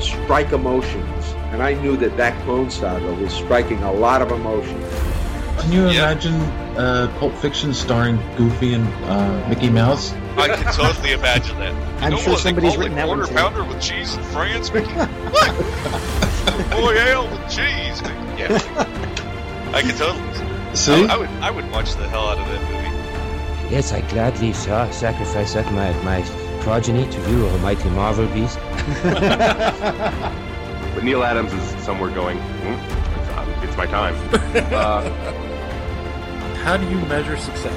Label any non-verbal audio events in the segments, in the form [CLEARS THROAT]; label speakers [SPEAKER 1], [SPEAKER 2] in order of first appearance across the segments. [SPEAKER 1] strike emotions, and I knew that that Clone Saga was striking a lot of emotions.
[SPEAKER 2] Can you imagine uh, Pulp Fiction starring Goofy and uh, Mickey Mouse?
[SPEAKER 3] I can totally imagine that.
[SPEAKER 4] I'm
[SPEAKER 3] no
[SPEAKER 4] sure
[SPEAKER 3] one,
[SPEAKER 4] somebody's
[SPEAKER 3] they call
[SPEAKER 4] written
[SPEAKER 3] it
[SPEAKER 4] that one
[SPEAKER 3] quarter
[SPEAKER 4] too.
[SPEAKER 3] pounder with cheese in France, Mickey. what? Boyle with cheese, Mickey. Yeah. I can totally.
[SPEAKER 2] See?
[SPEAKER 3] I, I would. I would watch the hell out of that movie.
[SPEAKER 5] Yes, I gladly sa- sacrifice up my, my progeny to you, O mighty Marvel Beast.
[SPEAKER 6] But Neil Adams is somewhere going, hmm, it's, uh, it's my time. Uh,
[SPEAKER 7] How do you measure success?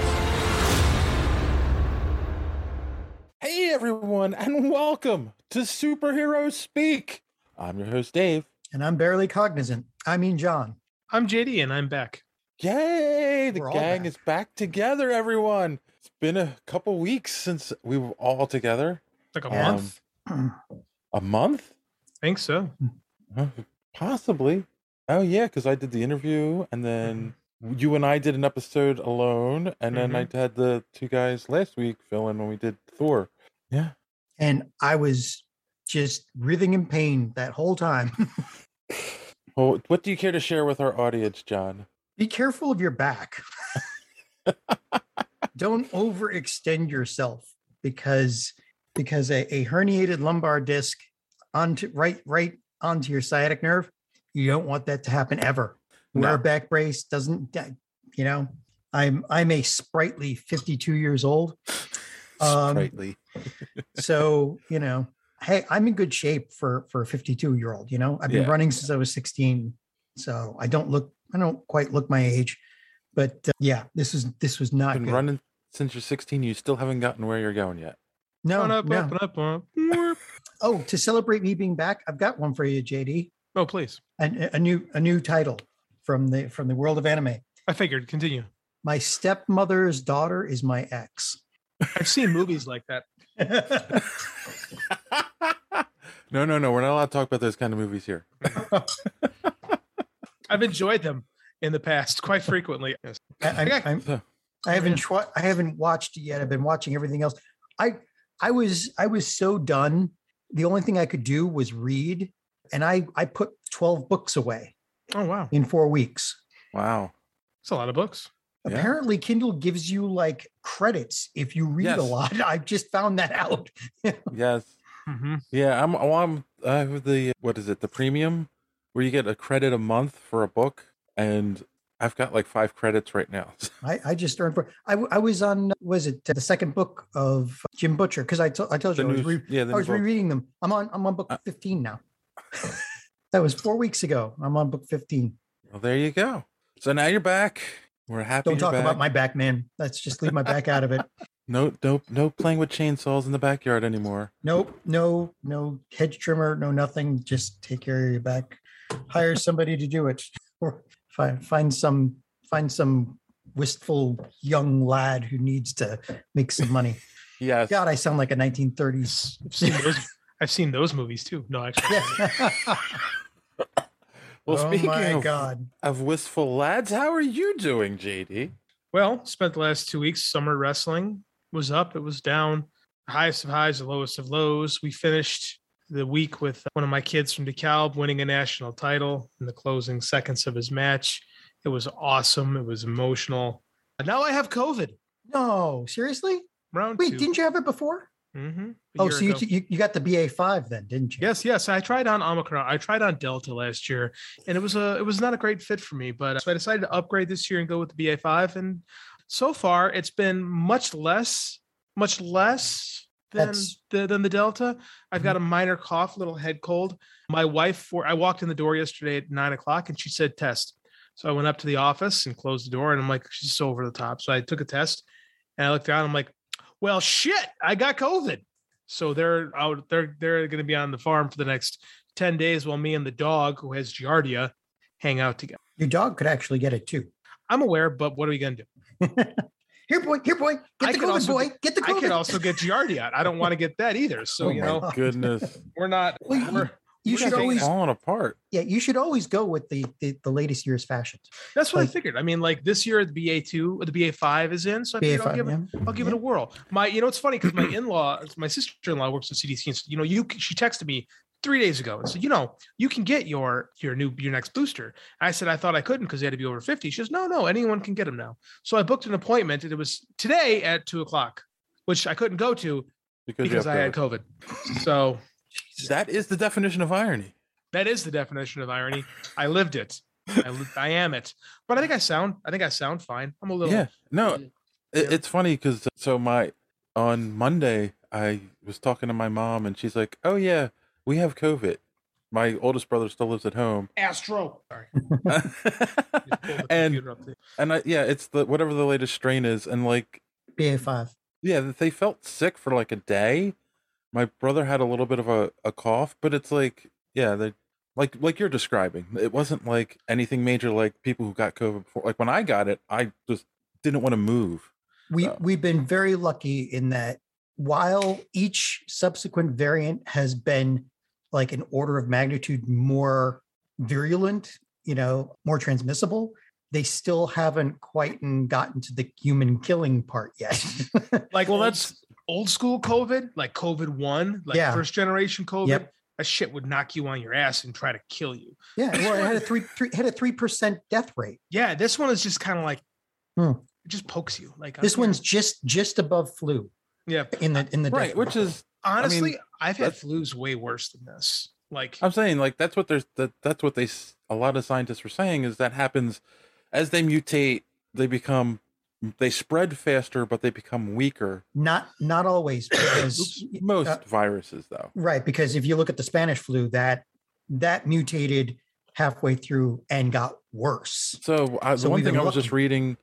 [SPEAKER 7] Hey everyone, and welcome to Superhero Speak. I'm your host Dave.
[SPEAKER 4] And I'm barely cognizant. I mean, John.
[SPEAKER 8] I'm JD and I'm back.
[SPEAKER 7] Yay, the
[SPEAKER 4] We're all
[SPEAKER 7] gang
[SPEAKER 4] back.
[SPEAKER 7] is back together everyone. It's been a couple weeks since we were all together.
[SPEAKER 8] Like a
[SPEAKER 7] Yeah.
[SPEAKER 4] Um,
[SPEAKER 8] month?
[SPEAKER 7] A month?
[SPEAKER 8] I think so.
[SPEAKER 7] Huh, Uh, Possibly. Oh yeah, cuz I did the interview and then you and I did an episode alone and then I had the two guys last week fill in when we did Thor. Yeah.
[SPEAKER 4] And I was just writhing in pain that whole time. [LAUGHS]
[SPEAKER 7] Well, what do you care to share with our audience, John?
[SPEAKER 4] Be careful of
[SPEAKER 7] [LAUGHS]
[SPEAKER 4] your back. Don't overextend yourself because because a, a herniated lumbar disc onto right right onto your sciatic nerve, you don't want that to happen ever. Wear a
[SPEAKER 7] No.
[SPEAKER 4] back brace doesn't that- you know, I'm I'm a sprightly 52 years old. Um,
[SPEAKER 7] Sprightly.
[SPEAKER 4] so you know hey i'm in good shape for for a 52 year old you know i've been
[SPEAKER 7] Yeah.
[SPEAKER 4] running since i was 16 so i don't look i don't quite look my age but uh, yeah this is this was not
[SPEAKER 7] Been
[SPEAKER 4] good.
[SPEAKER 7] running since you're 16. You still haven't gotten where you're going yet.
[SPEAKER 4] no
[SPEAKER 8] Run up,
[SPEAKER 4] no
[SPEAKER 8] up, and up, up. Warp.
[SPEAKER 4] oh to celebrate me being back i've got one for you jd
[SPEAKER 8] Oh, please.
[SPEAKER 4] and a new a new title from the from the world of anime
[SPEAKER 8] I figured. Continue.
[SPEAKER 4] my stepmother's daughter is my ex
[SPEAKER 8] I've seen movies like
[SPEAKER 4] [LAUGHS]
[SPEAKER 8] that.
[SPEAKER 7] no, no, no. We're not allowed to talk about those kind of movies here.
[SPEAKER 8] I've enjoyed them in the past quite frequently. Yes.
[SPEAKER 4] I,
[SPEAKER 8] Yeah.
[SPEAKER 4] I'm, I'm,
[SPEAKER 7] So-
[SPEAKER 4] I haven't tw- I haven't watched it yet. I've been watching everything else. I I was I was so done. The only thing I could do was read, and I I put twelve books away
[SPEAKER 8] Oh, wow.
[SPEAKER 4] in four weeks.
[SPEAKER 7] Wow.
[SPEAKER 8] It's a lot of books.
[SPEAKER 7] Yeah.
[SPEAKER 4] Apparently, Kindle gives you like credits if you read
[SPEAKER 7] Yes.
[SPEAKER 4] a lot. [LAUGHS] I just found that out.
[SPEAKER 7] Yes.
[SPEAKER 8] Mm-hmm.
[SPEAKER 7] Yeah. I'm, well, I'm, I have the, what is it? The premium where you get a credit a month for a book. And I've got like five credits right now. [LAUGHS]
[SPEAKER 4] I, I just earned for. I, w- I was on was it the second book of Jim Butcher because I to- I told
[SPEAKER 7] The
[SPEAKER 4] you I was,
[SPEAKER 7] news-
[SPEAKER 4] re-
[SPEAKER 7] yeah. The
[SPEAKER 4] I was
[SPEAKER 7] new book.
[SPEAKER 4] rereading them. I'm on I'm on book
[SPEAKER 7] Uh, Oh.
[SPEAKER 4] fifteen now. [LAUGHS] that was four weeks ago. I'm on book fifteen.
[SPEAKER 7] well, there you go. So now you're back. We're happy.
[SPEAKER 4] [LAUGHS] Don't
[SPEAKER 7] you're
[SPEAKER 4] talk about
[SPEAKER 7] back.
[SPEAKER 4] my back, man. Let's just leave my back out of
[SPEAKER 8] [LAUGHS]
[SPEAKER 4] it.
[SPEAKER 7] No, no, no playing with chainsaws in the backyard anymore.
[SPEAKER 4] Nope, no, no hedge trimmer, no nothing. Just take care of your back. Hire somebody to do it, [LAUGHS] or find find some find some wistful young lad who needs to make some
[SPEAKER 8] [LAUGHS]
[SPEAKER 4] money.
[SPEAKER 7] Yes.
[SPEAKER 4] God, I sound like a 1930s.
[SPEAKER 8] I've seen those. I've seen those movies too. No, actually.
[SPEAKER 7] Well,
[SPEAKER 4] [LAUGHS] oh
[SPEAKER 7] speaking
[SPEAKER 4] my
[SPEAKER 7] of,
[SPEAKER 4] God,
[SPEAKER 7] of wistful lads, how are you doing, JD?
[SPEAKER 8] Well, spent the last two weeks summer wrestling. Was up, it was down. Highest of highs, the lowest of lows. We finished the week with one of my kids from DeKalb winning a national title in the closing seconds of his match. It was awesome. It was emotional. And now I have COVID.
[SPEAKER 4] no, seriously?
[SPEAKER 8] Round
[SPEAKER 4] Wait,
[SPEAKER 8] 2
[SPEAKER 4] didn't you have it before?
[SPEAKER 8] Mhm, a
[SPEAKER 4] Oh,
[SPEAKER 8] year
[SPEAKER 4] so you,
[SPEAKER 8] ago.
[SPEAKER 4] you you got the BA five then, didn't you?
[SPEAKER 8] Yes, yes. I tried on Omicron. I tried on Delta last year, and it was a it was not a great fit for me. But so I decided to upgrade this year and go with the BA five. And so far, it's been much less, much less than
[SPEAKER 4] That's-
[SPEAKER 8] the, than the Delta. I've got a minor cough, little head cold. My wife, for I walked in the door yesterday at nine o'clock, and she said test. So I went up to the office and closed the door, and I'm like, she's so over the top. So I took a test, and I looked down. I'm like, well, shit, I got COVID. So they're out. They're they're going to be on the farm for the next 10 days while me and the dog who has Giardia hang out together.
[SPEAKER 4] Your dog could actually get it too.
[SPEAKER 8] I'm aware, but what are we going to do?
[SPEAKER 4] [LAUGHS] Here, boy. Here, boy. Get
[SPEAKER 8] I
[SPEAKER 4] the
[SPEAKER 8] could
[SPEAKER 4] COVID,
[SPEAKER 8] also
[SPEAKER 4] boy.
[SPEAKER 8] get-
[SPEAKER 4] Get the
[SPEAKER 8] I
[SPEAKER 4] COVID.
[SPEAKER 8] could also get Giardia out. I don't want to get that either. So,
[SPEAKER 4] Oh
[SPEAKER 8] you
[SPEAKER 4] my
[SPEAKER 8] know,
[SPEAKER 7] Goodness.
[SPEAKER 8] we're not,
[SPEAKER 4] [LAUGHS] Well, you-
[SPEAKER 8] we're,
[SPEAKER 4] you
[SPEAKER 8] we're
[SPEAKER 4] should
[SPEAKER 8] not-
[SPEAKER 4] always,
[SPEAKER 7] falling apart.
[SPEAKER 4] yeah, you should always go with the the, the latest year's fashions.
[SPEAKER 8] that's what I
[SPEAKER 4] like-
[SPEAKER 8] figured. I mean, like this year, the BA2, or the BA5 is in. So I figured I'll
[SPEAKER 4] BA5,
[SPEAKER 8] give, it,
[SPEAKER 4] yeah.
[SPEAKER 8] I'll give it
[SPEAKER 4] Yeah.
[SPEAKER 8] a whirl. My, you know, it's funny
[SPEAKER 4] [CLEARS THROAT]
[SPEAKER 8] because my in law, my sister in law works at CDC. And, you know, you c- she texted me three days ago and said, you know, you can get your your new your next booster. I said I thought I couldn't because they had to be over fifty. She says, no, no, anyone can get them now. So I booked an appointment and it was today at two o'clock, which I couldn't go to
[SPEAKER 7] Because, you
[SPEAKER 8] because
[SPEAKER 7] have
[SPEAKER 8] I had
[SPEAKER 7] to-
[SPEAKER 8] COVID. So
[SPEAKER 7] That is the definition of irony.
[SPEAKER 8] that is the definition of irony. I lived it. I, li- I am it. But I think I sound. I think I sound fine. I'm a little.
[SPEAKER 7] yeah no
[SPEAKER 8] Yeah.
[SPEAKER 7] it, it's funny because so my on monday i was talking to my mom and she's like oh yeah we have covid my oldest brother still lives at
[SPEAKER 8] [LAUGHS]
[SPEAKER 7] home [LAUGHS]
[SPEAKER 8] Astro. Sorry. Just pulled the
[SPEAKER 7] and
[SPEAKER 8] computer up there.
[SPEAKER 7] and I, yeah it's the whatever the latest strain is and like
[SPEAKER 4] BA five.
[SPEAKER 7] yeah that they felt sick for like a day my brother had a little bit of a, a cough but it's like yeah they like like you're describing it wasn't like anything major like people who got covid before like when i got it i just didn't want to move
[SPEAKER 4] We
[SPEAKER 7] Oh.
[SPEAKER 4] we've been very lucky in that while each subsequent variant has been like an order of magnitude more virulent, you know, more transmissible, they still haven't quite n- gotten to the human killing part yet. [LAUGHS]
[SPEAKER 8] Like
[SPEAKER 7] Well,
[SPEAKER 8] well, that's
[SPEAKER 7] that's-
[SPEAKER 8] old school COVID, like COVID one, like
[SPEAKER 4] Yeah.
[SPEAKER 8] first generation COVID.
[SPEAKER 4] Yep.
[SPEAKER 8] That shit would knock you on your ass and try to kill you.
[SPEAKER 4] yeah, well, it
[SPEAKER 8] [LAUGHS]
[SPEAKER 4] had a three, three had a three percent death rate.
[SPEAKER 8] Yeah, this one is just kind of like,
[SPEAKER 4] Hmm.
[SPEAKER 8] it just pokes you. Like I
[SPEAKER 4] This
[SPEAKER 8] don't
[SPEAKER 4] one's just just above flu
[SPEAKER 8] know. yeah.
[SPEAKER 4] in the in the death
[SPEAKER 7] right
[SPEAKER 4] rate.
[SPEAKER 7] which is
[SPEAKER 8] Honestly, I have had
[SPEAKER 7] that's-
[SPEAKER 8] flus way worse than this. Like
[SPEAKER 7] I'm saying like that's what there's that that's what they s- a lot of scientists were saying is that happens as they mutate they become they spread faster but they become weaker.
[SPEAKER 4] not not
[SPEAKER 7] [COUGHS]
[SPEAKER 4] always because
[SPEAKER 7] Oops, Most
[SPEAKER 4] uh,
[SPEAKER 7] viruses though.
[SPEAKER 4] Right, because if you look at the Spanish flu, that that mutated halfway through and got worse.
[SPEAKER 7] So, I,
[SPEAKER 4] so
[SPEAKER 7] the one
[SPEAKER 4] we've
[SPEAKER 7] thing
[SPEAKER 4] been
[SPEAKER 7] I was just
[SPEAKER 4] lucky.
[SPEAKER 7] reading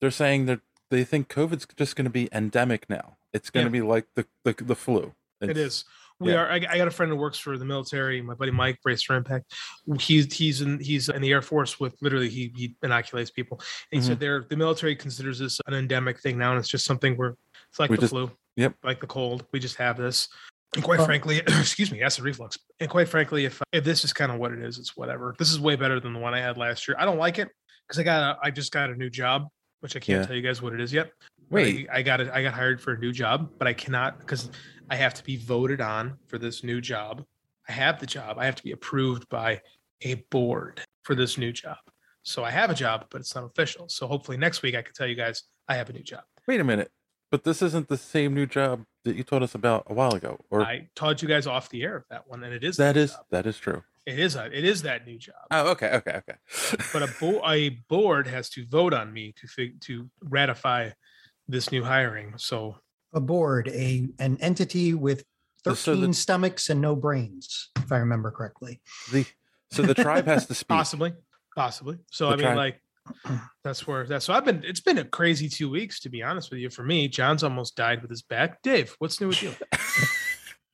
[SPEAKER 7] they're saying that they think COVID's just going to be endemic now. It's going to
[SPEAKER 8] Yeah.
[SPEAKER 7] be like the the, the flu.
[SPEAKER 8] It is. We
[SPEAKER 7] yeah.
[SPEAKER 8] are. I, I got a friend who works for the military. My buddy Mike, brace for impact. He's he's in he's in the Air Force with literally he he inoculates people. And he
[SPEAKER 7] Mm-hmm.
[SPEAKER 8] said there the military considers this an endemic thing now, and it's just something where it's like
[SPEAKER 7] We
[SPEAKER 8] the
[SPEAKER 7] just-
[SPEAKER 8] flu.
[SPEAKER 7] yep. Uh-huh.
[SPEAKER 8] Like the cold. We just have this. And quite
[SPEAKER 4] Well-
[SPEAKER 8] frankly, [CLEARS THROAT] excuse me, acid reflux. And quite frankly, if if this is kind of what it is, it's whatever. This is way better than the one I had last year. I don't like it because I got a, I just got a new job, which I can't
[SPEAKER 7] Yeah.
[SPEAKER 8] tell you guys what it is yet. But
[SPEAKER 7] Wait,
[SPEAKER 8] I, I got it. I got hired for a new job, but I cannot because I have to be voted on for this new job. I have the job. I have to be approved by a board for this new job. So I have a job, but it's not official. So hopefully next week I can tell you guys I have a new job.
[SPEAKER 7] wait a minute. But this isn't the same new job that you told us about a while ago or
[SPEAKER 8] I taught you guys off the air of that one, and it is
[SPEAKER 7] that
[SPEAKER 8] new
[SPEAKER 7] is
[SPEAKER 8] job.
[SPEAKER 7] that is true.
[SPEAKER 8] it is a, it is that new job.
[SPEAKER 7] Oh, okay, okay, okay. [LAUGHS]
[SPEAKER 8] But a bo- a board has to vote on me to fig- to ratify this new hiring. So
[SPEAKER 4] Aboard a an entity with
[SPEAKER 7] So-
[SPEAKER 4] thirteen
[SPEAKER 7] so the-
[SPEAKER 4] stomachs and no brains, if I remember correctly.
[SPEAKER 7] the so the tribe has to speak.
[SPEAKER 8] possibly possibly so
[SPEAKER 7] We're
[SPEAKER 8] i mean
[SPEAKER 7] trying-
[SPEAKER 8] like that's where that's so i've been it's been a crazy two weeks to be honest with you for me john's almost died with his back dave what's new with you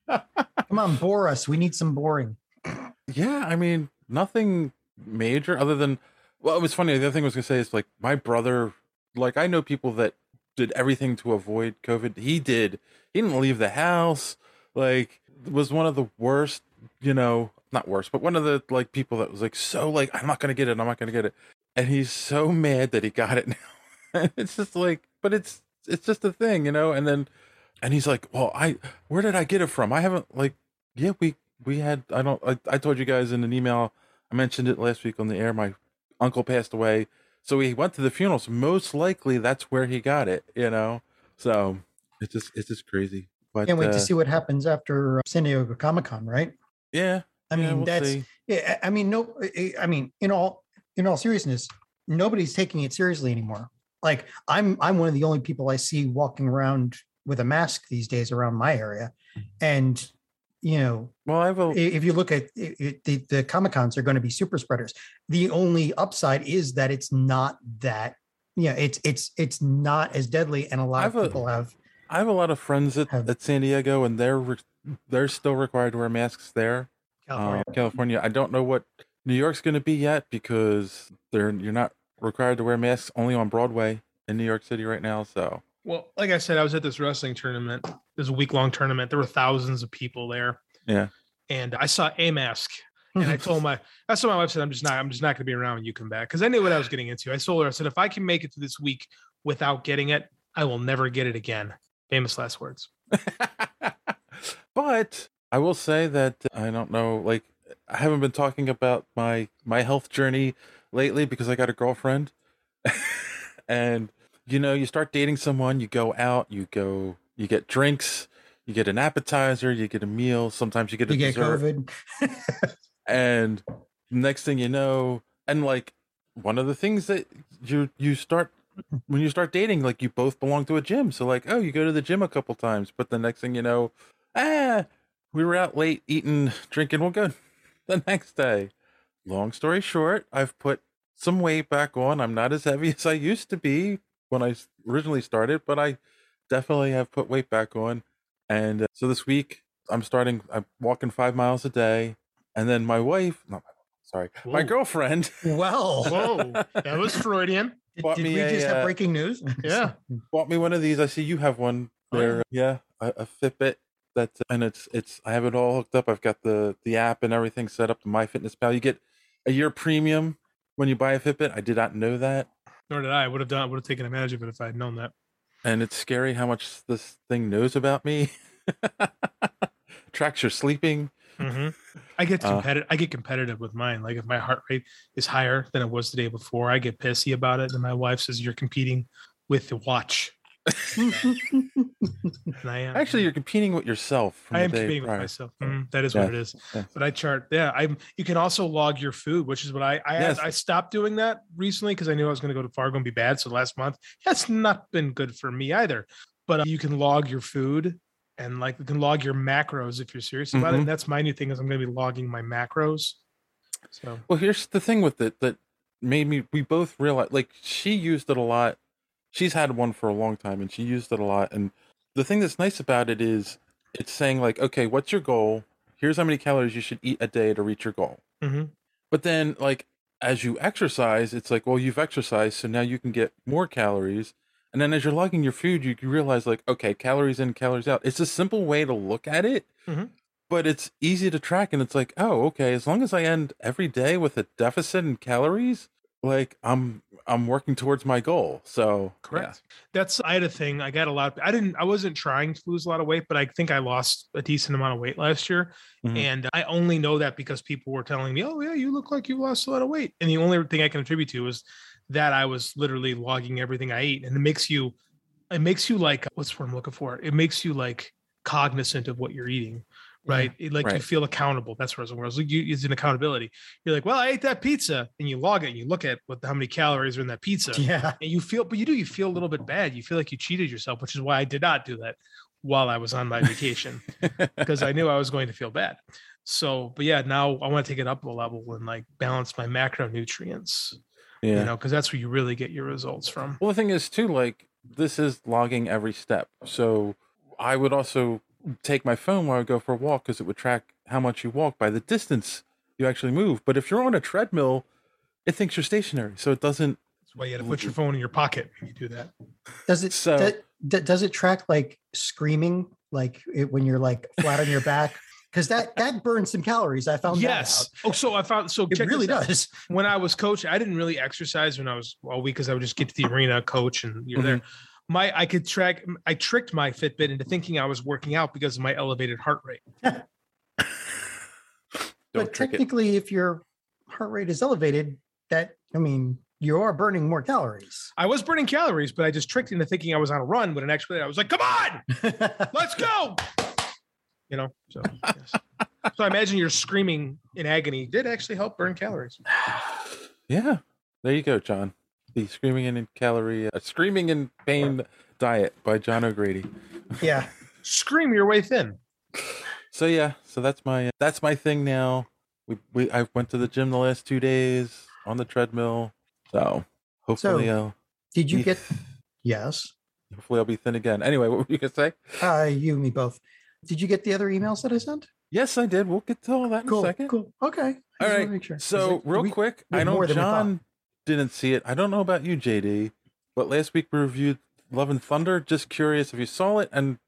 [SPEAKER 4] Come on, bore us. We need some boring.
[SPEAKER 7] Yeah, I mean, nothing major other than well, it was funny. The other thing I was gonna say is like my brother, like I know people that did everything to avoid COVID. He did. He didn't leave the house. Like was one of the worst, you know, not worst, but one of the like people that was like so like I'm not gonna get it. I'm not gonna get it. And he's so mad that he got it [LAUGHS] now. it's just like, but it's it's just a thing, you know. And then and he's like, well, I where did I get it from? I haven't like yeah we we had i don't I, I told you guys in an email i mentioned it last week on the air my uncle passed away so he went to the funeral so most likely that's where he got it you know so it's just it's just crazy but
[SPEAKER 4] Can't wait
[SPEAKER 7] uh,
[SPEAKER 4] to see what happens after San Diego Comic Con, right?
[SPEAKER 7] yeah
[SPEAKER 4] I mean,
[SPEAKER 7] yeah, we'll
[SPEAKER 4] that's
[SPEAKER 7] see.
[SPEAKER 4] Yeah, I I mean, no, I- I mean, in all in all seriousness, nobody's taking it seriously anymore. Like I'm I'm one of the only people I see walking around with a mask these days around my area, and you know,
[SPEAKER 7] well i
[SPEAKER 4] i-
[SPEAKER 7] will
[SPEAKER 4] if you look at it, it- the the comic cons are going to be super spreaders. The only upside is that it's not that yeah, it's it's it's not as deadly, and a lot
[SPEAKER 7] I've
[SPEAKER 4] of
[SPEAKER 7] a-
[SPEAKER 4] people have
[SPEAKER 7] i have a lot of friends at,
[SPEAKER 4] Have-
[SPEAKER 7] at san diego and they're re- they're still required to wear masks there
[SPEAKER 4] Oh,
[SPEAKER 7] California. California. I don't know what New York's going to be yet because they're you're not required to wear masks only on Broadway in New York City right now. So
[SPEAKER 8] Well, like I said, I was at this wrestling tournament. It was a week long tournament. There were thousands of people there.
[SPEAKER 7] Yeah.
[SPEAKER 8] And I saw a mask. And [LAUGHS] I told my I told my wife said I'm just not I'm just not gonna be around when you come back. Cause I knew what I was getting into. I told her, I said, if I can make it to this week without getting it, I will never get it again. Famous last words.
[SPEAKER 7] [LAUGHS] But I will say that I don't know, like I haven't been talking about my my health journey lately because I got a girlfriend. [LAUGHS] and you know, you start dating someone, you go out, you go you get drinks, you get an appetizer, you get a meal, sometimes you get a
[SPEAKER 4] You get
[SPEAKER 7] dessert
[SPEAKER 4] COVID.
[SPEAKER 7] and next thing you know and like one of the things that you you start when you start dating like you both belong to a gym so like oh you go to the gym a couple times but the next thing you know ah we were out late eating drinking well good [LAUGHS] the next day long story short i've put some weight back on i'm not as heavy [LAUGHS] as i used to be when i s- originally started but i definitely have put weight back on and uh, so this week i'm starting i'm walking five miles a day and then my wife, not my, sorry, my
[SPEAKER 8] Whoa. [LAUGHS]
[SPEAKER 7] girlfriend
[SPEAKER 4] Well, [LAUGHS]
[SPEAKER 8] Whoa. That was Freudian.
[SPEAKER 4] did,
[SPEAKER 7] Bought
[SPEAKER 4] did
[SPEAKER 7] me
[SPEAKER 4] we
[SPEAKER 7] a,
[SPEAKER 4] just
[SPEAKER 7] uh,
[SPEAKER 4] have breaking news?
[SPEAKER 7] [LAUGHS]
[SPEAKER 8] Yeah.
[SPEAKER 7] bought me one of these. I see you have one
[SPEAKER 8] Oh, yeah.
[SPEAKER 7] there. yeah, a, a Fitbit that, and it's it's. I have it all hooked up. I've got the the app and everything set up to MyFitnessPal. You get a year premium when you buy a Fitbit. I did not know that,
[SPEAKER 8] Nor did I. Would have done would have taken advantage of it if I had known that.
[SPEAKER 7] and it's scary how much this thing knows about me. [LAUGHS] Tracks your sleeping.
[SPEAKER 8] hmm I get
[SPEAKER 7] Uh,
[SPEAKER 8] competitive. I get competitive with mine. Like if my heart rate is higher than it was the day before, I get pissy about it. And my wife says, "You're competing with
[SPEAKER 7] [LAUGHS]
[SPEAKER 8] the watch." And I am.
[SPEAKER 7] Actually, you're competing with yourself. From
[SPEAKER 8] Mm-hmm.
[SPEAKER 7] the
[SPEAKER 8] I am
[SPEAKER 7] day
[SPEAKER 8] competing with
[SPEAKER 7] prior.
[SPEAKER 8] myself. Mhm, that is
[SPEAKER 7] Yeah,
[SPEAKER 8] what it is.
[SPEAKER 7] yeah.
[SPEAKER 8] But I chart. Yeah, I'm. You can also log your food, which is what I. I,
[SPEAKER 7] Yes.
[SPEAKER 8] I stopped doing that recently because I knew I was going to go to Fargo and be bad. So last month, that's not been good for me either. But uh, you can log your food and like you can log your macros if you're serious about it.
[SPEAKER 7] Mhm.
[SPEAKER 8] And that's my new thing is I'm going to be logging my macros. So
[SPEAKER 7] Well, here's the thing with it that made me we both realize like she used it a lot. She's had one for a long time and she used it a lot. And the thing that's nice about it is it's saying like, okay, what's your goal? Here's how many calories you should eat a day to reach your goal.
[SPEAKER 8] mhm.
[SPEAKER 7] But then like as you exercise, it's like, well, you've exercised, so now you can get more calories. And then as you're logging your food, you can realize like, okay, calories in, calories out. It's a simple way to look at it but it's easy to track and it's like oh okay as long as i end every day with a deficit in calories like i'm i'm working towards my goal so yeah. [LAUGHS]
[SPEAKER 8] Correct. That's I had a thing. I got a lot. I didn't. I wasn't trying to lose a lot of weight, but I think I lost a decent amount of weight last year,
[SPEAKER 7] Mhm.
[SPEAKER 8] and I only know that because people were telling me, "Oh yeah, you look like you lost a lot of weight." And the only thing I can attribute to was that I was literally logging everything I eat, and it makes you, it makes you like what's the word I'm looking for? It makes you like cognizant of what you're eating. Right, It, like you
[SPEAKER 7] Right.
[SPEAKER 8] feel accountable. That's where I was. Where I was like, you, it's an accountability. You're like, well, I ate that pizza, and you log it, and you look at what how many calories are in that pizza,
[SPEAKER 4] [LAUGHS] Yeah.
[SPEAKER 8] and you feel but you do you feel a little bit bad you feel like you cheated yourself which is why i did not do that while i was on my vacation because i knew i was going to feel bad so but yeah now i want to take it up a level and like balance my macronutrients
[SPEAKER 7] yeah
[SPEAKER 8] you know because that's where you really get your results from
[SPEAKER 7] well the thing is too like this is logging every step so i would also take my phone while i go for a walk because it would track how much you walk by the distance you actually move but if you're on a treadmill it thinks you're stationary so it doesn't
[SPEAKER 8] that's why you had to put your phone in your pocket when you do that
[SPEAKER 4] Does it
[SPEAKER 7] So-
[SPEAKER 4] do- do- does it track like screaming, like it, when you're like
[SPEAKER 7] [LAUGHS]
[SPEAKER 4] flat on your back? Because that that burns some calories. I found
[SPEAKER 8] yes oh so i found so
[SPEAKER 4] that out.
[SPEAKER 8] check
[SPEAKER 4] It really
[SPEAKER 8] this out.
[SPEAKER 4] does.
[SPEAKER 8] when I was coaching, I didn't really exercise when I was all week because I would just get to the arena, coach, and you're
[SPEAKER 7] Mm-hmm. Mhm.
[SPEAKER 8] there. My I could track. I tricked my Fitbit into thinking I was working out because of my elevated heart rate.
[SPEAKER 7] don't
[SPEAKER 4] but
[SPEAKER 7] trick it
[SPEAKER 4] technically, if your heart rate is elevated, that I mean, you are burning more calories. [LAUGHS]
[SPEAKER 8] I was burning calories, but I just tricked into thinking I was on a run. When an actually, I was like, "Come on,
[SPEAKER 4] [LAUGHS]
[SPEAKER 8] let's go!" You know. So, yes. so I imagine you're screaming in agony did actually help burn calories.
[SPEAKER 7] Yeah, there you go, John. The screaming in calorie, uh, screaming in pain diet by John O'Grady.
[SPEAKER 4] yeah.
[SPEAKER 8] Scream your way thin.
[SPEAKER 7] So yeah, so that's my uh, that's my thing now. We we I went to the gym the last two days on the treadmill. So hopefully uh, I'll
[SPEAKER 4] Did you
[SPEAKER 7] be- [LAUGHS]
[SPEAKER 4] get yes?
[SPEAKER 7] hopefully I'll be thin again. Anyway, what were you gonna say?
[SPEAKER 4] Uh, you and me both. Did you get the other emails that I sent?
[SPEAKER 7] Yes, I did. We'll get to all that in
[SPEAKER 4] Cool,
[SPEAKER 7] a second.
[SPEAKER 4] cool. Okay. I
[SPEAKER 7] All
[SPEAKER 4] just wanna
[SPEAKER 7] right.
[SPEAKER 4] make sure. 'Cause
[SPEAKER 7] So
[SPEAKER 4] it-
[SPEAKER 7] real
[SPEAKER 4] we-
[SPEAKER 7] quick,
[SPEAKER 4] we
[SPEAKER 7] I
[SPEAKER 4] had
[SPEAKER 7] know
[SPEAKER 4] more than we thought.
[SPEAKER 7] John didn't see it. I don't know about you, JD, but last week we reviewed Love and Thunder. Just curious if you saw it and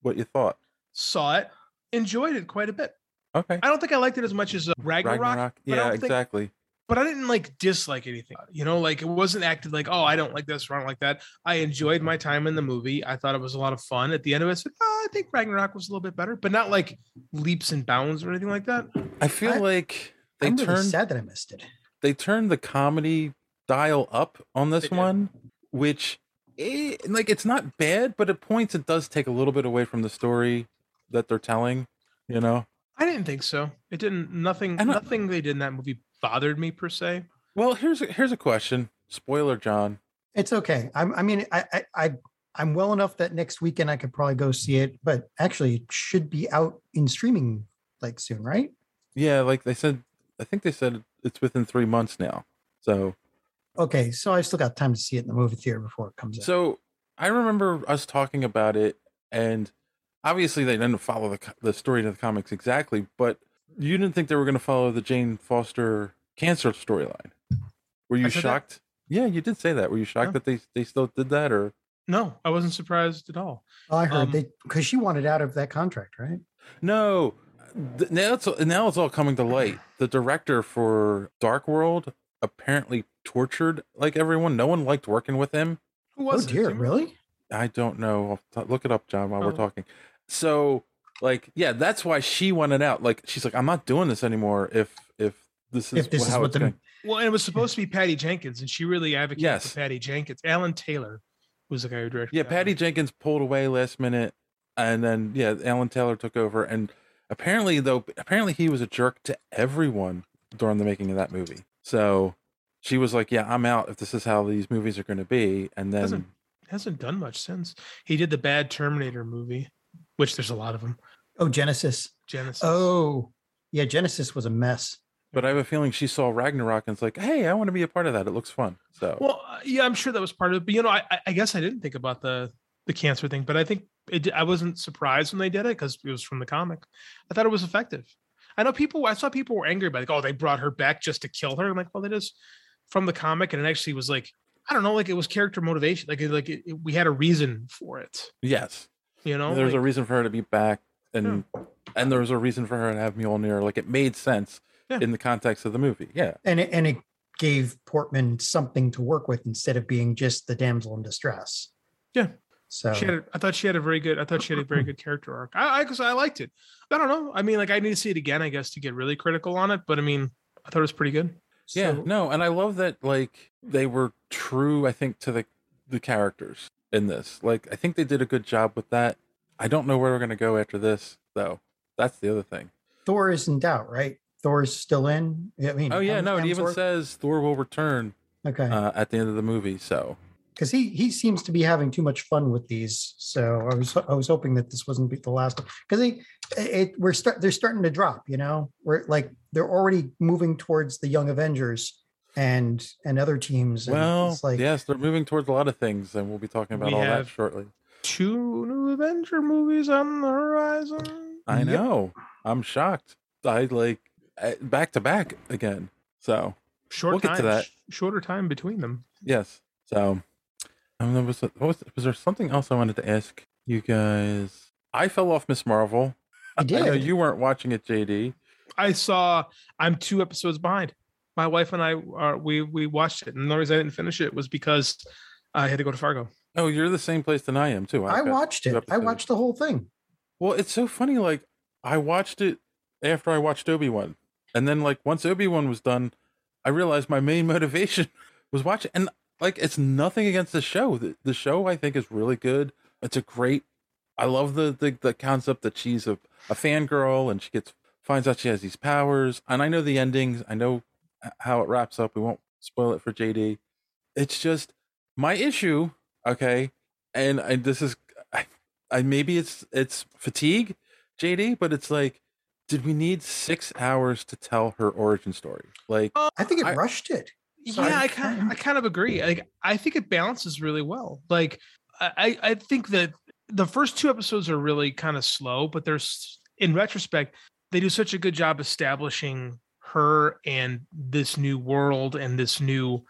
[SPEAKER 7] what you thought.
[SPEAKER 8] Saw it, enjoyed it quite a bit.
[SPEAKER 7] Okay.
[SPEAKER 8] I don't think I liked it as much as uh, Ragnarok. but I
[SPEAKER 7] Yeah,
[SPEAKER 8] don't think-
[SPEAKER 7] exactly.
[SPEAKER 8] but I didn't like dislike anything. You know, like it wasn't acted like, oh, I don't like this or I don't like that. I enjoyed my time in the movie. I thought it was a lot of fun. At the end of it, I said, oh, I think Ragnarok was a little bit better, but not like leaps and bounds or anything like that.
[SPEAKER 7] I feel like they
[SPEAKER 4] I'm really
[SPEAKER 7] turned
[SPEAKER 4] sad that I missed it.
[SPEAKER 7] they turned the comedy dial up on this one, which eh, like it's not bad, but at points it does take a little bit away from the story that they're telling. You know.
[SPEAKER 8] I didn't think so. It didn't. Nothing.
[SPEAKER 7] And I-
[SPEAKER 8] nothing they did in that movie bothered me per se.
[SPEAKER 7] Well, here's a, here's a question. Spoiler, John.
[SPEAKER 4] It's okay. I'm, I mean, I, I, I, I'm well enough that next weekend I could probably go see it, but actually it should be out in streaming like soon, right?
[SPEAKER 7] Yeah, like they said, I think they said it's within three months now. So,
[SPEAKER 4] Okay. So I've still got time to see it in the movie theater before it comes out.
[SPEAKER 7] so I remember us talking about it, and obviously they didn't follow the co- the story to the comics exactly, but you didn't think they were going to follow the Jane Foster cancer storyline. Were you
[SPEAKER 8] I said that?
[SPEAKER 7] shocked? Yeah, you did say that. Were you shocked
[SPEAKER 8] No.
[SPEAKER 7] that they they still did that, or
[SPEAKER 8] No, I wasn't surprised at all.
[SPEAKER 4] Oh, I heard
[SPEAKER 8] Um,
[SPEAKER 4] they, because she wanted out of that contract, right?
[SPEAKER 7] No, th- now it's now it's all coming to light. The director for Dark World apparently tortured like everyone. No one liked working with him.
[SPEAKER 8] Who
[SPEAKER 4] Oh
[SPEAKER 8] was it? Do
[SPEAKER 4] dear,
[SPEAKER 8] you-
[SPEAKER 4] really?
[SPEAKER 7] I don't know. I'll t- look it up, John, while we're
[SPEAKER 8] Oh.
[SPEAKER 7] talking. So, like, yeah, that's why she wanted out. Like, she's like, I'm not doing this anymore. If if this is
[SPEAKER 4] If this
[SPEAKER 7] wh-
[SPEAKER 4] is
[SPEAKER 7] how
[SPEAKER 4] what
[SPEAKER 7] it's
[SPEAKER 4] the-
[SPEAKER 7] going.
[SPEAKER 8] Well, and it was supposed to be Patty Jenkins, and she really advocated
[SPEAKER 7] Yes.
[SPEAKER 8] for Patty Jenkins. Alan Taylor was the guy who directed.
[SPEAKER 7] Yeah,
[SPEAKER 8] that
[SPEAKER 7] Patty
[SPEAKER 8] one.
[SPEAKER 7] Jenkins pulled away last minute, and then yeah, Alan Taylor took over. And apparently, though, apparently he was a jerk to everyone during the making of that movie. So she was like, "Yeah, I'm out if this is how these movies are going to be." And then
[SPEAKER 8] Doesn't- hasn't done much since. He did the bad Terminator movie, which there's a lot of them.
[SPEAKER 4] Oh, Genesis.
[SPEAKER 8] Genesis.
[SPEAKER 4] Oh, yeah. Genesis was a mess.
[SPEAKER 7] but I have a feeling she saw Ragnarok and it's like, "Hey, I want to be a part of that. It looks fun." So
[SPEAKER 8] Well, uh, yeah, I'm sure that was part of it. But you know, I, I- I guess I didn't think about the the cancer thing, but I think it, di- I wasn't surprised when they did it because it was from the comic. I thought it was effective. I know people. I saw people were angry about it, like, oh, they brought her back just to kill her. I'm like, well, that is from the comic, and it actually was like, I don't know, like it was character motivation. Like, it- like it, it- we had a reason for it.
[SPEAKER 7] yes,
[SPEAKER 8] You know,
[SPEAKER 7] there's
[SPEAKER 8] like,
[SPEAKER 7] a reason for her to be back, and and there was a reason for her to have Mjolnir. Like it made sense
[SPEAKER 8] Yeah.
[SPEAKER 7] in the context of the movie. Yeah,
[SPEAKER 4] And it, and it gave Portman something to work with instead of being just the damsel in distress.
[SPEAKER 8] Yeah.
[SPEAKER 4] So
[SPEAKER 8] She had, a, I thought she had a very good. I thought she had a very good character arc. I, I, cause I liked it. I don't know. I mean, like, I need to see it again, I guess, to get really critical on it. But I mean, I thought it was pretty good.
[SPEAKER 7] Yeah,
[SPEAKER 4] so-
[SPEAKER 7] no, and I love that like they were true, I think, to the the characters in this. Like I think they did a good job with that. I don't know where we're gonna go after this though. That's the other thing.
[SPEAKER 4] Thor is in doubt, right? Thor's still in. I mean,
[SPEAKER 7] Oh yeah,
[SPEAKER 4] Hem-
[SPEAKER 7] no, it even
[SPEAKER 4] Hemsworth?
[SPEAKER 7] says Thor will return
[SPEAKER 4] okay
[SPEAKER 7] uh, at the end of the movie. So
[SPEAKER 4] because he he seems to be having too much fun with these. So I was I was hoping that this wasn't be the last because he it we're start they're starting to drop. You know, we're like they're already moving towards the Young Avengers and and other teams. And
[SPEAKER 7] well,
[SPEAKER 4] it's like
[SPEAKER 7] yes, they're moving towards a lot of things, and we'll be talking about
[SPEAKER 8] We
[SPEAKER 7] all
[SPEAKER 8] have-
[SPEAKER 7] that shortly.
[SPEAKER 8] Two new Avenger movies on the horizon.
[SPEAKER 7] I
[SPEAKER 4] Yep.
[SPEAKER 7] know. I'm shocked. I like eh, back to back again. So
[SPEAKER 8] Short
[SPEAKER 7] We'll get to
[SPEAKER 8] time,
[SPEAKER 7] that.
[SPEAKER 8] sh- shorter time between them.
[SPEAKER 7] Yes. So, um, there was, what was was there something else I wanted to ask you guys? I fell off Miss Marvel.
[SPEAKER 4] I
[SPEAKER 7] I know
[SPEAKER 4] did.
[SPEAKER 7] you weren't watching it, JD.
[SPEAKER 8] I saw. I'm two episodes behind. My wife and I are we we watched it, and the reason I didn't finish it was because I had to go to Fargo.
[SPEAKER 7] Oh, you're the same place than I am too.
[SPEAKER 4] I
[SPEAKER 7] I've got-
[SPEAKER 4] watched
[SPEAKER 7] two
[SPEAKER 4] it. I
[SPEAKER 7] episodes.
[SPEAKER 4] watched the whole thing.
[SPEAKER 7] Well, it's so funny. Like I watched it after I watched Obi Wan, and then like once Obi Wan was done, I realized my main [LAUGHS] motivation was watching. And like it's nothing against the show. The, the show I think is really good. It's a great. I love the the, the concept that she's a a fangirl and she gets finds out she has these powers. And I know the endings. I know h- how it wraps up. We won't spoil it for JD. It's just my issue. Okay, and I, this is I maybe it's it's fatigue, JD, but it's like, did we need six hours to tell her origin story? Like,
[SPEAKER 8] Oh,
[SPEAKER 4] I think it
[SPEAKER 7] I-
[SPEAKER 4] rushed it. Sorry.
[SPEAKER 8] Yeah, I kind I kind of agree. Like I think it balances really well. Like I I I think that the first two episodes are really kind of slow, but there's in retrospect they do such a good job establishing her and this new world and this new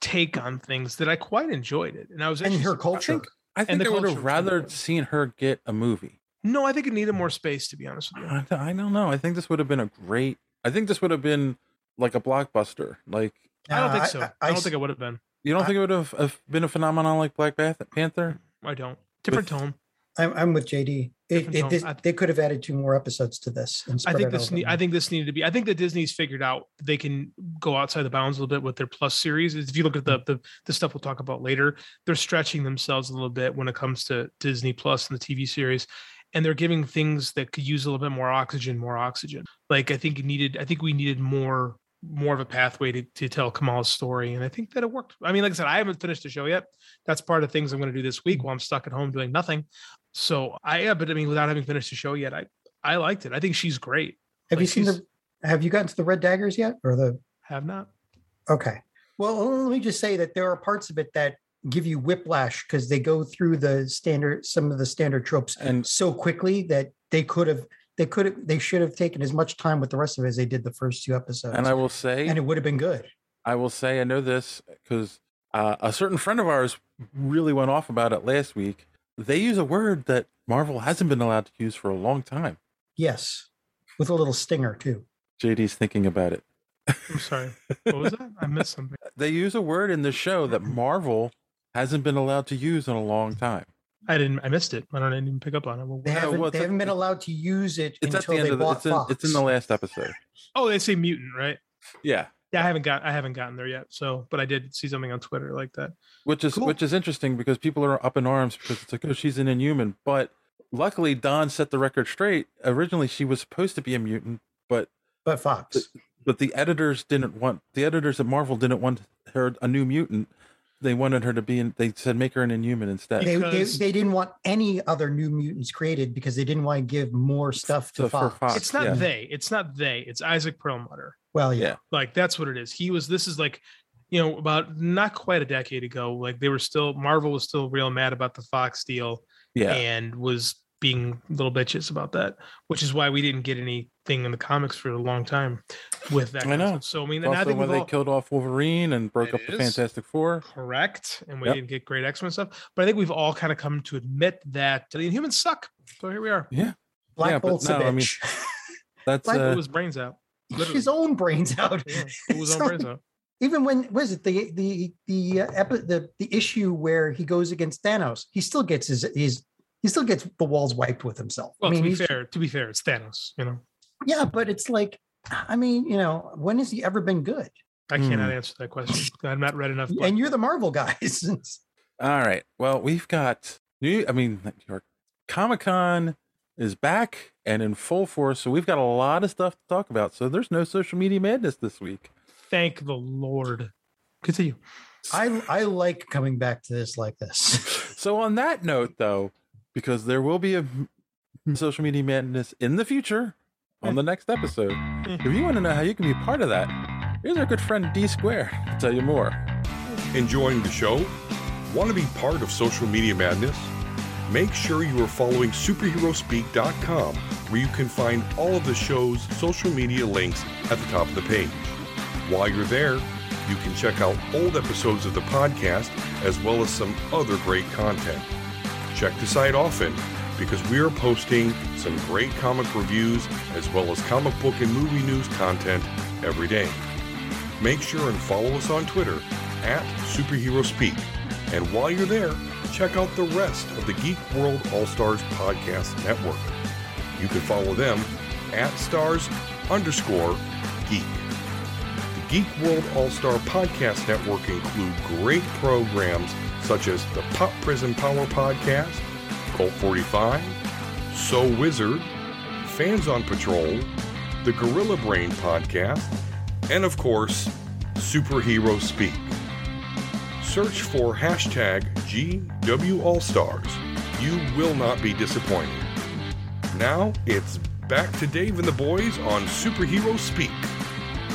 [SPEAKER 8] take on things that I quite enjoyed it. And I was
[SPEAKER 4] And her
[SPEAKER 8] actually-
[SPEAKER 4] culture.
[SPEAKER 8] I think-
[SPEAKER 7] I
[SPEAKER 8] And
[SPEAKER 7] think
[SPEAKER 8] the
[SPEAKER 7] I would
[SPEAKER 8] culture
[SPEAKER 7] have
[SPEAKER 8] was
[SPEAKER 7] rather
[SPEAKER 8] good.
[SPEAKER 7] seen her get a movie.
[SPEAKER 8] no, I think it needed more space to be honest with you.
[SPEAKER 7] I, I don't know. I think this would have been a great. I think this would have been like a blockbuster. Like
[SPEAKER 8] I don't
[SPEAKER 4] Nah,
[SPEAKER 8] think so. I,
[SPEAKER 4] I
[SPEAKER 8] don't
[SPEAKER 4] s-
[SPEAKER 8] think it would have been.
[SPEAKER 7] you don't
[SPEAKER 4] I-
[SPEAKER 7] think it would have, have been a phenomenon like Black Bath- Panther?
[SPEAKER 8] I don't. Different tone.
[SPEAKER 4] I'm, I'm with JD. It,
[SPEAKER 8] Different
[SPEAKER 4] it,
[SPEAKER 8] tone.
[SPEAKER 4] this,
[SPEAKER 8] I-
[SPEAKER 4] they could have added two more episodes to this. and
[SPEAKER 8] I
[SPEAKER 4] spread
[SPEAKER 8] think
[SPEAKER 4] it
[SPEAKER 8] this.
[SPEAKER 4] out a
[SPEAKER 8] Ne-
[SPEAKER 4] bit
[SPEAKER 8] I
[SPEAKER 4] more.
[SPEAKER 8] think this needed to be. I think that Disney's figured out they can go outside the bounds a little bit with their Plus series. If you look at
[SPEAKER 4] Mm-hmm.
[SPEAKER 8] the the, the stuff we'll talk about later, they're stretching themselves a little bit when it comes to Disney Plus and the TV series, and they're giving things that could use a little bit more oxygen, more oxygen. Like I think it needed. I think we needed more more of a pathway to, to tell Kamal's story, and I think that it worked. I mean, like I said, I haven't finished the show yet. That's part of the things I'm going to do this
[SPEAKER 4] Mm-hmm.
[SPEAKER 8] week while I'm stuck at home doing nothing. So I, yeah, but I mean, without having finished the show yet, I. I liked it. I think she's great.
[SPEAKER 4] Have you
[SPEAKER 8] like
[SPEAKER 4] seen
[SPEAKER 8] she's-
[SPEAKER 4] the? Have you gotten to the red daggers yet, or the?
[SPEAKER 8] Have not.
[SPEAKER 4] Okay. Well, let me just say that there are parts of it that give you whiplash because they go through the standard, some of the standard tropes
[SPEAKER 7] And
[SPEAKER 4] so quickly that they could have, they could have, they should have taken as much time with the rest of it as they did the first two episodes,
[SPEAKER 7] and I will say,
[SPEAKER 4] and it would have been good.
[SPEAKER 7] I will say I know this because uh, a certain friend of ours really went off about it last week. They use a word that Marvel hasn't been allowed to use for a long time.
[SPEAKER 4] Yes, with a little stinger too.
[SPEAKER 7] JD's thinking about it.
[SPEAKER 8] I'm sorry. What was that? I missed something.
[SPEAKER 7] They use a word in the show that Marvel hasn't been allowed to use in a long time.
[SPEAKER 8] I didn't. I missed it. I don't I didn't pick up on it. Well,
[SPEAKER 4] They
[SPEAKER 7] Yeah,
[SPEAKER 4] haven't,
[SPEAKER 7] well, it's
[SPEAKER 4] they
[SPEAKER 7] at-
[SPEAKER 4] haven't been allowed to use it
[SPEAKER 7] It's at
[SPEAKER 4] until
[SPEAKER 7] the end
[SPEAKER 4] they
[SPEAKER 7] of the,
[SPEAKER 4] bought
[SPEAKER 7] it's in,
[SPEAKER 4] Fox.
[SPEAKER 7] it's in the last episode.
[SPEAKER 8] oh, they say mutant, right?
[SPEAKER 7] Yeah,
[SPEAKER 8] Yeah, I haven't got. I haven't gotten there yet. So, but I did see something on Twitter like that.
[SPEAKER 7] which is
[SPEAKER 8] Cool.
[SPEAKER 7] which is interesting because people are up in arms because it's like oh she's an inhuman but luckily don set the record straight originally she was supposed to be a mutant but
[SPEAKER 4] but Fox.
[SPEAKER 7] but the editors didn't want the editors at marvel didn't want her a new mutant they wanted her to be in they said make her an inhuman instead
[SPEAKER 4] They, they,
[SPEAKER 8] Because-
[SPEAKER 4] they didn't want any other new mutants created because they didn't want to give more stuff to
[SPEAKER 7] So for
[SPEAKER 4] Fox.
[SPEAKER 7] Fox,
[SPEAKER 8] It's not
[SPEAKER 7] yeah.
[SPEAKER 8] they. It's not they. It's Isaac Perlmutter.
[SPEAKER 4] Well, yeah.
[SPEAKER 7] Yeah.
[SPEAKER 8] Like that's what it is. He was. This is like, you know, about not quite a decade ago. Like they were still. Marvel was still real mad about the Fox deal.
[SPEAKER 7] yeah
[SPEAKER 8] and was being little bitches about that, which is why we didn't get anything in the comics for a long time with that.
[SPEAKER 7] I know.
[SPEAKER 8] concept. So I mean, and I
[SPEAKER 7] also
[SPEAKER 8] think
[SPEAKER 7] when
[SPEAKER 8] we've
[SPEAKER 7] they
[SPEAKER 8] all-
[SPEAKER 7] killed off wolverine and broke
[SPEAKER 3] It
[SPEAKER 7] up the
[SPEAKER 3] is.
[SPEAKER 7] fantastic four
[SPEAKER 8] correct, and we
[SPEAKER 7] Yep.
[SPEAKER 8] didn't get great X Men stuff. But I think we've all kind of come to admit that the Inhumans suck. So here we are.
[SPEAKER 7] yeah
[SPEAKER 4] Black
[SPEAKER 7] Yeah, but
[SPEAKER 4] Bolt's a
[SPEAKER 7] no, I mean,
[SPEAKER 4] bitch. [LAUGHS]
[SPEAKER 7] that's
[SPEAKER 8] Like
[SPEAKER 7] uh,
[SPEAKER 8] it was brains out.
[SPEAKER 4] his
[SPEAKER 8] Literally.
[SPEAKER 4] own brains out.
[SPEAKER 8] Yeah,
[SPEAKER 4] [LAUGHS]
[SPEAKER 8] it was on
[SPEAKER 4] So-
[SPEAKER 8] brains out.
[SPEAKER 4] Even when was it the the the uh, epi- the the issue where he goes against Thanos, he still gets his his he still gets the walls wiped with himself. I
[SPEAKER 8] Well,
[SPEAKER 4] mean,
[SPEAKER 8] to be
[SPEAKER 4] he's-
[SPEAKER 8] fair, to be fair, it's Thanos. You know,
[SPEAKER 4] yeah, but it's like, I mean, you know, when has he ever been good?
[SPEAKER 8] I
[SPEAKER 7] Hmm.
[SPEAKER 8] cannot answer that question. I've not read enough.
[SPEAKER 4] And you're the Marvel guys. [LAUGHS]
[SPEAKER 7] All right. Well, we've got New. I mean, not New York Comic Con is back and in full force, so we've got a lot of stuff to talk about. So there's no social media madness this week.
[SPEAKER 8] thank the Lord. Continue.
[SPEAKER 4] I I like coming back to this like this.
[SPEAKER 7] [LAUGHS] So on that note, though, because there will be a m- social media madness in the future on the next episode. If you want to know how you can be part of that, here's our good friend D Square. to Tell you more.
[SPEAKER 9] Enjoying the show? Want to be part of social media madness? Make sure you are following superheroespeak.com where you can find all of the show's social media links at the top of the page. While you're there, you can check out old episodes of the podcast as well as some other great content. Check the site often because we are posting some great comic reviews as well as comic book and movie news content every day. Make sure and follow us on Twitter at Superhero Speak. And while you're there, check out the rest of the Geek World All Stars Podcast Network. You can follow them at stars underscore geek. The Geek World All Star Podcast Network include great programs such as the Pop Prison Power Podcast, Cult 45, So Wizard, Fans on Patrol, the Gorilla Brain Podcast, and of course, Superhero Speak. Search for hashtag GWAllStars. You will not be disappointed. Now it's back to Dave and the boys on Superhero Speak.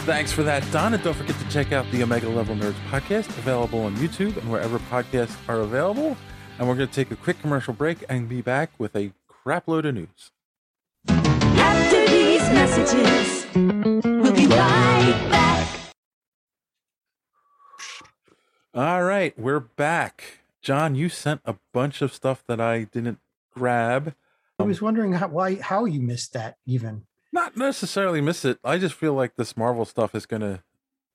[SPEAKER 7] Thanks for that, Don. And don't forget to check out the Omega Level Nerds podcast, available on YouTube and wherever podcasts are available. And we're going to take a quick commercial break and be back with a crap load of news.
[SPEAKER 10] After these voice messages. We'll be right back.
[SPEAKER 7] All right, we're back. John, you sent a bunch of stuff that I didn't grab.
[SPEAKER 4] I was wondering how, why how you missed that even.
[SPEAKER 7] Not necessarily miss it. I just feel like this Marvel stuff is gonna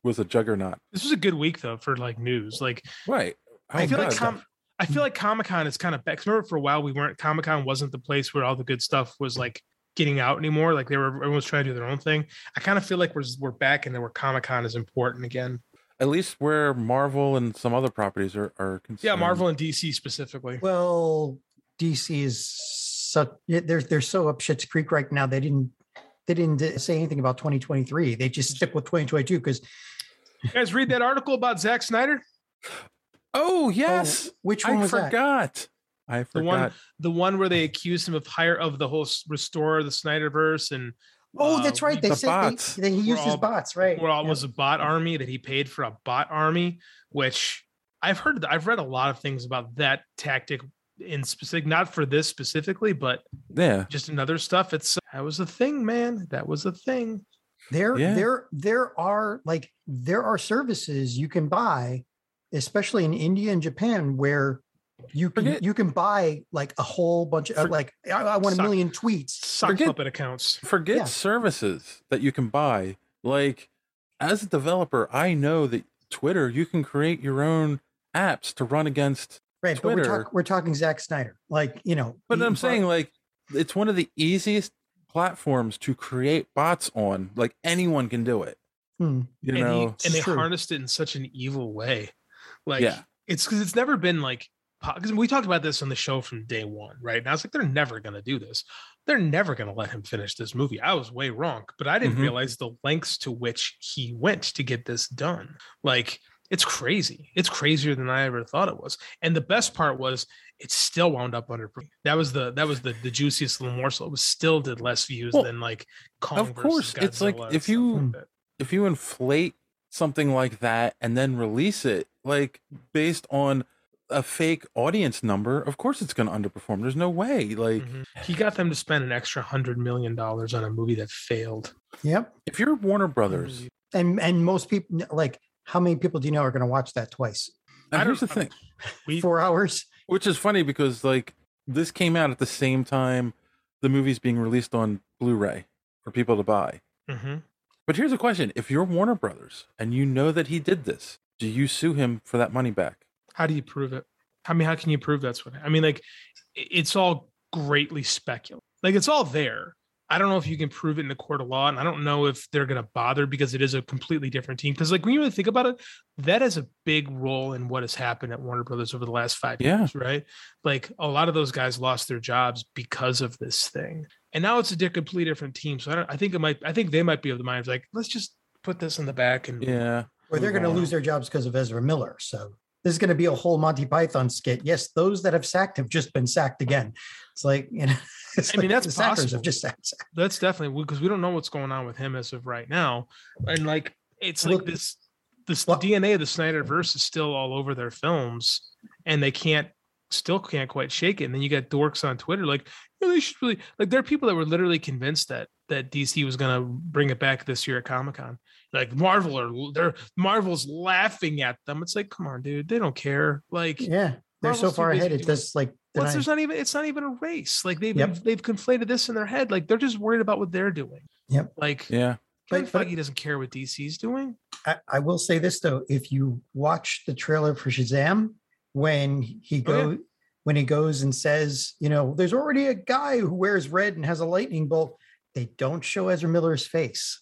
[SPEAKER 7] was a juggernaut.
[SPEAKER 8] This was a good week though for like news. Like
[SPEAKER 7] right. Oh,
[SPEAKER 8] I feel like
[SPEAKER 7] God.
[SPEAKER 8] com- I feel like Comic Con is kind of back. 'cause Remember for a while we weren't Comic Con wasn't the place where all the good stuff was like getting out anymore. Like they were everyone was trying to do their own thing. I kind of feel like we're we're back and then where Comic Con is important again.
[SPEAKER 7] At least where Marvel and some other properties are are concerned.
[SPEAKER 8] Yeah, Marvel and DC specifically.
[SPEAKER 4] Well, DC is such they're they're so up shit's creek right now. They didn't they didn't say anything about 2023. They just stick with 2022 because
[SPEAKER 8] You guys read that article about Zack Snyder?
[SPEAKER 7] Oh yes.
[SPEAKER 4] which
[SPEAKER 7] I
[SPEAKER 4] one was that?
[SPEAKER 7] forgot. I forgot.
[SPEAKER 8] The one the one where they accused him of hire of the whole s- restore the Snyderverse and
[SPEAKER 4] oh,
[SPEAKER 8] uh,
[SPEAKER 4] that's right. They
[SPEAKER 8] the
[SPEAKER 4] said they-
[SPEAKER 8] bots.
[SPEAKER 4] they, he
[SPEAKER 8] We're
[SPEAKER 4] used his
[SPEAKER 8] all-
[SPEAKER 4] bots, right?
[SPEAKER 8] Where all was a bot army that he paid for a bot army, which I've heard, I've read a lot of things about that tactic in specific, not for this specifically, but
[SPEAKER 7] Yeah.
[SPEAKER 8] just in other stuff. It's that was a thing, man. That was a thing.
[SPEAKER 4] There,
[SPEAKER 8] Yeah.
[SPEAKER 4] there, there are like there are services you can buy, especially in India and Japan, where you can you can buy like a whole bunch of like I, I want a
[SPEAKER 7] Sock-
[SPEAKER 4] million tweets.
[SPEAKER 8] Sock puppet accounts.
[SPEAKER 7] Forget
[SPEAKER 4] Yeah.
[SPEAKER 7] services that you can buy. Like as a developer, I know that Twitter, you can create your own apps to run against
[SPEAKER 4] Right,
[SPEAKER 7] Twitter.
[SPEAKER 4] but we're, talk, we're talking Zack Snyder, like you know.
[SPEAKER 7] But
[SPEAKER 4] he-
[SPEAKER 7] I'm saying like it's one of the easiest platforms to create bots on. Like anyone can do it.
[SPEAKER 4] Hmm.
[SPEAKER 7] You
[SPEAKER 8] and,
[SPEAKER 7] know,
[SPEAKER 8] he- and they harnessed it in such an evil way. Like
[SPEAKER 7] Yeah.
[SPEAKER 8] it's because it's never been like because we talked about this on the show from day one, right? And I was like, they're never gonna do this. They're never gonna let him finish this movie. I was way wrong, but I didn't
[SPEAKER 7] Mhm.
[SPEAKER 8] realize the lengths to which he went to get this done. Like it's crazy. It's crazier than I ever thought it was. And the best part was it still wound up under that was the that was the the juiciest little morsel. It was still did less views
[SPEAKER 7] Well,
[SPEAKER 8] than like Kong
[SPEAKER 7] of course,
[SPEAKER 8] versus
[SPEAKER 7] it's like
[SPEAKER 8] Godzilla and
[SPEAKER 7] if
[SPEAKER 8] stuff
[SPEAKER 7] you
[SPEAKER 8] like that.
[SPEAKER 7] if you inflate something like that and then release it like based on a fake audience number, of course it's going to underperform. There's no way. Like
[SPEAKER 8] he got them to spend an extra hundred million dollars on a movie that failed.
[SPEAKER 4] Yep.
[SPEAKER 7] If you're Warner Brothers,
[SPEAKER 4] And and most people like how many people do you know are going to watch that twice?
[SPEAKER 7] Now, here's the thing.
[SPEAKER 4] Four hours.
[SPEAKER 7] Which is funny because like this came out at the same time the movie's being released on Blu-ray for people to buy.
[SPEAKER 8] Mhm.
[SPEAKER 7] But here's a question: If you're Warner Brothers and you know that he did this, do you sue him for that money back?
[SPEAKER 8] How do you prove it? I mean, how can you prove that's what? I mean, like, i- it's all greatly speculative. Like, it's all there. I don't know if you can prove it in the court of law, and I don't know if they're going to bother because it is a completely different team. Because, like, when you really think about it, that has a big role in what has happened at Warner Brothers over the last five
[SPEAKER 7] Yeah.
[SPEAKER 8] years, right? Like, a lot of those guys lost their jobs because of this thing, and now it's a di- completely different team. So I don't. I think it might. I think they might be of the mind of like, let's just put this in the back and
[SPEAKER 7] yeah.
[SPEAKER 4] Or they're going to lose their jobs because of Ezra Miller. So this is going to be a whole Monty Python skit. Yes, those that have sacked have just been sacked again. It's like you know. [LAUGHS] It's
[SPEAKER 8] I mean,
[SPEAKER 4] like
[SPEAKER 8] that's
[SPEAKER 4] the sackers
[SPEAKER 8] possible.
[SPEAKER 4] have just sacked. sacked.
[SPEAKER 8] That's definitely because we don't know what's going on with him as of right now, and like it's like this this the DNA of the Snyderverse is still all over their films, and they can't still can't quite shake it. And then you got dorks on Twitter like "Yeah, they should really like there are people that were literally convinced that that DC was gonna bring it back this year at Comic Con. Like Marvel are they're Marvel's laughing at them. It's like come on, dude, they don't care. Like
[SPEAKER 4] Yeah, they're so
[SPEAKER 8] Marvel's too
[SPEAKER 4] far
[SPEAKER 8] busy
[SPEAKER 4] ahead. It
[SPEAKER 8] doing-
[SPEAKER 4] does like
[SPEAKER 8] well,
[SPEAKER 4] denying-
[SPEAKER 8] it's- there's not even it's not even a race. Like they've
[SPEAKER 4] Yep.
[SPEAKER 8] they've conflated this in their head. Like they're just worried about what they're doing.
[SPEAKER 4] Yep.
[SPEAKER 8] Like
[SPEAKER 7] yeah.
[SPEAKER 8] Kevin Feige doesn't care what DC's doing.
[SPEAKER 4] I, I will say this though: if you watch the trailer for Shazam, when he
[SPEAKER 8] Oh, yeah.
[SPEAKER 4] go when he goes and says, you know, there's already a guy who wears red and has a lightning bolt, they don't show Ezra Miller's face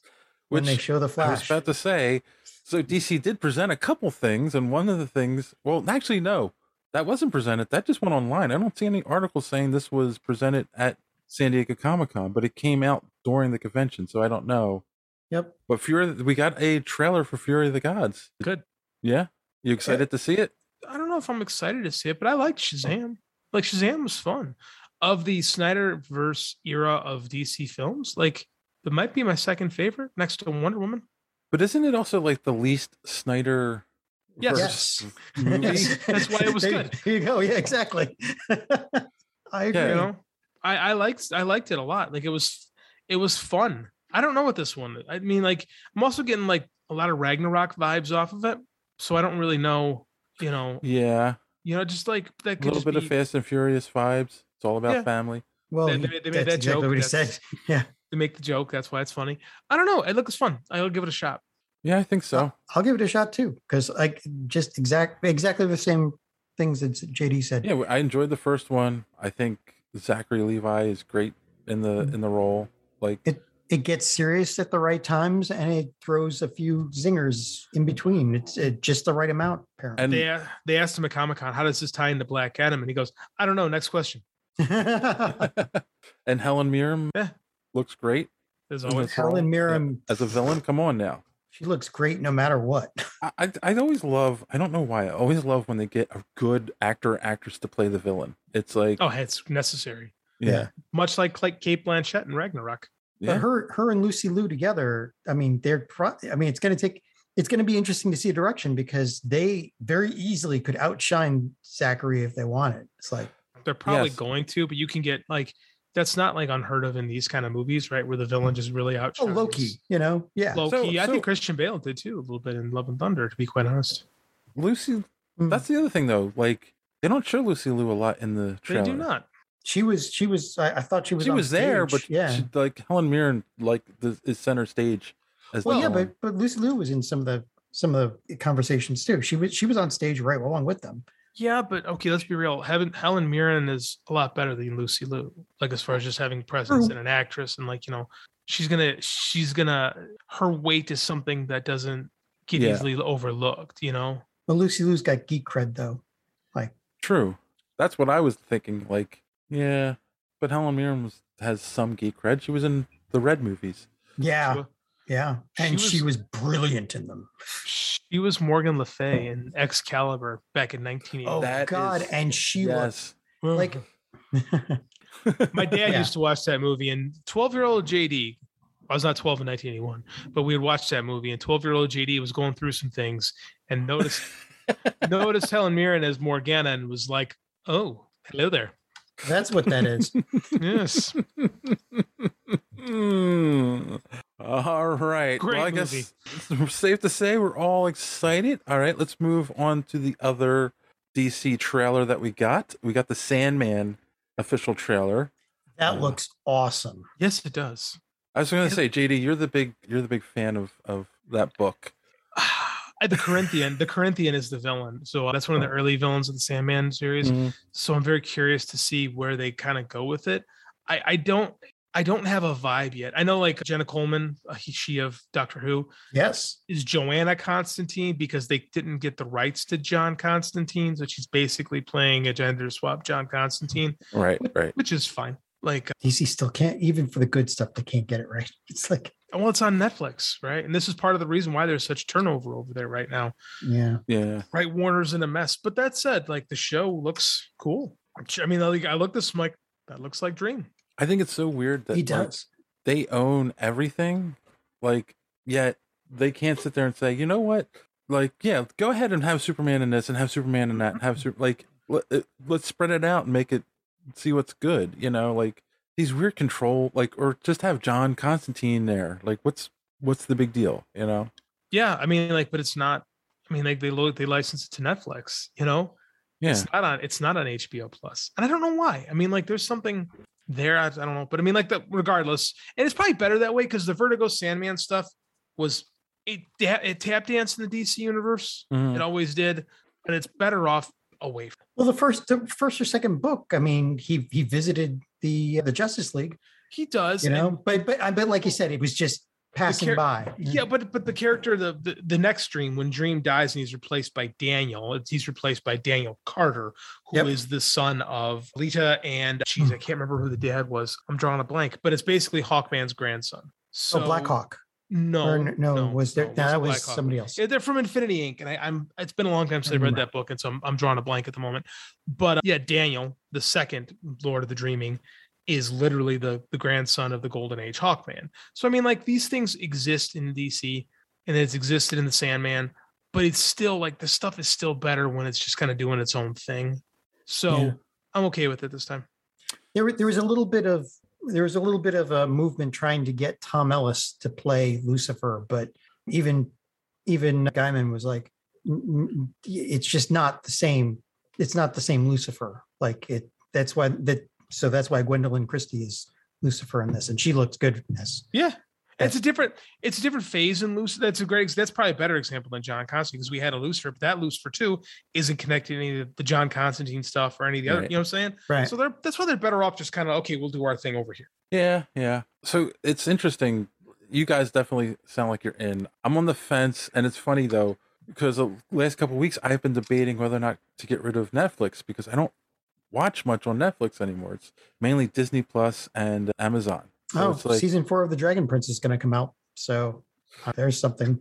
[SPEAKER 4] when they
[SPEAKER 7] Which
[SPEAKER 4] show
[SPEAKER 7] I
[SPEAKER 4] the
[SPEAKER 7] was
[SPEAKER 4] Flash.
[SPEAKER 7] about to say, so DC did present a couple things, and one of the things, well, actually, no, that wasn't presented. That just went online. I don't see any articles saying this was presented at San Diego Comic Con, but it came out during the convention, so I don't know.
[SPEAKER 4] Yep.
[SPEAKER 7] But Fury, we got a trailer for Fury of the Gods.
[SPEAKER 8] Good.
[SPEAKER 7] Yeah. You
[SPEAKER 8] Uh,
[SPEAKER 7] excited to see it?
[SPEAKER 8] I don't know if I'm excited to see it, but I like Shazam. Like Shazam was fun. Of the Snyderverse era of DC films, like it might be my second favorite next to Wonder Woman.
[SPEAKER 7] But isn't it also like the least Snyder?
[SPEAKER 8] Yes.
[SPEAKER 7] verse
[SPEAKER 8] Yes.
[SPEAKER 7] movie?
[SPEAKER 8] Yes.
[SPEAKER 4] [LAUGHS]
[SPEAKER 8] That's why it was
[SPEAKER 4] There-
[SPEAKER 8] good.
[SPEAKER 4] There you go. Yeah, exactly. [LAUGHS] I agree.
[SPEAKER 8] You know, I, I liked I liked it a lot. Like it was it was fun. I don't know what this one. I mean, like I'm also getting like a lot of Ragnarok vibes off of it, so I don't really know. You know,
[SPEAKER 7] Yeah,
[SPEAKER 8] you know, just like that
[SPEAKER 7] a
[SPEAKER 8] could
[SPEAKER 7] little
[SPEAKER 8] just
[SPEAKER 7] bit
[SPEAKER 8] be,
[SPEAKER 7] of Fast and Furious vibes. It's all about
[SPEAKER 8] Yeah.
[SPEAKER 7] family.
[SPEAKER 4] Well,
[SPEAKER 8] they,
[SPEAKER 4] he-
[SPEAKER 8] they made- they
[SPEAKER 4] that's
[SPEAKER 8] made that
[SPEAKER 4] exactly
[SPEAKER 8] joke.
[SPEAKER 4] what he
[SPEAKER 8] that's-
[SPEAKER 4] said. Yeah.
[SPEAKER 8] They make the joke. That's why it's funny. I don't know. It looks fun. I'll give it a shot.
[SPEAKER 7] Yeah, I think
[SPEAKER 8] Uh,
[SPEAKER 7] so.
[SPEAKER 4] I'll give it a shot too, because like just exact exactly the same things that JD said.
[SPEAKER 7] Yeah, I enjoyed the first one. I think Zachary Levi is great in the
[SPEAKER 8] Mm.
[SPEAKER 7] in the role. Like
[SPEAKER 4] It gets serious at the right times and it throws a few zingers in between. It's uh just the right amount, apparently.
[SPEAKER 8] And they they asked him at Comic Con, "How does this tie into Black Adam?" And he goes, "I don't know. Next question."
[SPEAKER 4] [LAUGHS]
[SPEAKER 7] and [LAUGHS] Helen Mirren
[SPEAKER 8] Yeah.
[SPEAKER 7] looks great.
[SPEAKER 8] There's
[SPEAKER 7] in
[SPEAKER 8] always
[SPEAKER 7] this role.
[SPEAKER 4] Helen Mirren.
[SPEAKER 7] Yeah, as a villain. Come on now.
[SPEAKER 4] She looks great no matter what.
[SPEAKER 7] I, I I always love. I don't know why. I always love when they get a good actor or actress to play the villain. It's like
[SPEAKER 8] Oh, it's necessary.
[SPEAKER 7] yeah,
[SPEAKER 8] Much like like Kate Blanchett and Ragnarok.
[SPEAKER 4] But her her and Lucy Liu together, I mean, they're pro- I mean, it's going to take it's going to be interesting to see a direction because they very easily could outshine Zachary if they wanted. It's like
[SPEAKER 8] They're probably
[SPEAKER 4] Yes.
[SPEAKER 8] going to, but you can get like that's not like unheard of in these kind of movies, right? Where the villain just really out.
[SPEAKER 4] oh Loki, you know? Yeah.
[SPEAKER 8] Loki. I think Christian Bale did too a little bit in Love and Thunder, to be quite honest.
[SPEAKER 7] Lucy.
[SPEAKER 4] Mm.
[SPEAKER 7] That's the other thing though. Like they don't show Lucy Liu a lot in the
[SPEAKER 8] They
[SPEAKER 7] trailer.
[SPEAKER 8] do not.
[SPEAKER 4] She was she was I, I thought she was
[SPEAKER 7] She
[SPEAKER 4] on
[SPEAKER 7] was there,
[SPEAKER 4] stage.
[SPEAKER 7] but
[SPEAKER 4] yeah.
[SPEAKER 7] she, like Helen Mirren, like the, is center stage. As the
[SPEAKER 4] well, yeah,
[SPEAKER 7] villain.
[SPEAKER 4] but but Lucy Liu was in some of the some of the conversations too. She was she was on stage right along with them.
[SPEAKER 8] Yeah, but okay, let's be real. Helen Helen Mirren is a lot better than Lucy Liu. Like as far as just having presence
[SPEAKER 4] True.
[SPEAKER 8] and an actress, and like you know, she's gonna she's gonna her weight is something that doesn't get
[SPEAKER 4] Yeah.
[SPEAKER 8] easily overlooked. You know,
[SPEAKER 4] Well, Lucy Liu's got geek cred though.
[SPEAKER 7] True. That's what I was thinking. Like, yeah, but Helen Mirren was, has some geek cred. She was in the Red movies.
[SPEAKER 4] Yeah. Yeah. And
[SPEAKER 8] was-
[SPEAKER 4] she was brilliant in them.
[SPEAKER 8] she was Morgan Le Fay in Excalibur back in 1980.
[SPEAKER 4] Oh God! and she was like, [LAUGHS]
[SPEAKER 8] My dad
[SPEAKER 4] Yeah.
[SPEAKER 8] used to watch that movie, and 12 year old JD, I was not 12 in 1981, but we had watched that movie, and 12 year old JD was going through some things and noticed noticed Helen Mirren as Morgana and was like, "Oh, hello there."
[SPEAKER 4] that's what that is.
[SPEAKER 7] [LAUGHS]
[SPEAKER 8] Yes,
[SPEAKER 7] Mm. All right.
[SPEAKER 8] Great
[SPEAKER 7] well, I
[SPEAKER 8] movie.
[SPEAKER 7] guess it's [LAUGHS] safe to say we're all excited. All right, let's move on to the other DC trailer that we got. We got the Sandman official trailer.
[SPEAKER 4] [LAUGHS] That looks awesome.
[SPEAKER 8] Yes, it does. [SIGHS]
[SPEAKER 7] I was going to say, JD, you're the big you're the big fan of of that book.
[SPEAKER 8] Uh, the Corinthian. The Corinthian is the villain, so that's one of the early villains of the Sandman series.
[SPEAKER 7] Mhm.
[SPEAKER 8] So I'm very curious to see where they kind of go with it. I, I don't. I don't have a vibe yet. I know, like Jenna Coleman, uh, he- she of Doctor Who,
[SPEAKER 4] Yes.
[SPEAKER 8] is Joanna Constantine because they didn't get the rights to John Constantine, so she's basically playing a gender swap John Constantine,
[SPEAKER 7] Right, right.
[SPEAKER 8] which is fine. Like,
[SPEAKER 4] DC still can't even for the good stuff. They can't get it right. [LAUGHS] It's like
[SPEAKER 8] uh, well, it's on Netflix, right? And this is part of the reason why there's such turnover over there right now.
[SPEAKER 4] yeah,
[SPEAKER 7] Yeah.
[SPEAKER 8] right? Warner's in a mess. But that said, like the show looks cool. I mean, like I look this I'm like that looks like Dream.
[SPEAKER 7] I think it's so weird that
[SPEAKER 8] He
[SPEAKER 7] like,
[SPEAKER 8] does.
[SPEAKER 7] they own everything, like yet they can't sit there and say, you know what, like yeah, go ahead and have Superman in this and have Superman in that and have super like let, it- let's spread it out and make it see what's good, you know, like these weird control like or just have John Constantine there, like what's what's the big deal, you know?
[SPEAKER 8] Yeah, I mean, like, but it's not. I mean, like they lo- they license it to Netflix. You know,
[SPEAKER 7] Yeah.
[SPEAKER 8] it's not on it's not on HBO Plus, and I don't know why. I mean, like there's something there. I, I don't know, but I mean, like that. Regardless, and it's probably better that way because the Vertigo Sandman stuff was it da- it tap danced in the DC universe.
[SPEAKER 7] Mm-hmm.
[SPEAKER 4] Mhm.
[SPEAKER 7] Mm.
[SPEAKER 8] It always did, but it's better off away. From
[SPEAKER 4] well, the first, the first or second book. I mean, he he visited the the Justice League.
[SPEAKER 8] He does,
[SPEAKER 4] you
[SPEAKER 8] and-
[SPEAKER 4] know. But uh, but I bet, like you said, it was just passing
[SPEAKER 8] char-
[SPEAKER 4] by.
[SPEAKER 8] Yeah, but but the character, the, the the next dream, when Dream dies and he's replaced by Daniel, it's- he's replaced by Daniel Carter, who is
[SPEAKER 4] Yep. Hmm.
[SPEAKER 8] the son of Lita and geez, I can't remember who the dad was. I'm drawing a blank, but it's basically Hawkman's grandson. So
[SPEAKER 4] So Oh, Black Hawk.
[SPEAKER 8] No,
[SPEAKER 4] Or n- no, was there? that
[SPEAKER 8] was Black
[SPEAKER 4] was
[SPEAKER 8] Hawk.
[SPEAKER 4] somebody else. Mm-hmm.
[SPEAKER 8] Yeah, they're from Infinity Inc. And I, I'm it's been a long time since I read that book, and so I'm, I'm drawing a blank at the moment. But uh, yeah, Daniel, the second Lord of the Dreaming, is literally the the grandson of the Golden Age Hawkman. So I mean, like these things exist in DC, and it's existed in the Sandman, but it's still like the stuff is still better when it's just kind of doing its own thing. So
[SPEAKER 4] Yeah.
[SPEAKER 8] I'm okay with it this time.
[SPEAKER 4] There, wa- there was a little bit of there was a little bit of a movement trying to get Tom Ellis to play Lucifer, but even even Guyman was like, "N- n- it's just not the same. It's not the same Lucifer. Like it. That's why that. So that's why Gwendolyn Christie is Lucifer in this, and she looks good in this.
[SPEAKER 8] Yeah. It's a different, it's a different phase in Lucifer. That's a great, ex- that's probably a better example than John Constantine because we had a Lucifer, but that Lucifer too isn't connected to any of the John Constantine stuff or any of the other.
[SPEAKER 7] Right.
[SPEAKER 8] You know what I'm saying?
[SPEAKER 7] Right.
[SPEAKER 8] So they're that's why they're better off just kind of okay, we'll do our thing over here.
[SPEAKER 7] Yeah, yeah. So it's interesting. You guys definitely sound like you're in. I'm on the fence, and it's funny though because the last couple weeks I've been debating whether or not to get rid of Netflix because I don't watch much on Netflix anymore. It's mainly Disney Plus and Amazon. So
[SPEAKER 4] Oh,
[SPEAKER 7] it's like-
[SPEAKER 4] season four of the Dragon Prince is going to come out. So uh, there's something.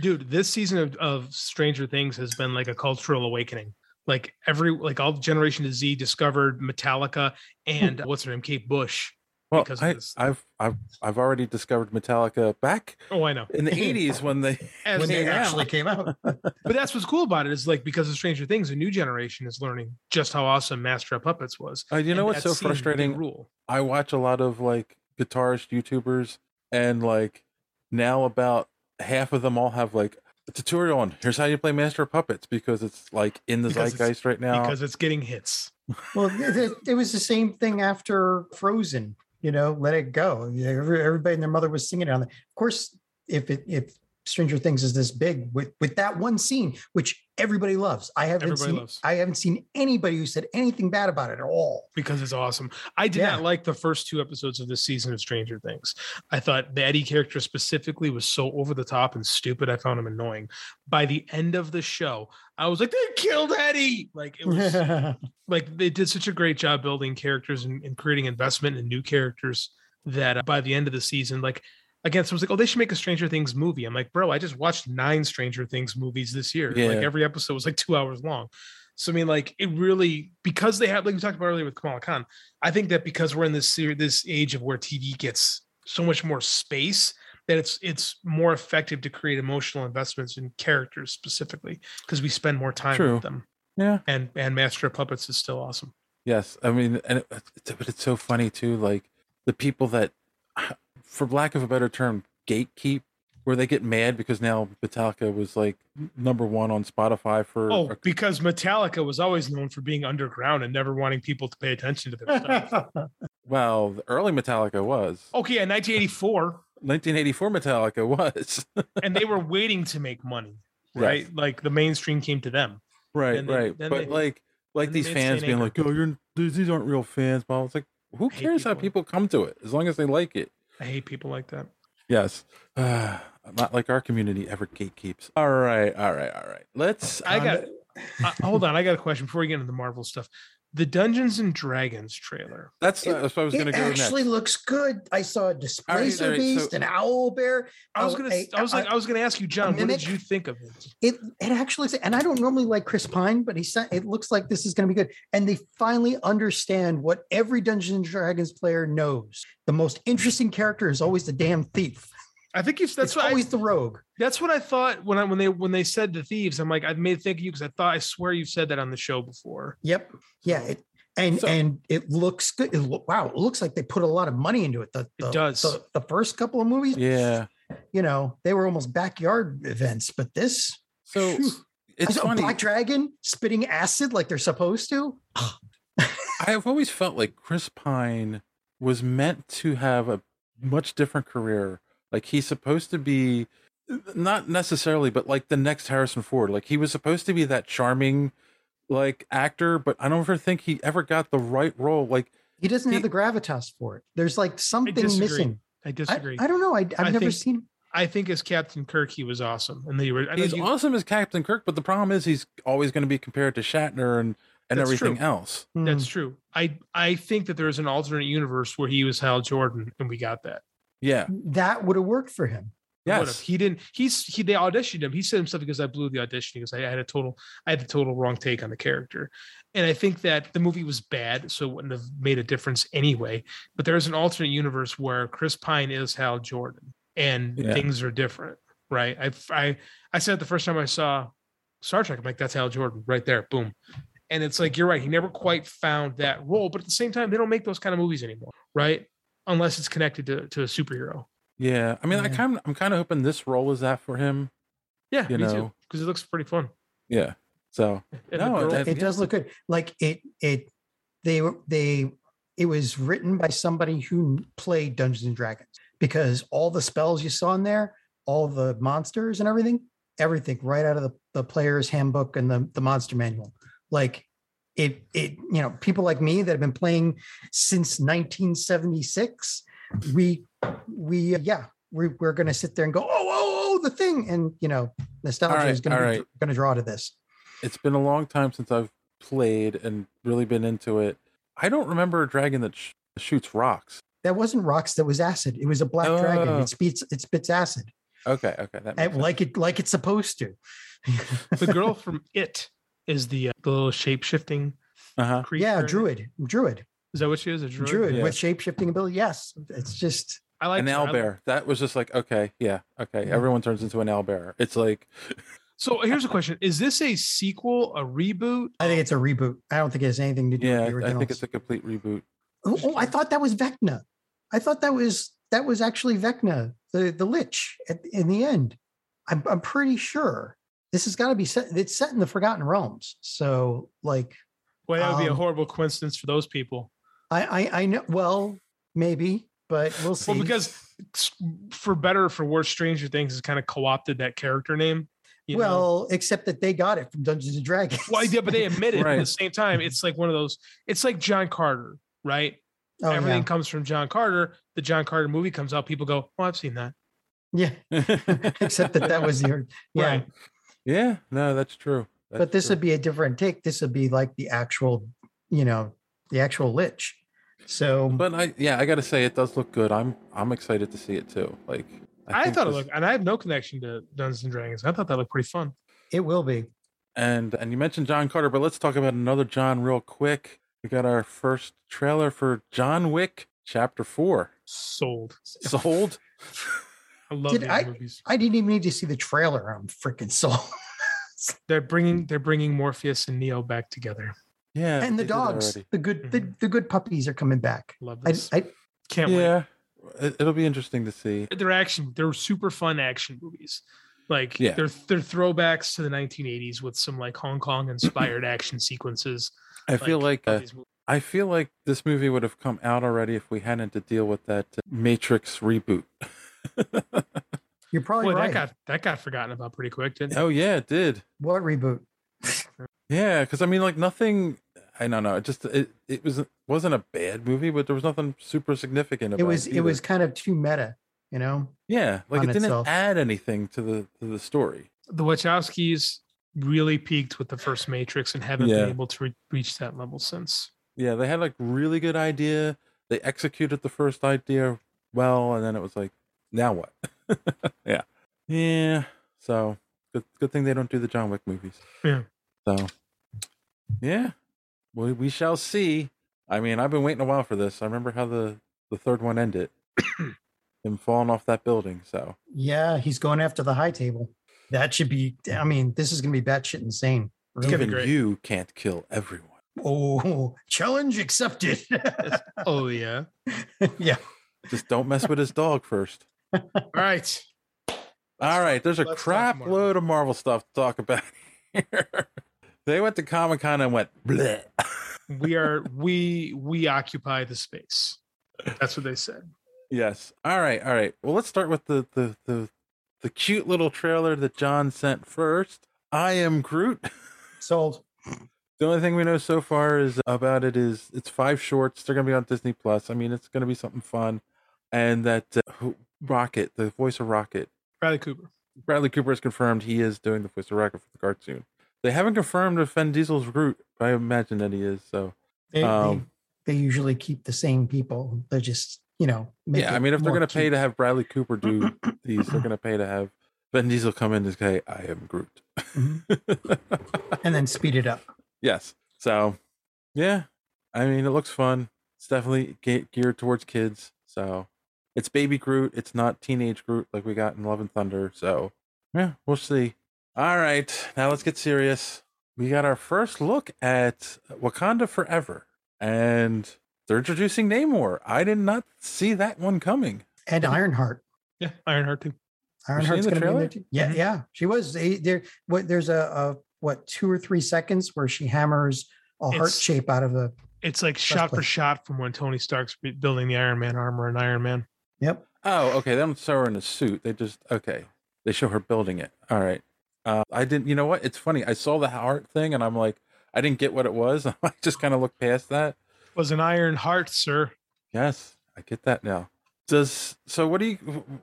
[SPEAKER 8] Dude, this season of, of Stranger Things has been like a cultural awakening. Like every like all generation of Z discovered Metallica [LAUGHS] and what's her name, Kate Bush.
[SPEAKER 7] well, I, I've I've I've already discovered Metallica back
[SPEAKER 8] Oh, I know.
[SPEAKER 7] in
[SPEAKER 8] [LAUGHS]
[SPEAKER 7] the '80s when they [LAUGHS]
[SPEAKER 8] As
[SPEAKER 7] when
[SPEAKER 8] they
[SPEAKER 7] they
[SPEAKER 8] actually
[SPEAKER 4] came out.
[SPEAKER 8] but that's what's cool about it is like because of Stranger Things, a new generation is learning just how awesome Master of Puppets was.
[SPEAKER 7] Uh, you know
[SPEAKER 8] And
[SPEAKER 7] what's so
[SPEAKER 8] that seems to be the
[SPEAKER 7] frustrating?
[SPEAKER 8] Rule.
[SPEAKER 7] I watch a lot of like guitarist YouTubers, and like now about half of them all have like a tutorial on here's how you play Master of Puppets because it's like in the
[SPEAKER 8] Because it's-
[SPEAKER 7] zeitgeist right now.
[SPEAKER 8] because it's getting hits.
[SPEAKER 4] Well, it, it- it was the same thing after Frozen. You know, let it go. Yeah, every- Everybody and their mother was singing it on it. Of course, if it, if Stranger Things is this big with with that one scene, which everybody loves, I haven't
[SPEAKER 8] Everybody
[SPEAKER 4] seen
[SPEAKER 8] loves.
[SPEAKER 4] I haven't seen anybody who said anything bad about it at all.
[SPEAKER 8] because it's awesome. I did not like the first two episodes of this season of Stranger Things. I thought the Eddie character specifically was so over the top and stupid. I found him annoying. By the end of the show, I was like, they killed Eddie.
[SPEAKER 4] [LAUGHS]
[SPEAKER 8] Like
[SPEAKER 7] [LAUGHS]
[SPEAKER 8] it was like they did such a great job building characters and, and creating investment in new characters that uh, by the end of the season, like again, someone's like, oh, they should make a Stranger Things movie. I'm like, bro, I just watched nine Stranger Things movies this year.
[SPEAKER 7] Yeah.
[SPEAKER 8] Like every episode was like two hours long. So I mean, like it really because they have like we talked about earlier with Kamala Khan. I think that because we're in this ser- this age of where TV gets so much more space that it's it's more effective to create emotional investments in characters specifically because we spend more time
[SPEAKER 7] True.
[SPEAKER 8] with them.
[SPEAKER 7] Yeah.
[SPEAKER 8] And and Master of Puppets is still awesome.
[SPEAKER 7] Yes, I mean, and it, it's- but it's so funny too. Like the people that, [SIGHS] for lack of a better term, gatekeep, where they get mad because now Metallica was like number one on Spotify for
[SPEAKER 8] Oh,
[SPEAKER 7] a
[SPEAKER 8] because Metallica was always known for being underground and never wanting people to pay attention to their stuff.
[SPEAKER 4] [LAUGHS]
[SPEAKER 7] Well, the early Metallica was.
[SPEAKER 8] okay, yeah, 1984,
[SPEAKER 7] 1984 Metallica [LAUGHS] was.
[SPEAKER 8] and they were waiting to make money, right?
[SPEAKER 7] Yes.
[SPEAKER 8] Like the mainstream came to them.
[SPEAKER 7] right,
[SPEAKER 8] then they-
[SPEAKER 7] right.
[SPEAKER 8] then
[SPEAKER 7] but
[SPEAKER 8] they-
[SPEAKER 7] like, like
[SPEAKER 8] then they
[SPEAKER 7] these
[SPEAKER 8] made
[SPEAKER 7] fans
[SPEAKER 8] Saint
[SPEAKER 7] being
[SPEAKER 8] Anger.
[SPEAKER 7] like, "Oh, you're these, these aren't real fans." But it's like, who cares how people come to it as long as they like it?
[SPEAKER 8] I hate people like that.
[SPEAKER 7] Yes. [SIGHS] Not like our community ever gatekeeps. All right, all right, all right. Let's. uh,
[SPEAKER 8] I
[SPEAKER 7] on
[SPEAKER 8] got.
[SPEAKER 7] the-
[SPEAKER 8] I, hold on, I got a question before we get into the Marvel stuff. The Dungeons and Dragons trailer.
[SPEAKER 7] That's, that's what I was
[SPEAKER 4] It
[SPEAKER 7] going to go
[SPEAKER 4] actually
[SPEAKER 7] next.
[SPEAKER 4] looks good. I saw a displacer
[SPEAKER 7] all right, so-
[SPEAKER 4] beast, an owl bear.
[SPEAKER 8] I was
[SPEAKER 4] Oh, a-
[SPEAKER 8] gonna.
[SPEAKER 4] a-
[SPEAKER 8] I was like. I was gonna ask you, John. What did
[SPEAKER 4] mimic?
[SPEAKER 8] you think of it?
[SPEAKER 4] it it actually and I don't normally like Chris Pine, but he said it looks like this is going to be good. And they finally understand what every Dungeons and Dragons player knows: the most interesting character is always the damn thief.
[SPEAKER 8] I think you. That's
[SPEAKER 4] It's
[SPEAKER 8] what I-
[SPEAKER 4] always the rogue.
[SPEAKER 8] That's what I thought when I when they when they said the thieves. I'm like, I made think of you because I thought I swear you've said that on the show before.
[SPEAKER 4] Yep. Yeah. It, and and it looks good. It lo- wow, it looks like they put a lot of money into it. The, the-
[SPEAKER 8] does.
[SPEAKER 4] The, the first couple of movies,
[SPEAKER 7] Yeah.
[SPEAKER 4] you know, they were almost backyard events, but this.
[SPEAKER 7] So
[SPEAKER 4] phew. I
[SPEAKER 7] it's
[SPEAKER 4] saw a
[SPEAKER 7] funny.
[SPEAKER 4] black dragon spitting acid like they're supposed to.
[SPEAKER 7] I have always felt like Chris Pine was meant to have a much different career. Like he's supposed to be not necessarily, but like the next Harrison Ford. Like he was supposed to be that charming like actor, but I don't ever think he ever got the right role. Like
[SPEAKER 4] He doesn't have
[SPEAKER 7] He-
[SPEAKER 4] the gravitas for it. There's like
[SPEAKER 8] I
[SPEAKER 4] something
[SPEAKER 8] disagree.
[SPEAKER 4] missing.
[SPEAKER 8] I
[SPEAKER 4] I,
[SPEAKER 8] disagree.
[SPEAKER 4] I don't know. I, I've
[SPEAKER 8] I
[SPEAKER 4] never
[SPEAKER 8] think-
[SPEAKER 4] seen.
[SPEAKER 8] I think as Captain Kirk, he was awesome, and they were. I know
[SPEAKER 7] he's
[SPEAKER 8] you-
[SPEAKER 7] awesome as Captain Kirk, but the problem is he's always going to be compared to Shatner and and
[SPEAKER 8] That's
[SPEAKER 7] everything
[SPEAKER 8] true.
[SPEAKER 7] else.
[SPEAKER 4] hmm,
[SPEAKER 8] That's true. I I think that there's an alternate universe where he was Hal Jordan, and we got that.
[SPEAKER 7] Yeah.
[SPEAKER 4] That would have worked for him.
[SPEAKER 8] What
[SPEAKER 7] Yes.
[SPEAKER 8] if he didn't? He's he. They auditioned him. He said himself because I blew the audition because I had a total I had the total wrong take on the character, and I think that the movie was bad, so it wouldn't have made a difference anyway. But there's an alternate universe where Chris Pine is Hal Jordan, and
[SPEAKER 7] Yeah.
[SPEAKER 8] things are different, right? I I I said it the first time I saw Star Trek, I'm like that's Hal Jordan right there, boom. And it's like you're right. He never quite found that role, but at the same time, they don't make those kind of movies anymore, right? unless it's connected to, to a superhero.
[SPEAKER 7] Yeah, I mean, I
[SPEAKER 8] Yeah.
[SPEAKER 7] kind I'm kind of hoping this role is that for him.
[SPEAKER 8] Yeah,
[SPEAKER 7] You
[SPEAKER 8] me
[SPEAKER 7] know.
[SPEAKER 8] too. Because it looks pretty fun.
[SPEAKER 7] Yeah. So
[SPEAKER 8] And the
[SPEAKER 7] no,
[SPEAKER 8] girl-
[SPEAKER 7] that-
[SPEAKER 4] it does look good. Like it, it, they, were- they, it was written by somebody who played Dungeons and Dragons because all the spells you saw in there, all the monsters and everything, everything right out of the, the player's handbook and the, the monster manual. Like it, it, you know, people like me that have been playing since 1976, we, we, uh, yeah, we, we're going to sit there and go, oh, oh, oh, the thing. And, you know, nostalgia
[SPEAKER 7] right,
[SPEAKER 4] is going
[SPEAKER 7] all
[SPEAKER 4] to be
[SPEAKER 7] right.
[SPEAKER 4] going to draw to this.
[SPEAKER 7] It's been a long time since I've played and really been into it. I don't remember a dragon that sh- shoots rocks.
[SPEAKER 4] That wasn't rocks. That was acid. It was a black dragon.
[SPEAKER 7] Oh.
[SPEAKER 4] It spits. It spits acid.
[SPEAKER 7] Okay, okay, that
[SPEAKER 4] And like it. Like it's supposed to.
[SPEAKER 8] the girl from It is the, uh, the little shape shifting
[SPEAKER 7] uh-huh.
[SPEAKER 8] creature.
[SPEAKER 4] Uh, yeah,
[SPEAKER 8] in it.
[SPEAKER 4] druid. Druid.
[SPEAKER 8] Is that what she is? A druid.
[SPEAKER 4] Druid, with shape shifting ability. Yes, it's just.
[SPEAKER 8] I like
[SPEAKER 7] an
[SPEAKER 8] her. I
[SPEAKER 7] owlbear.
[SPEAKER 8] like-
[SPEAKER 7] That was just like okay, yeah, okay.
[SPEAKER 8] Yeah.
[SPEAKER 7] Everyone turns into an owlbear. It's like
[SPEAKER 8] So here's a question: Is this a sequel, a reboot?
[SPEAKER 4] I think it's a reboot. I don't think it has anything to do
[SPEAKER 7] yeah,
[SPEAKER 4] with the
[SPEAKER 7] I
[SPEAKER 4] original.
[SPEAKER 7] think it's a complete reboot.
[SPEAKER 4] oh, oh, I thought that was Vecna. I thought that was that was actually Vecna, the the lich at, in the end. I'm I'm pretty sure this has got to be set. It's set in the Forgotten Realms. So like
[SPEAKER 8] Well, that would be a
[SPEAKER 4] Um,
[SPEAKER 8] horrible coincidence for those people.
[SPEAKER 4] I I, I know. Well, maybe, but we'll see.
[SPEAKER 8] Well, because s- for better or for worse, Stranger Things has kind of co-opted that character name. you know?
[SPEAKER 4] well, except that they got it from Dungeons and Dragons.
[SPEAKER 8] well, yeah,
[SPEAKER 4] [LAUGHS]
[SPEAKER 8] but they admit it at the
[SPEAKER 4] Right.
[SPEAKER 8] same time. It's like one of those. It's like John Carter, right?
[SPEAKER 4] Oh,
[SPEAKER 8] Everything
[SPEAKER 4] yeah.
[SPEAKER 8] comes from John Carter. The John Carter movie comes out. People go, "Oh, I've seen that."
[SPEAKER 4] Yeah. [LAUGHS] Except that that was
[SPEAKER 8] [LAUGHS]
[SPEAKER 4] your yeah.
[SPEAKER 8] Right.
[SPEAKER 7] [LAUGHS] Yeah, no, that's true.
[SPEAKER 4] but this would be a different take. This would be like the actual, you know, the actual lich. So
[SPEAKER 7] But I yeah, I gotta say it does look good. I'm I'm excited to see it too. Like
[SPEAKER 8] I,
[SPEAKER 7] think
[SPEAKER 8] thought it
[SPEAKER 7] this-
[SPEAKER 8] looked, and I have no connection to Dungeons and Dragons. I thought that looked pretty fun.
[SPEAKER 4] it will be.
[SPEAKER 7] And and you mentioned John Carter, but let's talk about another John real quick. We got our first trailer for John Wick Chapter Four.
[SPEAKER 8] Sold.
[SPEAKER 4] [LAUGHS]
[SPEAKER 7] Sold.
[SPEAKER 8] [LAUGHS] I love
[SPEAKER 4] Did
[SPEAKER 8] these
[SPEAKER 4] I?
[SPEAKER 8] movies.
[SPEAKER 4] I didn't even need to see the trailer. I'm freaking sold.
[SPEAKER 8] They're bringing they're bringing Morpheus and Neo back together.
[SPEAKER 7] Yeah,
[SPEAKER 4] and
[SPEAKER 7] [LAUGHS] they
[SPEAKER 4] the
[SPEAKER 7] did that
[SPEAKER 4] dogs,
[SPEAKER 7] already.
[SPEAKER 4] the good,
[SPEAKER 8] Mm-hmm.
[SPEAKER 4] the, the good puppies are coming back.
[SPEAKER 8] Love
[SPEAKER 4] I,
[SPEAKER 8] this.
[SPEAKER 4] I
[SPEAKER 8] Can't wait.
[SPEAKER 7] yeah, it- it'll be interesting to see.
[SPEAKER 8] they're action they're super fun action movies like
[SPEAKER 7] Yeah.
[SPEAKER 8] they're they're throwbacks to the 1980s with some like hong kong inspired action sequences
[SPEAKER 7] I feel like uh,
[SPEAKER 8] these movies.
[SPEAKER 7] I feel like this movie would have come out already if we hadn't to deal with that uh, Matrix
[SPEAKER 4] [LAUGHS]
[SPEAKER 7] reboot.
[SPEAKER 4] you're probably
[SPEAKER 8] boy
[SPEAKER 4] right.
[SPEAKER 8] that got that got forgotten about pretty quick didn't it
[SPEAKER 7] Oh yeah, it did.
[SPEAKER 4] what reboot?
[SPEAKER 7] Yeah, because I mean, like nothing. I don't know. It just it, it was wasn't a bad movie, but there was nothing super significant. About
[SPEAKER 4] It was. It
[SPEAKER 7] either.
[SPEAKER 4] was kind of too meta. You know.
[SPEAKER 7] yeah, like
[SPEAKER 4] on
[SPEAKER 7] it didn't
[SPEAKER 4] itself.
[SPEAKER 7] add anything to the to the story.
[SPEAKER 8] the wachowskis really peaked with the first matrix and haven't
[SPEAKER 7] Yeah.
[SPEAKER 8] been able to re- reach that level since
[SPEAKER 7] Yeah, they had like really good idea. They executed the first idea well, and then it was like, now what? [LAUGHS] yeah, yeah. So good. Good thing they don't do the John Wick movies.
[SPEAKER 8] Yeah.
[SPEAKER 7] So yeah, we we shall see. I mean, I've been waiting a while for this. I remember how the the third one
[SPEAKER 8] [COUGHS]
[SPEAKER 7] ended. Him falling off that building. So
[SPEAKER 4] Yeah, he's going after the high table. That should be. I mean, this is going to be batshit insane.
[SPEAKER 8] gonna be
[SPEAKER 7] even
[SPEAKER 8] great.
[SPEAKER 7] you can't kill everyone.
[SPEAKER 4] Oh, [LAUGHS] challenge accepted. [LAUGHS]
[SPEAKER 8] oh yeah
[SPEAKER 4] yeah.
[SPEAKER 7] Just don't mess with his dog first.
[SPEAKER 8] all right
[SPEAKER 7] All right, there's a
[SPEAKER 8] Let's talk
[SPEAKER 7] crap
[SPEAKER 8] Marvel.
[SPEAKER 7] load of Marvel stuff to talk about [LAUGHS] here. they went to Comic Con and went bleh. [LAUGHS]
[SPEAKER 8] we are we we occupy the space that's what they said
[SPEAKER 7] Yes. All right. All right. Well, let's start with the the the, the cute little trailer that John sent first. I am Groot. [LAUGHS]
[SPEAKER 4] Sold.
[SPEAKER 7] The only thing we know so far is about it is it's five shorts. They're gonna be on Disney Plus. I mean, it's gonna be something fun, and that uh, who- Rocket, the voice of Rocket,
[SPEAKER 8] bradley cooper
[SPEAKER 7] Bradley Cooper has confirmed he is doing the voice of Rocket for the cartoon. They haven't confirmed if Vin Diesel's Groot. but I imagine that he is. So
[SPEAKER 4] They, they-
[SPEAKER 7] Um,
[SPEAKER 4] they, usually keep the same people. They're just, you know. make
[SPEAKER 7] yeah,
[SPEAKER 4] it
[SPEAKER 7] I mean, if they're
[SPEAKER 4] more Mm-hmm.
[SPEAKER 7] gonna pay
[SPEAKER 4] cute.
[SPEAKER 7] to have Bradley Cooper do these, they're gonna pay to have Vin Diesel come in and say, "I am Groot."
[SPEAKER 4] [CLEARS THROAT]
[SPEAKER 7] [LAUGHS]
[SPEAKER 4] and then speed it up.
[SPEAKER 7] Yes. So, yeah, I mean, it looks fun. It's definitely ge- geared towards kids. So, it's baby Groot. It's not teenage Groot like we got in Love and Thunder. So, yeah, we'll see. All right, now let's get serious. We got our first look at Wakanda Forever, and They're introducing Namor. I did not see that one coming.
[SPEAKER 4] And Ironheart.
[SPEAKER 8] Yeah, Ironheart too.
[SPEAKER 4] Ironheart's
[SPEAKER 7] in the
[SPEAKER 4] going to be in there
[SPEAKER 7] trailer? Mm-hmm.
[SPEAKER 4] too. Yeah, yeah, she was they- there. What there's a, a what two or three seconds where she hammers a heart
[SPEAKER 8] It's-
[SPEAKER 4] shape out of the.
[SPEAKER 8] It's like shot for
[SPEAKER 4] Breastplate.
[SPEAKER 8] shot from when Tony Stark's bu- building the Iron Man armor and Iron Man.
[SPEAKER 4] Yep.
[SPEAKER 7] Oh, okay. They don't show her in a suit. They just okay. They show her building it. All right. Uh, I didn't. You know what? It's funny. I saw the heart thing, and I'm like, I didn't get what it was. [LAUGHS] I just kind of looked past that.
[SPEAKER 8] Was an Iron Heart, sir.
[SPEAKER 7] Yes, I get that now. Does so? What do you?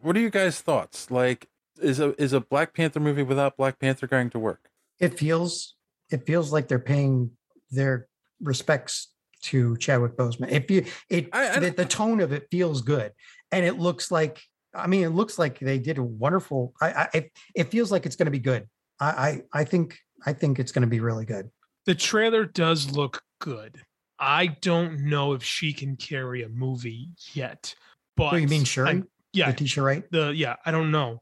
[SPEAKER 7] What are you guys' thoughts? Like, is a is a Black Panther movie without Black Panther going to work?
[SPEAKER 4] It feels it feels like they're paying their respects to Chadwick Boseman. If you it the, the tone of it feels good, and it looks like I mean it looks like they did a wonderful. I, I it, it feels like it's going to be good. I I I think I think it's going to be really good.
[SPEAKER 8] The trailer does look good. I don't know if she can carry a movie yet, but
[SPEAKER 4] Who you mean, Shuri?
[SPEAKER 8] I'm- yeah,
[SPEAKER 4] Letitia Wright.
[SPEAKER 8] The yeah, I don't know.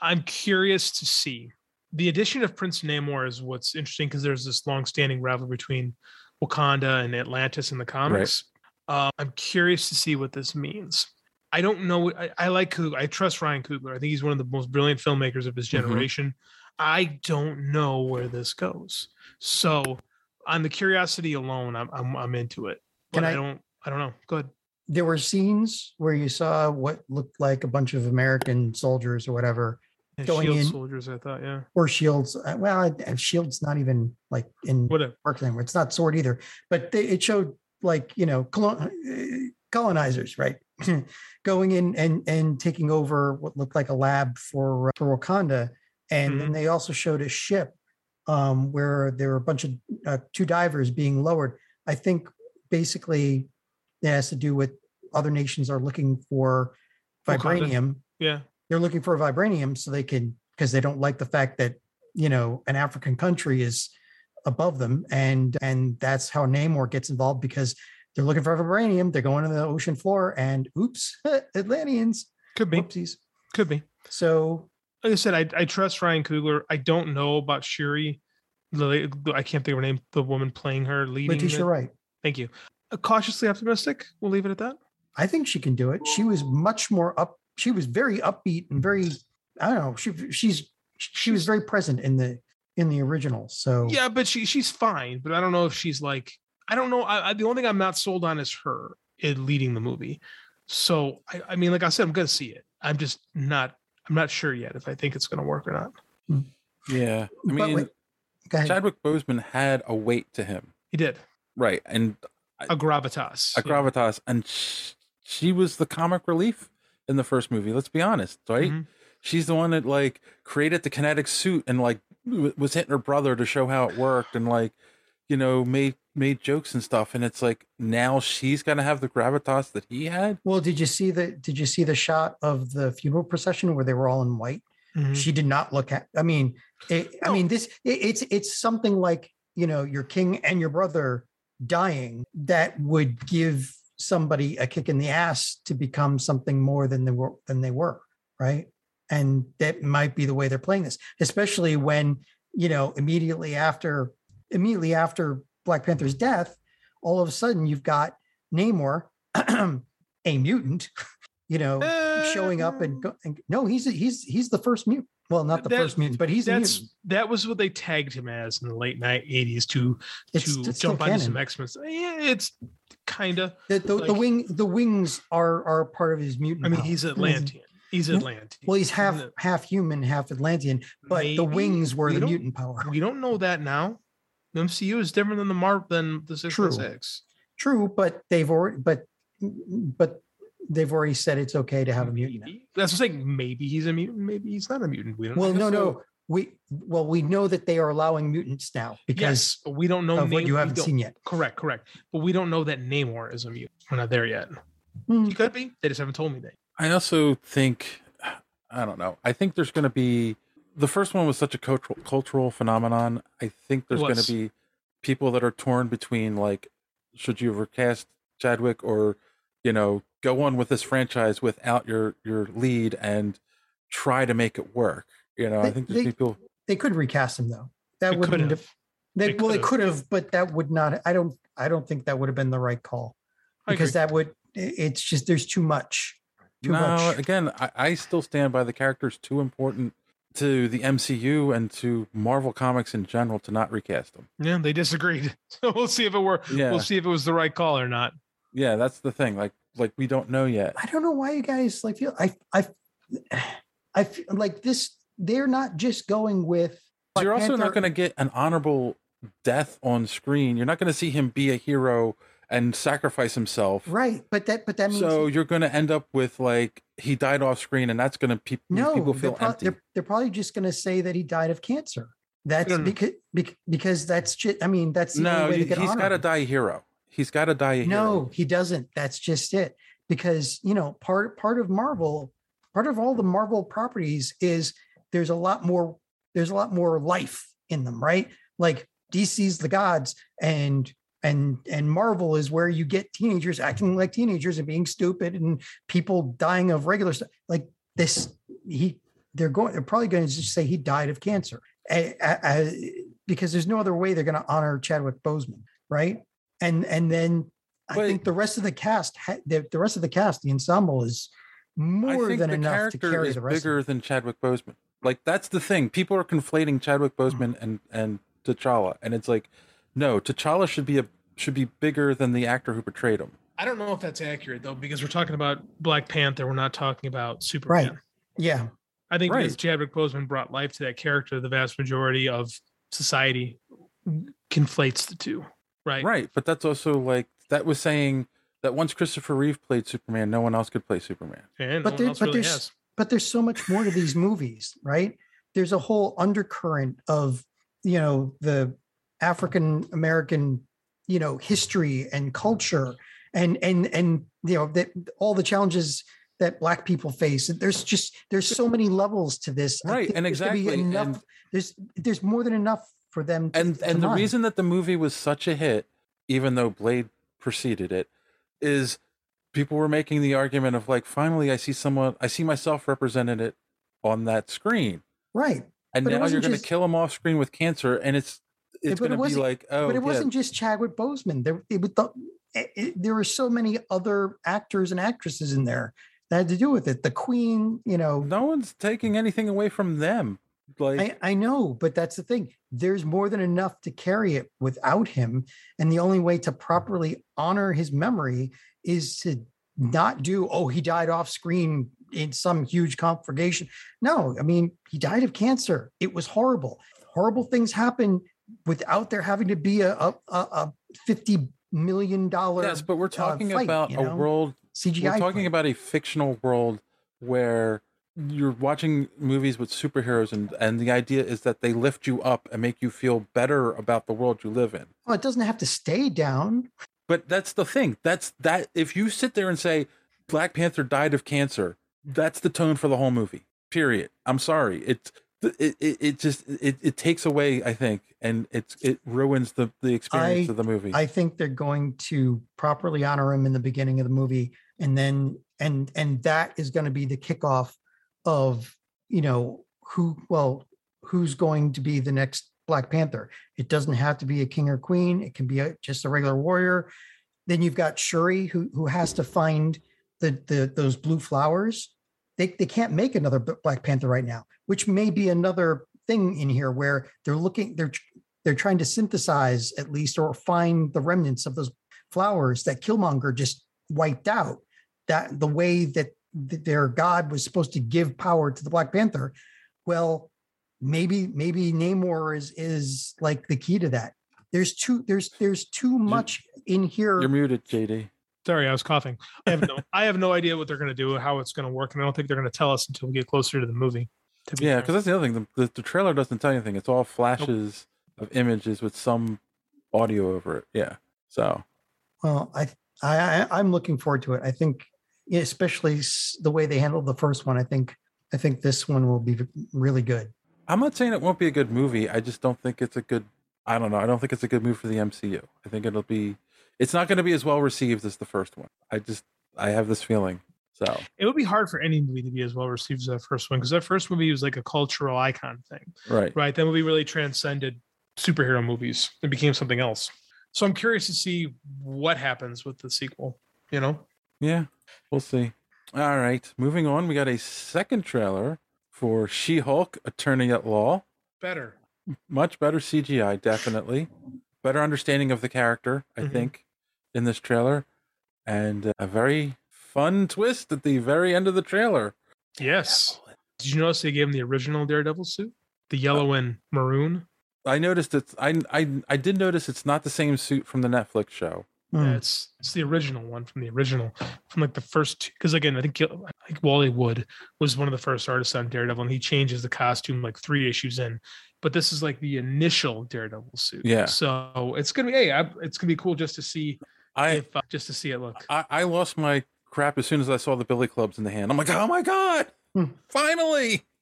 [SPEAKER 8] I'm curious to see. The addition of Prince Namor is what's interesting because there's this long-standing rivalry between Wakanda and Atlantis in the comics. Uh, I'm curious to see what this means. I don't know. I, I like Coogler. I trust Ryan Coogler. I think he's one of the most brilliant filmmakers of his
[SPEAKER 4] Mm-hmm.
[SPEAKER 7] Mhm.
[SPEAKER 8] generation. I don't know where this goes. So, on the curiosity alone, I'm I'm, I'm into it. But
[SPEAKER 4] Can
[SPEAKER 8] I,
[SPEAKER 4] I-
[SPEAKER 8] don't I don't know. Go ahead.
[SPEAKER 4] there were scenes where you saw what looked like a bunch of American soldiers or whatever
[SPEAKER 8] Yeah,
[SPEAKER 4] going
[SPEAKER 8] Shield
[SPEAKER 4] in,
[SPEAKER 8] soldiers. I thought, yeah.
[SPEAKER 4] or shields. uh, Well, I- uh, shields not even like in
[SPEAKER 8] whatever
[SPEAKER 4] working anymore. It's not sword either, but they, it showed like you know colon, uh, colonizers, right, [CLEARS THROAT] going in and and taking over what looked like a lab for uh, for Wakanda, and then they also showed a ship um, where there were a bunch of uh, two divers being lowered. I think basically it has to do with other nations are looking for
[SPEAKER 8] Wakanda.
[SPEAKER 4] vibranium.
[SPEAKER 8] Yeah.
[SPEAKER 4] They're looking for vibranium so they can because they don't like the fact that you know an African country is above them, and and that's how Namor gets involved because they're looking for vibranium. They're going to the ocean floor, and oops, [LAUGHS] Atlanteans
[SPEAKER 8] could
[SPEAKER 4] be whoopsies.
[SPEAKER 8] Could be.
[SPEAKER 4] So
[SPEAKER 8] Like I said, I, I trust Ryan Coogler. I don't know about Shuri. The la- I can't think of her name. The woman playing her leading.
[SPEAKER 4] Letitia
[SPEAKER 8] it.
[SPEAKER 4] Wright.
[SPEAKER 8] Thank you. Uh, Cautiously optimistic. We'll leave it at that.
[SPEAKER 4] I think she can do it. She was much more up. She was very upbeat and very. I don't know. She she's she was very present in the in the original. So
[SPEAKER 8] Yeah, but she she's fine. But I don't know if she's like I don't know. I, I the only thing I'm not sold on is her in leading the movie. So I, I mean, like I said, I'm gonna see it. I'm just not I'm not sure yet if I think it's gonna work or not.
[SPEAKER 7] Yeah, I
[SPEAKER 8] But
[SPEAKER 7] mean,
[SPEAKER 8] wait-
[SPEAKER 7] Chadwick Boseman had a weight to him,
[SPEAKER 8] He did
[SPEAKER 7] right? And
[SPEAKER 8] a gravitas.
[SPEAKER 7] a gravitas, and sh- she was the comic relief in the first movie. Let's be honest, right?
[SPEAKER 8] Mm-hmm.
[SPEAKER 7] She's the one that like created the kinetic suit and like w- was hitting her brother to show how it worked, and like you know made made jokes and stuff. And it's like now she's gonna have the gravitas that he had.
[SPEAKER 4] Well, did you see the did you see the shot of the funeral procession where they were all in white?
[SPEAKER 8] Mhm.
[SPEAKER 4] She did not look at. I mean, it, I mean this. It, it's it's something like you know your king and your brother dying that would give somebody a kick in the ass to become something more than they were than they were, right? And that might be the way they're playing this, especially when you know immediately after immediately after Black Panther's death, all of a sudden you've got Namor [CLEARS THROAT] a mutant, [LAUGHS] you
[SPEAKER 8] [LAUGHS]
[SPEAKER 4] know,
[SPEAKER 8] Mm-hmm.
[SPEAKER 4] showing up
[SPEAKER 8] Eh.
[SPEAKER 4] and, go, and no, he's he's he's the first mutant. Well, not the
[SPEAKER 8] That-
[SPEAKER 4] first mutant, but he's a
[SPEAKER 8] that's
[SPEAKER 4] mutant.
[SPEAKER 8] that was what they tagged him as in the late night eighties to
[SPEAKER 4] It's-
[SPEAKER 8] to
[SPEAKER 4] it's still
[SPEAKER 8] jump onto
[SPEAKER 4] canon.
[SPEAKER 8] some X Men. Yeah, it's kind of.
[SPEAKER 4] The, the, the wing the wings are are part of his mutant.
[SPEAKER 8] I mean,
[SPEAKER 4] power.
[SPEAKER 8] he's Atlantean. He's
[SPEAKER 4] No,
[SPEAKER 8] Atlantean.
[SPEAKER 4] Well, he's half half human, half Atlantean, but the
[SPEAKER 8] Maybe.
[SPEAKER 4] wings were
[SPEAKER 8] We
[SPEAKER 4] the
[SPEAKER 8] don't-
[SPEAKER 4] mutant power.
[SPEAKER 8] We don't know that now. The MCU is different than the Marvel than the six oh
[SPEAKER 4] True.
[SPEAKER 8] six.
[SPEAKER 4] True, but they've already but but they've already said it's okay to have a mutant. now.
[SPEAKER 8] That's what I'm saying. Maybe he's a mutant. Maybe he's not a mutant. We don't.
[SPEAKER 4] Well,
[SPEAKER 8] know.
[SPEAKER 4] no, no. We well, we know that they are allowing mutants now
[SPEAKER 8] Yes,
[SPEAKER 4] because
[SPEAKER 8] but we don't know
[SPEAKER 4] of what
[SPEAKER 8] name-
[SPEAKER 4] you
[SPEAKER 8] we
[SPEAKER 4] haven't
[SPEAKER 8] don't-
[SPEAKER 4] seen yet.
[SPEAKER 8] Correct, correct. But we don't know that Namor is a mutant. We're not there yet.
[SPEAKER 4] Hmm.
[SPEAKER 8] He could be. They just haven't told me that.
[SPEAKER 7] I also think I don't know. I think there's going to be the first one was such a cultural cultural phenomenon. I think there's going
[SPEAKER 8] was.
[SPEAKER 7] to be people that are torn between like should you recast Chadwick or you know go on with this franchise without your your lead and try to make it work. You know, I
[SPEAKER 4] They-
[SPEAKER 7] think there's
[SPEAKER 4] they-
[SPEAKER 7] people
[SPEAKER 4] They could recast him though.
[SPEAKER 8] They
[SPEAKER 4] That
[SPEAKER 8] could
[SPEAKER 4] wouldn't
[SPEAKER 8] have.
[SPEAKER 4] have. They,
[SPEAKER 8] They
[SPEAKER 4] well, they
[SPEAKER 8] could have.
[SPEAKER 4] could have, but that would not. I don't. I don't think that would have been the right call. because that would it- it's just there's too much. Too
[SPEAKER 7] no,
[SPEAKER 4] much.
[SPEAKER 7] again, I, I still stand by the character's too important to the MCU and to Marvel Comics in general to not recast them.
[SPEAKER 8] Yeah, they disagreed. [LAUGHS] So we'll see if it were.
[SPEAKER 7] Yeah.
[SPEAKER 8] We'll see if it was the right call or not.
[SPEAKER 7] Yeah, that's the thing. Like, like we don't know yet.
[SPEAKER 4] I don't know why you guys like feel I I I feel like this. They're not just going with. Black
[SPEAKER 7] You're also
[SPEAKER 4] Panther-
[SPEAKER 7] not going to get an honorable death on screen. You're not going to see him be a hero and sacrifice himself.
[SPEAKER 4] right, but that but that means
[SPEAKER 7] So you're going to end up with like he died off screen, and that's going to pe- make
[SPEAKER 4] no.
[SPEAKER 7] people
[SPEAKER 4] they're
[SPEAKER 7] feel
[SPEAKER 4] pro-
[SPEAKER 7] empty.
[SPEAKER 4] They're, they're probably just going to say that he died of cancer. That's because because that's just. I mean, that's the
[SPEAKER 7] No,
[SPEAKER 4] only way
[SPEAKER 7] you,
[SPEAKER 4] to get
[SPEAKER 7] he's
[SPEAKER 4] honor.
[SPEAKER 7] got to die a hero. He's got to die a hero.
[SPEAKER 4] No, he doesn't. That's just it. Because you know, part part of Marvel, part of all the Marvel properties is there's a lot more there's a lot more life in them, right? Like DC's the gods and and and Marvel is where you get teenagers acting like teenagers and being stupid and people dying of regular stuff. Like this he they're going they're probably going to just say he died of cancer. A- a- a- because there's no other way they're going to honor Chadwick Boseman, right? And and then I think the rest of the cast, ha- the, the rest of the cast, the ensemble is
[SPEAKER 7] I
[SPEAKER 4] more
[SPEAKER 7] think
[SPEAKER 4] than
[SPEAKER 7] the
[SPEAKER 4] enough to
[SPEAKER 7] character
[SPEAKER 4] carry
[SPEAKER 7] is
[SPEAKER 4] the rest. of
[SPEAKER 7] bigger than Chadwick Boseman. Like that's the thing. People are conflating Chadwick Boseman and and T'Challa, and it's like, no, T'Challa should be a should be bigger than the actor who portrayed him.
[SPEAKER 8] I don't know if that's accurate though, because we're talking about Black Panther. We're not talking about Superman.
[SPEAKER 4] Right. Yeah.
[SPEAKER 8] I think
[SPEAKER 4] Right.
[SPEAKER 8] because Chadwick Boseman brought life to that character, the vast majority of society conflates the two. Right.
[SPEAKER 7] Right. But that's also like that was saying that once Christopher Reeve played Superman, no one else could play Superman.
[SPEAKER 8] And
[SPEAKER 4] but, there- but there's but there's so much more to these movies, right? There's a whole undercurrent of you know the African American you know history and culture and and and you know that all the challenges that black people face And there's just there's so many levels to this I
[SPEAKER 7] Right,
[SPEAKER 4] think
[SPEAKER 7] and
[SPEAKER 4] there's gonna be
[SPEAKER 7] exactly,
[SPEAKER 4] enough
[SPEAKER 7] and-
[SPEAKER 4] there's there's more than enough for them to,
[SPEAKER 7] and
[SPEAKER 4] to
[SPEAKER 7] and the
[SPEAKER 4] mine.
[SPEAKER 7] reason that the movie was such a hit, even though Blade preceded it, is people were making the argument of like, finally, I see someone, I see myself represented it on that screen,
[SPEAKER 4] right
[SPEAKER 7] and
[SPEAKER 4] But it
[SPEAKER 7] now you're
[SPEAKER 4] wasn't
[SPEAKER 7] going to
[SPEAKER 4] just-
[SPEAKER 7] kill him off screen with cancer, and it's
[SPEAKER 4] Yeah,
[SPEAKER 7] it's
[SPEAKER 4] but it
[SPEAKER 7] going to be
[SPEAKER 4] wasn't-
[SPEAKER 7] like, oh,
[SPEAKER 4] but it
[SPEAKER 7] yeah,
[SPEAKER 4] wasn't just Chadwick Boseman. There, it, was the, it- it- there were so many other actors and actresses in there that had to do with it. The Queen, you know.
[SPEAKER 7] No one's taking anything away from them. Like,
[SPEAKER 4] I, I know, but that's the thing. There's more than enough to carry it without him, and the only way to properly honor his memory is to not do. Oh, he died off screen in some huge conflagration. No, I mean he died of cancer. It was horrible. Horrible things happen without there having to be a a, a, a fifty million dollar.
[SPEAKER 7] yes, but we're talking
[SPEAKER 4] fight,
[SPEAKER 7] about
[SPEAKER 4] you
[SPEAKER 7] a
[SPEAKER 4] know?
[SPEAKER 7] world.
[SPEAKER 4] CGI
[SPEAKER 7] We're talking about a fictional world where you're watching movies with superheroes, and and the idea is that they lift you up and make you feel better about the world you live in.
[SPEAKER 4] Well, it doesn't have to stay down.
[SPEAKER 7] But that's the thing. That's that. If you sit there and say Black Panther died of cancer, that's the tone for the whole movie. Period. I'm sorry. It's it, it, it just it, it takes away i think and it's it ruins the the experience
[SPEAKER 4] I-
[SPEAKER 7] of the movie
[SPEAKER 4] I think they're going to properly honor him in the beginning of the movie, and then and and that is going to be the kickoff of you know who well who's going to be the next Black Panther. It doesn't have to be a king or queen. It can be a, just a regular warrior. Then you've got Shuri who who has to find the the those blue flowers. They they can't make another B- Black Panther right now, which may be another thing in here where they're looking they're tr- they're trying to synthesize at least or find the remnants of those flowers that Killmonger just wiped out. That the way that th- their god was supposed to give power to the Black Panther. Well, maybe maybe Namor is is like the key to that. There's too there's there's too much in here.
[SPEAKER 7] you're muted jd
[SPEAKER 8] Sorry, I was coughing. I have no, [LAUGHS] I have no idea what they're going to do, how it's going to work, and I don't think they're going to tell us until we get closer to the movie. to be
[SPEAKER 7] yeah
[SPEAKER 8] fair.
[SPEAKER 7] because that's the other thing the, the, the trailer doesn't tell you anything it's all flashes of images with some audio over it yeah so
[SPEAKER 4] Well, I, I, I- I'm looking forward to it. I think, yeah, especially s- the way they handled the first one, I think, I think this one will be really good.
[SPEAKER 7] i'm not saying it won't be a good movie i just don't think it's a good i don't know i don't think it's a good move for the mcu i think it'll be it's not going to be as well received as the first one i just i have this feeling so
[SPEAKER 8] it would be hard for any movie to be as well received as that first one because that first movie was like a cultural icon thing,
[SPEAKER 7] right
[SPEAKER 8] right? That movie really transcended superhero movies; it became something else. So I'm curious to see what happens with the sequel. you know.
[SPEAKER 7] Yeah, we'll see. All right, moving on. We got a second trailer for She-Hulk: Attorney at Law.
[SPEAKER 8] Better.
[SPEAKER 7] Much better CGI, definitely. Better understanding of the character, I
[SPEAKER 8] Mhm.
[SPEAKER 7] think, in this trailer, and uh, a very fun twist at the very end of the trailer.
[SPEAKER 8] Yes. Did you notice they gave him the original Daredevil suit, the yellow and maroon?
[SPEAKER 7] I noticed it's I I I did notice it's not the same suit from the Netflix show.
[SPEAKER 8] Yeah, it's it's the original one from the original from like the first because again I think Gil- I think Wally Wood was one of the first artists on Daredevil and he changes the costume like three issues in, but this is like the initial Daredevil suit.
[SPEAKER 7] Yeah.
[SPEAKER 8] So it's gonna be hey I, it's gonna be cool just to see
[SPEAKER 7] I
[SPEAKER 8] if uh, just to see it look.
[SPEAKER 7] I, I lost my crap as soon as I saw the billy clubs in the hand. I'm like, oh my god, finally! [LAUGHS]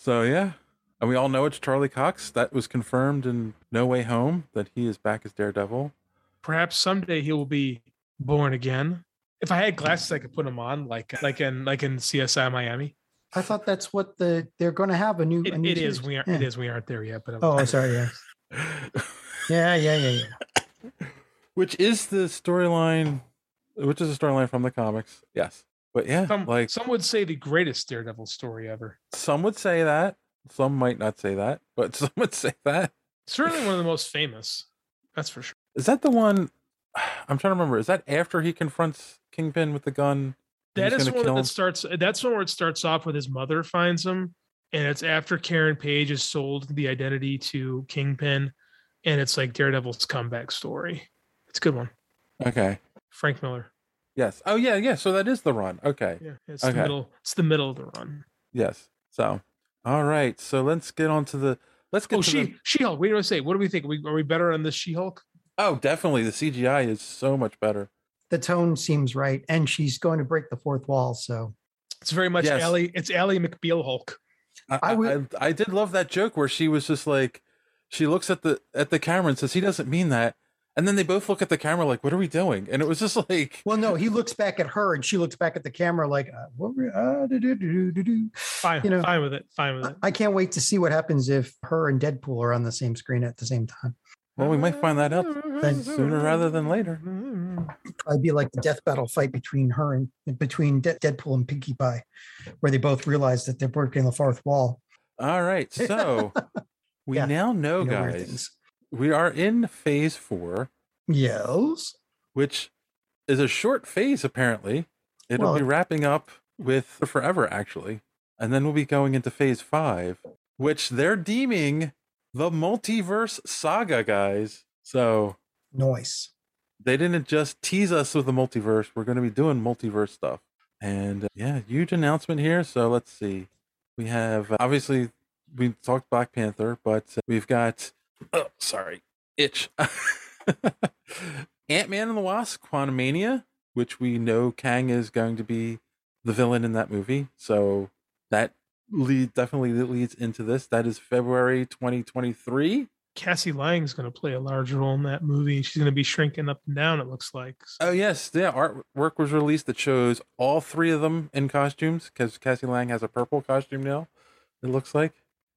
[SPEAKER 7] So yeah, and we all know it's Charlie Cox. That was confirmed in No Way Home that he is back as Daredevil. [LAUGHS]
[SPEAKER 8] Perhaps someday he will be born again. If I had glasses, I could put them on like like in like in CSI Miami.
[SPEAKER 11] I thought that's what the they're going to have a new.
[SPEAKER 8] It,
[SPEAKER 11] a new
[SPEAKER 8] it is
[SPEAKER 11] series.
[SPEAKER 8] we aren't
[SPEAKER 11] Yeah.
[SPEAKER 8] it is we aren't there yet. But
[SPEAKER 11] Oh, sorry, yeah.
[SPEAKER 4] Yeah, yeah, yeah, yeah.
[SPEAKER 7] Which is the storyline, which is a storyline from the comics. Yes, but yeah,
[SPEAKER 8] [LAUGHS] some,
[SPEAKER 7] like
[SPEAKER 8] some would say the greatest Daredevil story ever.
[SPEAKER 7] some would say that, some might not say that, but [LAUGHS] some would say that.
[SPEAKER 8] Certainly one of the most famous. That's for sure.
[SPEAKER 7] Is that the one? [SIGHS] I'm trying to remember. Is that after he confronts Kingpin with the gun? and
[SPEAKER 8] That
[SPEAKER 7] he's
[SPEAKER 8] is
[SPEAKER 7] gonna
[SPEAKER 8] one
[SPEAKER 7] kill
[SPEAKER 8] that
[SPEAKER 7] him?
[SPEAKER 8] starts. That's one where it starts off with his mother finds him, and it's after Karen Page has sold the identity to Kingpin, and it's like Daredevil's comeback story. It's a good one.
[SPEAKER 7] Okay.
[SPEAKER 8] Frank Miller.
[SPEAKER 7] Yes. Oh yeah, yeah. So that is the run. Okay.
[SPEAKER 8] Yeah, it's
[SPEAKER 7] okay.
[SPEAKER 8] the middle. It's the middle of the run.
[SPEAKER 7] Yes. So, all right. So let's get on to the. Let's get.
[SPEAKER 8] Oh,
[SPEAKER 7] to
[SPEAKER 8] she
[SPEAKER 7] the,
[SPEAKER 8] She Hulk. What do you say? What do we think? Are we, are we better on this She Hulk?
[SPEAKER 7] Oh, definitely. The CGI is so much better.
[SPEAKER 11] The tone seems right, and she's going to break the fourth wall. So
[SPEAKER 8] It's very much
[SPEAKER 7] Yes.
[SPEAKER 8] Ally. It's Ally McBeal Hulk.
[SPEAKER 7] I, I, I, I did love that joke where she was just like, she looks at the at the camera and says, "He doesn't mean that," and then they both look at the camera like, "What are we doing?" And it was just [LAUGHS] like,
[SPEAKER 11] well, no, he looks back at her, and she looks back at the camera like, uh, what were, uh, do, do, do, do, do.
[SPEAKER 8] Fine.
[SPEAKER 11] You know-
[SPEAKER 8] fine with it. Fine with it.
[SPEAKER 11] I can't wait to see what happens if her and Deadpool are on the same screen at the same time.
[SPEAKER 7] Well, we might find that out sooner rather than later.
[SPEAKER 11] Probably be like the death battle fight between her and between De- Deadpool and Pinkie Pie, where they both realize that they're breaking the fourth wall.
[SPEAKER 7] All right. [LAUGHS] So we now
[SPEAKER 11] know
[SPEAKER 7] know,
[SPEAKER 11] weird
[SPEAKER 7] Oh, guys, we are in phase four.
[SPEAKER 11] Yes.
[SPEAKER 7] Which is a short phase, apparently. It'll
[SPEAKER 11] Well,
[SPEAKER 7] be wrapping up with Forever, actually. And then we'll be going into phase five, which they're deeming the multiverse saga, guys. So
[SPEAKER 11] Noise.
[SPEAKER 7] they didn't just tease us with the multiverse. We're going to be doing multiverse stuff. And uh, yeah, huge announcement here. So let's see. We have uh, obviously we talked Black Panther, but uh, we've got oh sorry, itch. [LAUGHS] Ant Man and the Wasp, Quantumania, which we know Kang is going to be the villain in that movie. So that lead definitely leads into this. That is February 2023.
[SPEAKER 8] Cassie Lang's going to play a large role in that movie. She's going to be shrinking up and down. It looks like.
[SPEAKER 7] Oh yes, yeah. Artwork was released that shows all three of them in costumes because Cassie Lang has a purple costume now. It looks like.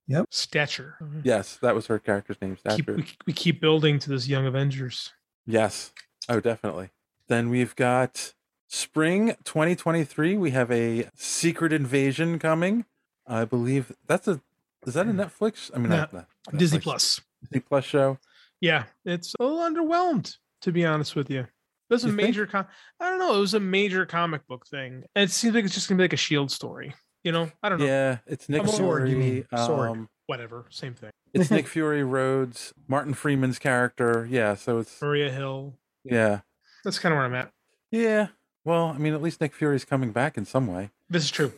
[SPEAKER 11] Yep.
[SPEAKER 8] Stature.
[SPEAKER 7] Yes, that was her character's name.
[SPEAKER 8] Hmm. Keep,
[SPEAKER 7] Stature.
[SPEAKER 8] we, we keep building to this Young Avengers.
[SPEAKER 7] Yes. Oh, definitely. Then we've got spring 2023. We have a secret invasion coming. I believe that's a. Is that a Netflix? I mean,
[SPEAKER 8] Hmm. No,
[SPEAKER 7] not- not
[SPEAKER 8] Disney
[SPEAKER 7] Netflix.
[SPEAKER 8] Plus.
[SPEAKER 7] Disney Plus show.
[SPEAKER 8] Yeah, it's a little underwhelmed to be honest with you. It was a
[SPEAKER 7] You think?
[SPEAKER 8] major. Com- I don't know. It was a major comic book thing, and it seems like it's just going to be like a Shield story. You know, I don't know.
[SPEAKER 7] Yeah, it's Nick
[SPEAKER 8] I'm over-
[SPEAKER 7] Fury. um,
[SPEAKER 8] Whatever, same thing.
[SPEAKER 7] It's Nick Fury, Rhodes, Martin Freeman's character. Yeah, so it's
[SPEAKER 8] Maria Hill.
[SPEAKER 7] yeah.
[SPEAKER 8] That's kind of where I'm at.
[SPEAKER 7] Yeah. Well, I mean, at least Nick Fury's coming back in some way.
[SPEAKER 8] This is true.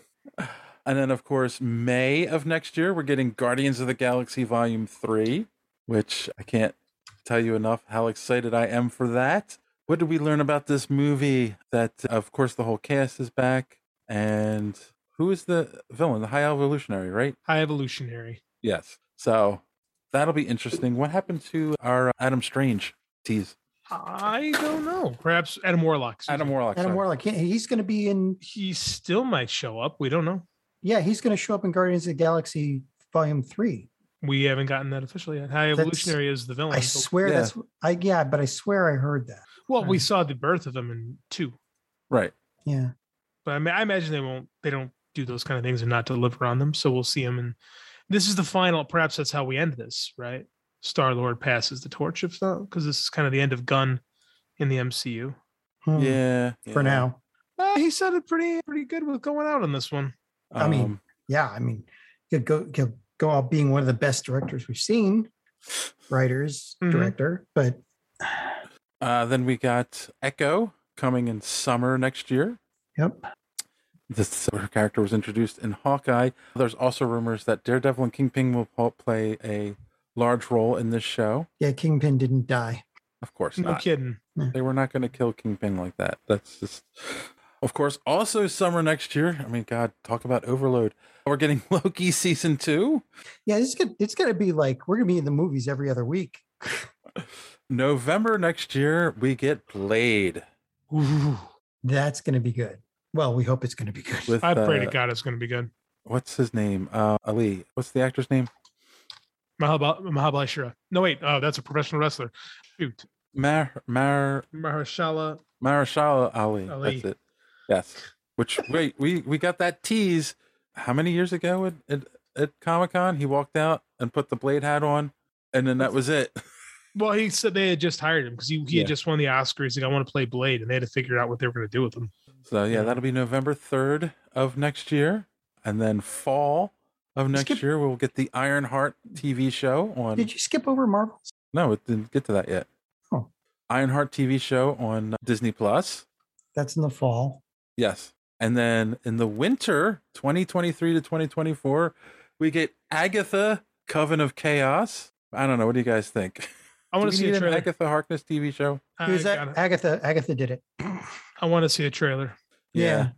[SPEAKER 7] And then, of course, May of next year, we're getting Guardians of the Galaxy Volume 3, which I can't tell you enough how excited I am for that. What did we learn about this movie? That, uh, of course, the whole cast is back. And who is the villain? The High Evolutionary, right?
[SPEAKER 8] High Evolutionary.
[SPEAKER 7] Yes. So that'll be interesting. What happened to our uh, Adam Strange tease?
[SPEAKER 8] I don't know. Perhaps Adam Warlock.
[SPEAKER 7] Adam Warlock.
[SPEAKER 11] Adam Warlock, yeah, he's going to be in.
[SPEAKER 8] He still might show up. We don't know.
[SPEAKER 11] Yeah, he's going to show up in Guardians of the Galaxy Volume Three.
[SPEAKER 8] We haven't gotten that official yet. High
[SPEAKER 11] That's-
[SPEAKER 7] Mm,
[SPEAKER 8] Evolutionary is the villain.
[SPEAKER 11] I
[SPEAKER 8] but-
[SPEAKER 11] swear that's I yeah, but I swear I heard that.
[SPEAKER 8] Well, we saw the birth of him in two,
[SPEAKER 7] Right.
[SPEAKER 11] Yeah.
[SPEAKER 8] but I, mean, I imagine they won't. They don't do those kind of things and not deliver on them. So we'll see him. And this is the final. Perhaps that's how we end this, right? Star Lord passes the torch, if so, because this is kind of the end of Gun in the MCU.
[SPEAKER 11] Hmm.
[SPEAKER 7] Yeah.
[SPEAKER 11] For now.
[SPEAKER 8] Uh, he sounded pretty pretty good with going out on this one.
[SPEAKER 11] I mean,
[SPEAKER 7] Um,
[SPEAKER 11] yeah, I mean, he'll go he'll go out being one of the best directors we've seen, writers,
[SPEAKER 7] Mm-hmm.
[SPEAKER 8] Mhm.
[SPEAKER 11] director, but
[SPEAKER 7] Uh, then we got Echo coming in summer next year.
[SPEAKER 11] Yep.
[SPEAKER 7] This her character was introduced in Hawkeye. There's also rumors that Daredevil and Kingpin will po- play a large role in this show.
[SPEAKER 11] yeah, Kingpin didn't die.
[SPEAKER 7] Of course
[SPEAKER 8] No
[SPEAKER 7] not.
[SPEAKER 8] kidding.
[SPEAKER 7] They were not going to kill Kingpin like that. That's just, of course. Also, summer next year. I mean, God, talk about overload. We're getting [LAUGHS] Loki season two,
[SPEAKER 11] Yeah, it's good. It's gonna be like we're gonna be in the movies every other week.
[SPEAKER 7] November next year. We get Blade.
[SPEAKER 11] Ooh, that's gonna be good. Well, we hope it's gonna be good.
[SPEAKER 7] With,
[SPEAKER 8] I pray
[SPEAKER 7] uh,
[SPEAKER 8] to God it's going to be good.
[SPEAKER 7] What's his name? Uh, Ali. What's the actor's name?
[SPEAKER 8] Mahab Mahabali Shira. No, wait. Oh, that's a professional wrestler. Shoot,
[SPEAKER 7] Mar Mar
[SPEAKER 8] Mahershala.
[SPEAKER 7] Mahershala Ali.
[SPEAKER 8] Ali.
[SPEAKER 7] That's it. Yes. Which wait, we we got that tease how many years ago at at, at Comic Con? He walked out and put the blade hat on, and then that was it.
[SPEAKER 8] Well, he said they had just hired him because he, he
[SPEAKER 7] Yeah.
[SPEAKER 8] had just won the Oscars. Like, I want to play Blade, and they had to figure out what they were going to do with him.
[SPEAKER 7] So yeah, that'll be November third of next year, and then fall of next year we'll get the Iron Heart TV show on.
[SPEAKER 11] Did you skip over Marvels?
[SPEAKER 7] No, it didn't get to that yet.
[SPEAKER 11] Oh.
[SPEAKER 7] Ironheart TV show on Disney Plus.
[SPEAKER 11] That's in the fall.
[SPEAKER 7] Yes. And then in the winter, 2023 to 2024, we get Agatha Coven of Chaos. I don't know. What do you guys think? [LAUGHS]
[SPEAKER 8] I want to see a
[SPEAKER 7] an
[SPEAKER 8] trailer.
[SPEAKER 7] Agatha Harkness TV show.
[SPEAKER 8] I,
[SPEAKER 11] It was
[SPEAKER 8] got
[SPEAKER 11] that
[SPEAKER 8] it.
[SPEAKER 11] Agatha. Agatha did it.
[SPEAKER 8] I want to see a trailer.
[SPEAKER 7] Yeah.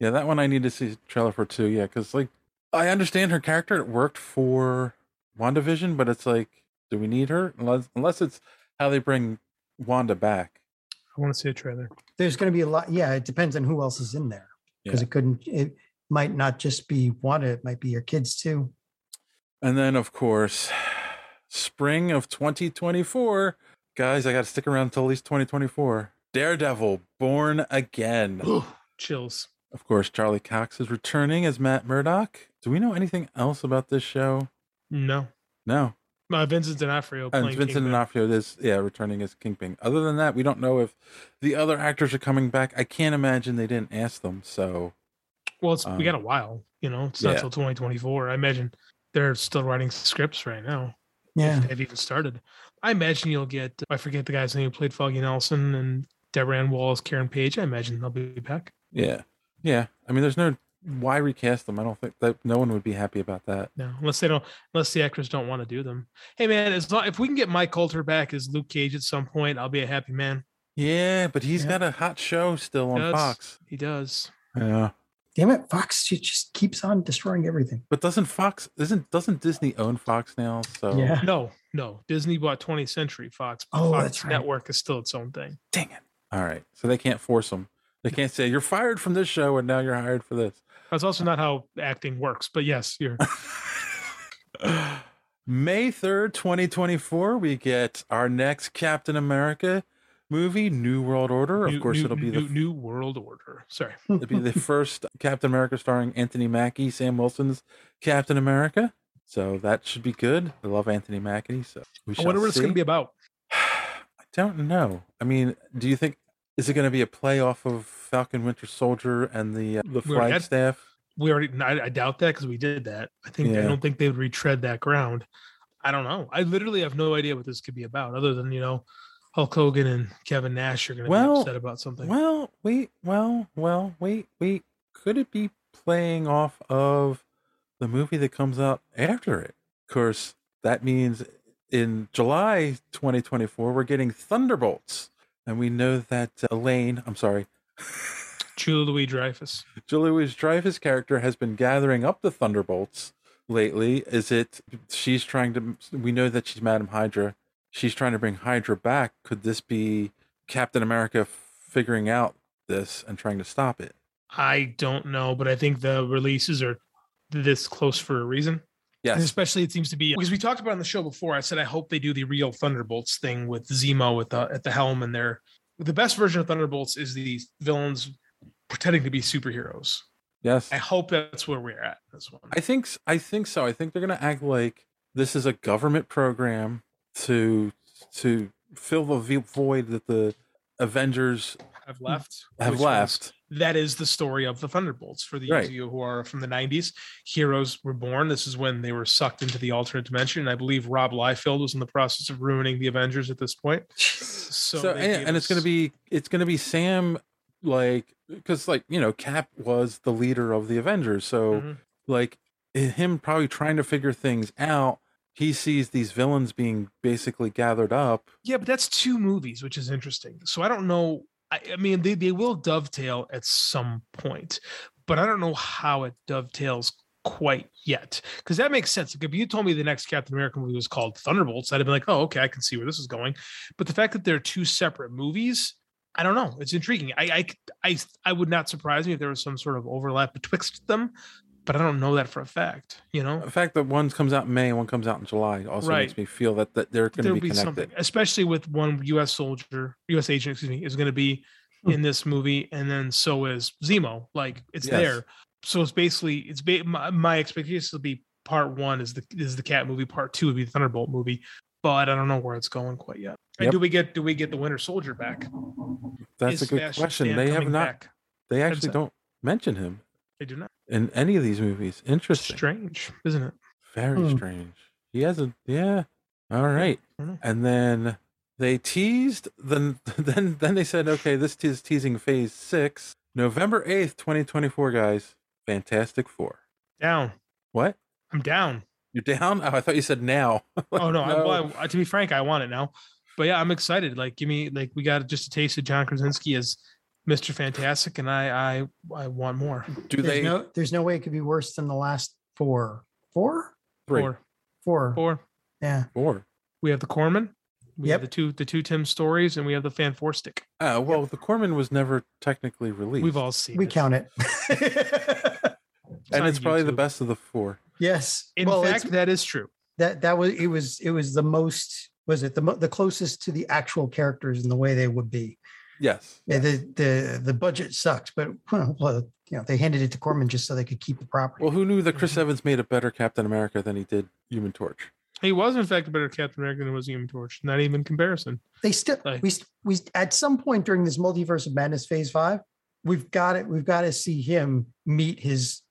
[SPEAKER 7] Yeah, that one I need to see a trailer for too. Yeah, because like I understand her character it worked for WandaVision, but it's like, do we need her? Unless unless it's how they bring Wanda back.
[SPEAKER 8] I want to see a trailer.
[SPEAKER 11] There's going to be a lot. Yeah, it depends on who else is in there because it couldn't. It might not just be Wanda. It might be your kids too.
[SPEAKER 7] And then, of course, spring of 2024. Guys, I got to stick around until at least 2024. Daredevil, Born
[SPEAKER 8] [GASPS]
[SPEAKER 7] Again.
[SPEAKER 8] Chills.
[SPEAKER 7] of course, Charlie Cox is returning as Matt Murdock. Do we know anything else about this show?
[SPEAKER 8] No.
[SPEAKER 7] No.
[SPEAKER 8] Uh, Vincent D'Onofrio
[SPEAKER 7] And
[SPEAKER 8] playing
[SPEAKER 7] Vincent
[SPEAKER 8] Kingpin.
[SPEAKER 7] D'Onofrio is, yeah, returning as Kingpin. Other than that, we don't know if the other actors are coming back. I can't imagine they didn't ask them. So,
[SPEAKER 8] Well, it's,
[SPEAKER 7] Um,
[SPEAKER 8] we got a while. You know, it's
[SPEAKER 7] yeah.
[SPEAKER 8] not till 2024. I imagine they're still writing scripts right now.
[SPEAKER 11] Yeah.
[SPEAKER 8] If they've even started. I imagine you'll get. I forget the guy's name who played Foggy Nelson and Deborah Ann Wallace, Karen Page. I imagine they'll be back.
[SPEAKER 7] yeah. Yeah. I mean, there's no, why recast them? I don't think that no one would be happy about that.
[SPEAKER 8] No, unless they don't, unless the actors don't want to do them. Hey man, as long, if we can get Mike Coulter back as Luke Cage at some point, I'll be a happy man.
[SPEAKER 7] Yeah, but he's got a hot show still on
[SPEAKER 8] Does.
[SPEAKER 7] Fox.
[SPEAKER 8] He does.
[SPEAKER 7] Yeah.
[SPEAKER 11] Damn it, Fox! It just keeps on destroying everything.
[SPEAKER 7] But doesn't Fox isn't doesn't Disney own Fox now? So
[SPEAKER 11] Yeah.
[SPEAKER 8] No, no. Disney bought 20th Century Fox. but
[SPEAKER 11] Oh,
[SPEAKER 8] Fox
[SPEAKER 11] that's right.
[SPEAKER 8] Network is still its own thing.
[SPEAKER 7] dang it. All right. So they can't force him. They can't say you're fired from this show and now you're hired for
[SPEAKER 8] [SIGHS]
[SPEAKER 7] this.
[SPEAKER 8] That's also not how acting works. But yes, you're.
[SPEAKER 7] May 3rd, 2024, we get our next Captain America movie, New World Order. [LAUGHS] Of
[SPEAKER 8] New-
[SPEAKER 7] course
[SPEAKER 8] new-
[SPEAKER 7] it'll be
[SPEAKER 8] new,
[SPEAKER 7] the
[SPEAKER 8] new World Order. Sorry.
[SPEAKER 7] [LAUGHS] it'll
[SPEAKER 4] [LAUGHS]
[SPEAKER 7] be the first Captain America starring Anthony Mackie, Sam Wilson's Captain America. So that should be good. I love Anthony Mackie. So we
[SPEAKER 8] I
[SPEAKER 7] shall
[SPEAKER 8] wonder what it's going
[SPEAKER 7] see.
[SPEAKER 8] to be about.
[SPEAKER 7] I don't know. I mean, do you think is it going to be a play off of Falcon Winter Soldier and the uh, the
[SPEAKER 8] We already had-
[SPEAKER 7] Flagstaff?
[SPEAKER 8] We already. I, I doubt that because we did that. I think
[SPEAKER 7] Yeah.
[SPEAKER 8] I don't think they would retread that ground. I don't know. I literally have no idea what this could be about, other than you know, Hulk Hogan and Kevin Nash are going to
[SPEAKER 7] Well,
[SPEAKER 8] be upset about something.
[SPEAKER 7] Well, wait, well, well, wait, wait. Could it be playing off of the movie that comes out after it? Of course, that means in July 2024 we're getting Thunderbolts, and we know that uh, Elaine, I'm sorry,
[SPEAKER 8] Julie Louis Dreyfus.
[SPEAKER 7] Julia Louis Dreyfus' character has been gathering up the Thunderbolts lately. Is it she's trying to? We know that she's Madam Hydra. She's trying to bring Hydra back. Could this be Captain America figuring out this and trying to stop it?
[SPEAKER 8] I don't know, but I think the releases are this close for a reason.
[SPEAKER 7] Yes.
[SPEAKER 8] And especially it seems to be because we talked about it on the show before. I said I hope they do the real Thunderbolts thing with Zemo at the at the helm and they're the best version of Thunderbolts is these villains pretending to be superheroes.
[SPEAKER 7] Yes.
[SPEAKER 8] I hope that's where we're at. This one.
[SPEAKER 7] I think s- I think so. I think they're going to act like this is a government program to to fill the v- void that the Avengers
[SPEAKER 8] I've left.
[SPEAKER 7] have
[SPEAKER 8] which was-
[SPEAKER 7] left.
[SPEAKER 8] That is the story of the Thunderbolts for the
[SPEAKER 7] Right.
[SPEAKER 8] of you who are from the 90s. Heroes were born. This is when they were sucked into the alternate dimension. And I believe Rob Liefeld was in the process of ruining the Avengers at this point. So,
[SPEAKER 7] So,
[SPEAKER 8] they
[SPEAKER 7] and,
[SPEAKER 8] gave
[SPEAKER 7] and it's going
[SPEAKER 8] us-
[SPEAKER 7] to be it's going to be Sam like because like you know Cap was the leader of the Avengers, so
[SPEAKER 8] Mhm.
[SPEAKER 7] like i- him probably trying to figure things out. He sees these villains being basically gathered up.
[SPEAKER 8] Yeah, but that's two movies, which is interesting. So I don't know. I, I mean, they, they will dovetail at some point, but I don't know how it dovetails quite yet. Because that makes sense. Like if you told me the next Captain America movie was called Thunderbolts, I'd have been like, oh, okay, I can see where this is going. But the fact that they're two separate movies, I don't know. It's intriguing. I I I, I would not surprise me if there was some sort of overlap betwixt them, but I don't know that for a fact. You know,
[SPEAKER 7] The fact that one comes out in May and one comes out in July also
[SPEAKER 8] Right.
[SPEAKER 7] makes me feel that, that they're going to
[SPEAKER 8] there'll
[SPEAKER 7] be
[SPEAKER 8] be,
[SPEAKER 7] connected.
[SPEAKER 8] something, especially with one U.S. soldier, U.S. agent, excuse me, is going to be
[SPEAKER 7] Hmm.
[SPEAKER 8] in this movie, and then so is Zemo. Like it's
[SPEAKER 7] Yes.
[SPEAKER 8] there. So it's basically it's ba- my, my expectations will be part one is the is the cat movie, part two would be the Thunderbolt movie, but I don't know where it's going quite yet. And
[SPEAKER 7] Yep.
[SPEAKER 8] do we get do we get the Winter Soldier back?
[SPEAKER 7] That's
[SPEAKER 8] Is
[SPEAKER 7] a good
[SPEAKER 8] Sebastian
[SPEAKER 7] question.
[SPEAKER 8] Stan
[SPEAKER 7] They have
[SPEAKER 8] coming
[SPEAKER 7] not.
[SPEAKER 8] back?
[SPEAKER 7] They
[SPEAKER 8] Heads
[SPEAKER 7] actually
[SPEAKER 8] up.
[SPEAKER 7] don't mention him
[SPEAKER 8] They do not.
[SPEAKER 7] in any of these movies. Interesting.
[SPEAKER 8] Strange, isn't it?
[SPEAKER 7] Very
[SPEAKER 8] Hmm.
[SPEAKER 7] strange. He hasn't. Yeah. All right.
[SPEAKER 8] I don't know.
[SPEAKER 7] And then they teased. Then [LAUGHS] then then they said, okay, this is teasing phase six, November eighth, twenty twenty four, guys. Fantastic Four.
[SPEAKER 8] Down.
[SPEAKER 7] What?
[SPEAKER 8] I'm down.
[SPEAKER 7] You're down? Oh, I thought you said now.
[SPEAKER 8] oh no, I,
[SPEAKER 7] No.
[SPEAKER 8] well, I, to be frank, I want it now. But yeah, I'm excited. Like, give me like we got just a taste of John Krasinski as Mr. Fantastic, and I I I want more.
[SPEAKER 7] Do
[SPEAKER 4] there's
[SPEAKER 7] they?
[SPEAKER 4] No, there's no way it could be worse than the last four. Four?
[SPEAKER 7] Three.
[SPEAKER 8] Four,
[SPEAKER 4] Four.
[SPEAKER 8] four.
[SPEAKER 4] Yeah.
[SPEAKER 7] Four.
[SPEAKER 8] We have the Corman. We
[SPEAKER 4] Yep.
[SPEAKER 8] have the two the two Tim stories, and we have the Fan Four stick.
[SPEAKER 7] Uh, well, the Corman was never technically released.
[SPEAKER 8] We've all seen.
[SPEAKER 4] We
[SPEAKER 8] it.
[SPEAKER 4] count it. [LAUGHS]
[SPEAKER 8] [LAUGHS]
[SPEAKER 7] and
[SPEAKER 8] on
[SPEAKER 7] it's probably the
[SPEAKER 8] YouTube.
[SPEAKER 7] best of the four.
[SPEAKER 4] yes.
[SPEAKER 8] In
[SPEAKER 4] well, it's-
[SPEAKER 8] fact, that is true.
[SPEAKER 4] that that was it was it was the most was it the mo- the closest to the actual characters in the way they would be.
[SPEAKER 7] Yes.
[SPEAKER 4] Yeah, the the the budget sucked, but [LAUGHS] well, you know they handed it to Corman just so they could keep the property.
[SPEAKER 7] Well, who knew that Chris Evans made a better Captain America than he did Human Torch?
[SPEAKER 8] He was in fact a better Captain America than was Human Torch. Not even comparison.
[SPEAKER 4] They still
[SPEAKER 8] Like-
[SPEAKER 4] we st- we st- at some point during this multiverse of madness phase five, we've got it. We've got to see him meet his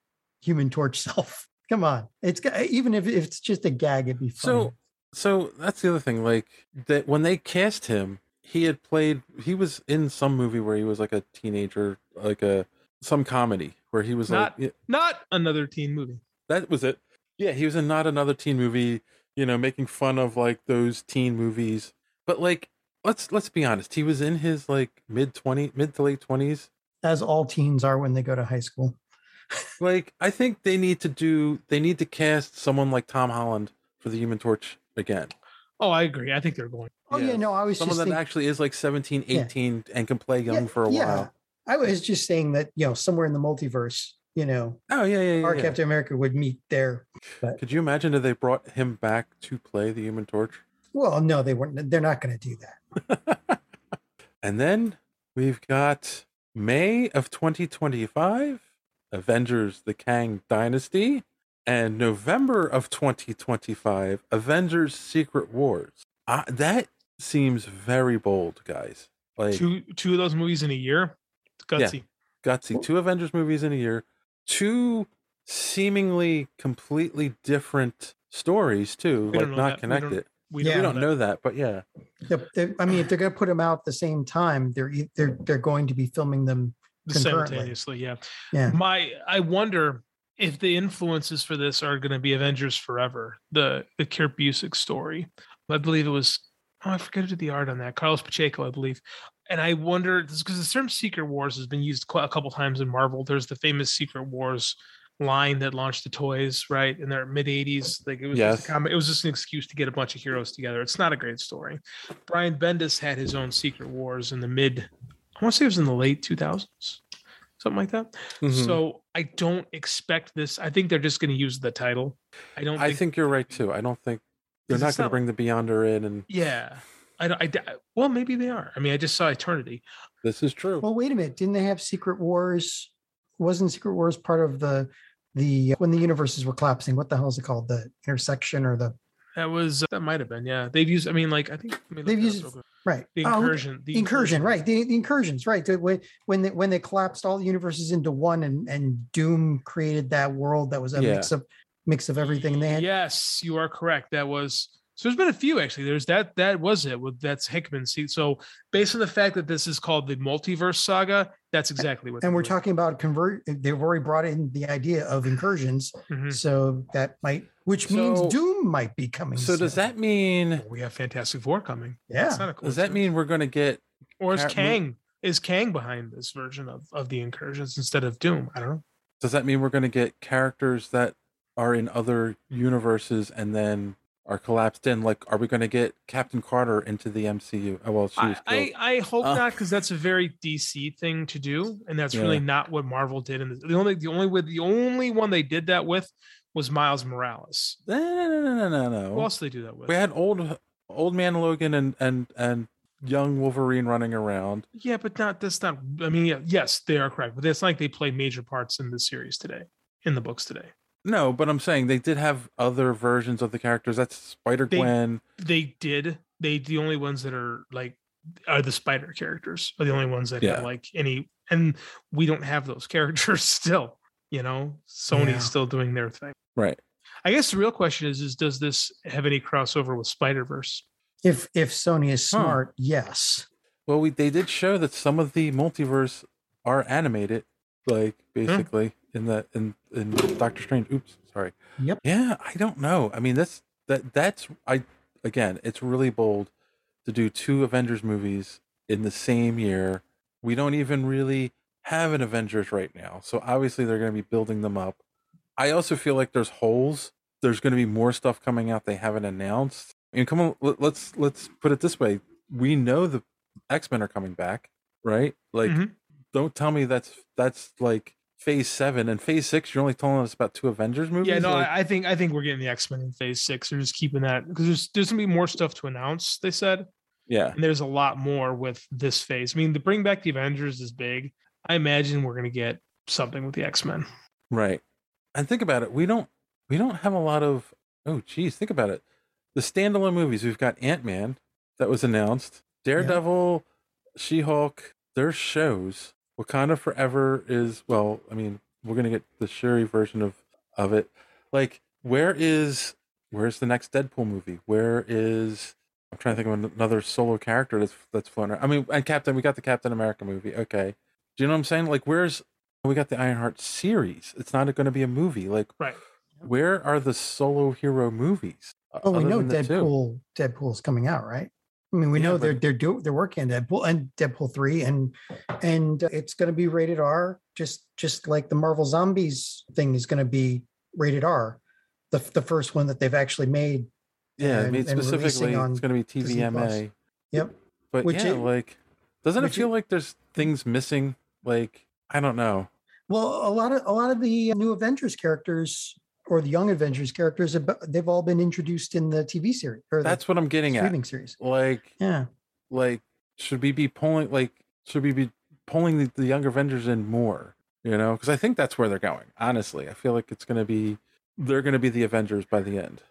[SPEAKER 4] Human Torch [LAUGHS] self. Come on, it's got- even if, if it's just a gag, it'd be fun.
[SPEAKER 7] So, so that's the other thing. Like that when they cast him, he had played. He was in some movie where he was like a teenager, like a some comedy where he was
[SPEAKER 8] Not-
[SPEAKER 7] like
[SPEAKER 8] Not another teen movie.
[SPEAKER 7] that was it. Yeah, he was in not another teen movie. You know, making fun of like those teen movies. But like, let's let's be honest. He was in his like mid twenty, mid to late twenties.
[SPEAKER 4] as all teens are when they go to high school.
[SPEAKER 7] Like, I think they need to do. They need to cast someone like Tom Holland for the Human Torch again.
[SPEAKER 8] Oh, I agree. I think they're going.
[SPEAKER 4] Oh yeah,
[SPEAKER 7] Yeah,
[SPEAKER 4] no, I was
[SPEAKER 7] someone
[SPEAKER 4] just
[SPEAKER 7] that
[SPEAKER 4] thinking,
[SPEAKER 7] actually is like 17
[SPEAKER 4] Yeah.
[SPEAKER 7] 18 and can play young for a while
[SPEAKER 4] I was just saying that you know somewhere in the multiverse, you know,
[SPEAKER 7] oh yeah yeah,
[SPEAKER 4] our
[SPEAKER 7] yeah, yeah.
[SPEAKER 4] Captain America would meet there.
[SPEAKER 7] could you imagine if they brought him back to play the human torch [LAUGHS]
[SPEAKER 4] Well, no, they weren't. They're not going to do that.
[SPEAKER 7] and then we've got may of 2025 avengers the kang dynasty and november of 2025 avengers secret wars uh, that seems very bold guys like
[SPEAKER 8] Two two of those movies in a year. It's
[SPEAKER 7] Yeah.
[SPEAKER 8] gutsy.
[SPEAKER 7] gutsy two avengers movies in a year two seemingly completely different stories too
[SPEAKER 8] We don't
[SPEAKER 7] like not
[SPEAKER 8] know that. We don't-
[SPEAKER 7] connected
[SPEAKER 8] We,
[SPEAKER 7] we
[SPEAKER 4] Yeah.
[SPEAKER 8] know
[SPEAKER 7] don't
[SPEAKER 8] that.
[SPEAKER 7] know that but yeah
[SPEAKER 4] The- the- I mean, if they're going to put them out at the same time, they're e- they're they're going to be filming them. concurrently.
[SPEAKER 8] simultaneously. Yeah.
[SPEAKER 4] Yeah.
[SPEAKER 8] My, I wonder if the influences for this are going to be Avengers Forever, the the Kurt Busick story. I believe it was. Oh, I forget who did the art on that. Carlos Pacheco, I believe. And I wonder because the term Secret Wars has been used quite a couple times in Marvel. There's the famous Secret Wars line that launched the toys, right? In their mid 80s. Like it was
[SPEAKER 7] Yes.
[SPEAKER 8] just a comic, it was just an excuse to get a bunch of heroes together. It's not a great story. Brian Bendis had his own Secret Wars in the mid, I want to say it was in the late 2000s, something like that.
[SPEAKER 7] Mhm.
[SPEAKER 8] So I don't expect this. I think they're just going to use the title. I don't
[SPEAKER 7] i think you're right too i don't think they're
[SPEAKER 8] Because
[SPEAKER 7] not
[SPEAKER 8] it's
[SPEAKER 7] going to
[SPEAKER 8] not-
[SPEAKER 7] bring the beyonder in and
[SPEAKER 8] yeah. I, don't- I d- well, maybe they are. I mean, I just saw Eternity.
[SPEAKER 7] This is true.
[SPEAKER 4] Well, wait a minute. Didn't they have Secret Wars? Wasn't Secret Wars part of the the when the universes were collapsing? What the hell is it called? The intersection or the
[SPEAKER 8] That was that might have been. Yeah, they've used. I mean, like I think let me look
[SPEAKER 4] They've
[SPEAKER 8] it up
[SPEAKER 4] used-
[SPEAKER 8] real quick.
[SPEAKER 4] right
[SPEAKER 8] The
[SPEAKER 4] Oh, okay.
[SPEAKER 8] incursion- the
[SPEAKER 4] the incursion, right? The, the incursions, right? The- when when they, when they collapsed all the universes into one, and and Doom created that world that was a
[SPEAKER 8] Yeah.
[SPEAKER 4] mix of mix of everything. They had
[SPEAKER 8] Yes, you are correct. That was so. There's been a few actually. There's that. That was it. With that's Hickman. See, so based on the fact that this is called the multiverse saga, that's exactly what.
[SPEAKER 4] and
[SPEAKER 8] they
[SPEAKER 4] we're
[SPEAKER 8] were.
[SPEAKER 4] talking about convert they've already brought in the idea of incursions
[SPEAKER 8] Mhm.
[SPEAKER 4] so that might which means
[SPEAKER 7] So-
[SPEAKER 4] doom might be coming
[SPEAKER 7] So does that mean
[SPEAKER 8] we have Fantastic Four coming?
[SPEAKER 4] Yeah.
[SPEAKER 8] That's not a
[SPEAKER 7] Does that mean we're going to get
[SPEAKER 8] Or is
[SPEAKER 7] Cat-
[SPEAKER 8] Kang is Kang behind this version of of the incursions instead of Doom? I don't know.
[SPEAKER 7] Does that mean we're going to get characters that are in other universes and then are collapsed in? Like, are we going to get Captain Carter into the MCU? Oh well, she was
[SPEAKER 8] I,
[SPEAKER 7] killed.
[SPEAKER 8] I hope
[SPEAKER 7] Uh.
[SPEAKER 8] not because that's a very DC thing to do, and that's
[SPEAKER 7] Yeah.
[SPEAKER 8] really not what Marvel did. And the only the only way the only one they did that with was Miles Morales.
[SPEAKER 7] No, no, no, no, no, no, no.
[SPEAKER 8] Who else did they do that
[SPEAKER 7] Oh.
[SPEAKER 8] with?
[SPEAKER 7] We had old old man Logan and and and young Wolverine running around.
[SPEAKER 8] yeah, but not that's not. I mean, yeah, yes, they are correct, but it's like they play major parts in the series today, in the books today.
[SPEAKER 7] No, but I'm saying they did have other versions of the characters. That's Spider
[SPEAKER 8] They-
[SPEAKER 7] Gwen.
[SPEAKER 8] They did. They the only ones that are like are the Spider characters are the only ones that
[SPEAKER 7] Yeah.
[SPEAKER 8] have like any, and we don't have those [LAUGHS] characters still. You know, Sony's
[SPEAKER 7] Yeah.
[SPEAKER 8] still doing their thing.
[SPEAKER 7] Right.
[SPEAKER 8] I guess the real question is: is does this have any crossover with Spider Verse?
[SPEAKER 4] if if sony is
[SPEAKER 8] Huh.
[SPEAKER 4] smart yes
[SPEAKER 7] Well, we they did show that some of the multiverse are animated, like basically in the in in Doctor Strange. Oops, sorry.
[SPEAKER 4] Yep.
[SPEAKER 7] Yeah, I don't know. I mean, that's that that's I again, it's really bold to do two Avengers movies in the same year. We don't even really have an Avengers right now, so obviously they're going to be building them up. I also feel like there's holes. There's going to be more stuff coming out they haven't announced. And come on, let- let's let's put it this way: we know the X Men are coming back, right? Like,
[SPEAKER 8] Mhm.
[SPEAKER 7] don't tell me that's that's like Phase Seven and Phase Six. You're only telling us about two Avengers movies.
[SPEAKER 8] Yeah, no,
[SPEAKER 7] Like,
[SPEAKER 8] I, I think I think we're getting the X Men in Phase Six. They're just keeping that because there's there's gonna be more stuff to announce. They said,
[SPEAKER 7] yeah.
[SPEAKER 8] and there's a lot more with this phase. I mean, to bring back the Avengers is big. I imagine we're gonna get something with the X Men.
[SPEAKER 7] Right. And think about it. We don't we don't have a lot of oh geez, think about it. The standalone movies, we've got Ant Man that was announced, Daredevil, She Hulk, there's shows. Wakanda Forever is well, I mean, we're gonna get the Shuri version of of it. Like, where is where's the next Deadpool movie? Where is I'm trying to think of another solo character that's that's flown around. I mean, and Captain, we got the Captain America movie. Okay. Do you know what I'm saying? Like, where's we got the Ironheart series. It's not going to be a movie. Like,
[SPEAKER 8] Right.
[SPEAKER 7] where are the solo hero movies?
[SPEAKER 4] oh we
[SPEAKER 7] other
[SPEAKER 4] know
[SPEAKER 7] than the two?
[SPEAKER 4] deadpool deadpool's coming out right i mean we
[SPEAKER 7] Yeah,
[SPEAKER 4] know they're
[SPEAKER 7] but-
[SPEAKER 4] they're do, they're working on deadpool and deadpool 3 and and uh, it's going to be rated r just just like the marvel zombies thing is going to be rated r the, the first one that they've actually made
[SPEAKER 7] Yeah, I
[SPEAKER 4] and-
[SPEAKER 7] mean
[SPEAKER 4] and releasing
[SPEAKER 7] specifically,
[SPEAKER 4] on
[SPEAKER 7] it's going to be
[SPEAKER 4] Disney Plus.
[SPEAKER 7] TVMA.
[SPEAKER 4] Yep.
[SPEAKER 7] But
[SPEAKER 4] Which
[SPEAKER 7] yeah,
[SPEAKER 4] it-
[SPEAKER 7] like, doesn't it
[SPEAKER 4] which it-
[SPEAKER 7] feel like there's things missing? Like, I don't know.
[SPEAKER 4] Well, a lot of a lot of the uh, new Avengers characters or the young Avengers characters, ab- they've all been introduced in the TV series. Or the
[SPEAKER 7] That's what I'm getting at.
[SPEAKER 4] streaming series.
[SPEAKER 7] Like,
[SPEAKER 4] Yeah,
[SPEAKER 7] like, should we be pulling? Like, should we be pulling the, the younger Avengers in more? You know, because I think that's where they're going. Honestly, I feel like it's going to be they're going to be the Avengers by the end.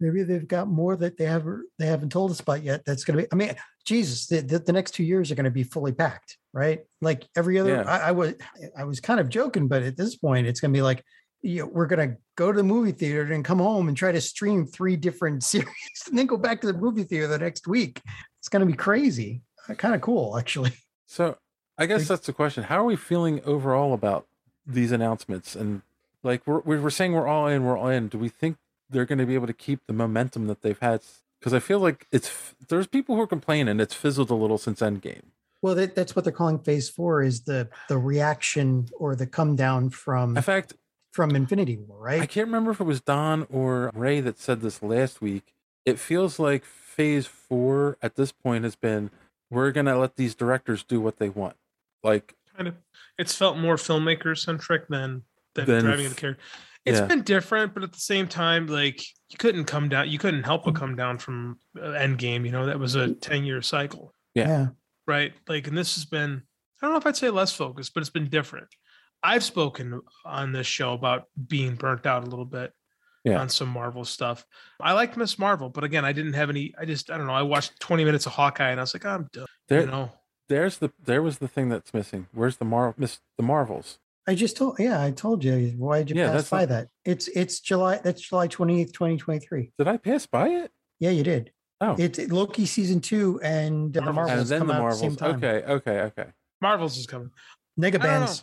[SPEAKER 4] maybe they've got more that they haven't they haven't told us about yet. That's going to be. I mean, Jesus, the, the, the next two years are going to be fully packed, right? Like every other.
[SPEAKER 7] Yeah.
[SPEAKER 4] I, I was I was kind of joking, but at this point, it's going to be like. You know, we're gonna go to the movie theater and come home and try to stream three different [LAUGHS] series, and then go back to the movie theater the next week. It's gonna be crazy. Kind of cool, actually. [LAUGHS]
[SPEAKER 7] So I guess that's the question. How are we feeling overall about these announcements? And like we're we're we're saying we're all in, we're all in. Do we think they're going to be able to keep the momentum that they've had? Because I feel like it's f- there's people who are complaining it's fizzled a little since Endgame.
[SPEAKER 4] Well, that, that's what they're calling phase four is the the reaction or the come down from
[SPEAKER 8] Mm-hmm.
[SPEAKER 7] In fact,
[SPEAKER 4] from Infinity War, right?
[SPEAKER 7] I can't remember if it was Don or Ray that said this last week. It feels like phase four at this point has been we're going to let these directors do what they want. Like
[SPEAKER 8] Kind of, it's felt more filmmaker centric than than
[SPEAKER 7] Than
[SPEAKER 8] driving
[SPEAKER 7] f-
[SPEAKER 8] the character. It's
[SPEAKER 7] Yeah.
[SPEAKER 8] been different, but at the same time, like you couldn't come down, you couldn't help but come down from uh, Endgame. You know, that was a ten-year cycle,
[SPEAKER 7] Yeah.
[SPEAKER 8] right? Like, and this has been, I don't know if I'd say less focused, but it's been different. I've spoken on this show about being burnt out a little bit
[SPEAKER 7] Yeah.
[SPEAKER 8] on some Marvel stuff. I liked Miss Marvel, but again, I didn't have any. I just, I don't know. I watched twenty minutes of Hawkeye, and I was like, I'm done.
[SPEAKER 7] There,
[SPEAKER 8] you know,
[SPEAKER 7] there's the there was the thing that's missing. Where's the Mar miss the Marvels?
[SPEAKER 4] I just told yeah, I told you. Why'd you
[SPEAKER 7] Yeah,
[SPEAKER 4] pass
[SPEAKER 7] that's
[SPEAKER 4] by
[SPEAKER 7] not-
[SPEAKER 4] that? It's it's July that's July twenty eighth, twenty twenty three.
[SPEAKER 7] Did I pass by it?
[SPEAKER 4] Yeah, you did.
[SPEAKER 7] Oh.
[SPEAKER 4] It's it, Loki season two and uh, the Marvels
[SPEAKER 7] and then
[SPEAKER 4] come
[SPEAKER 7] the
[SPEAKER 4] out
[SPEAKER 7] Marvels.
[SPEAKER 4] at the same time.
[SPEAKER 7] Okay, okay, okay.
[SPEAKER 8] Marvels is coming.
[SPEAKER 4] Mega
[SPEAKER 8] I don't
[SPEAKER 4] bands.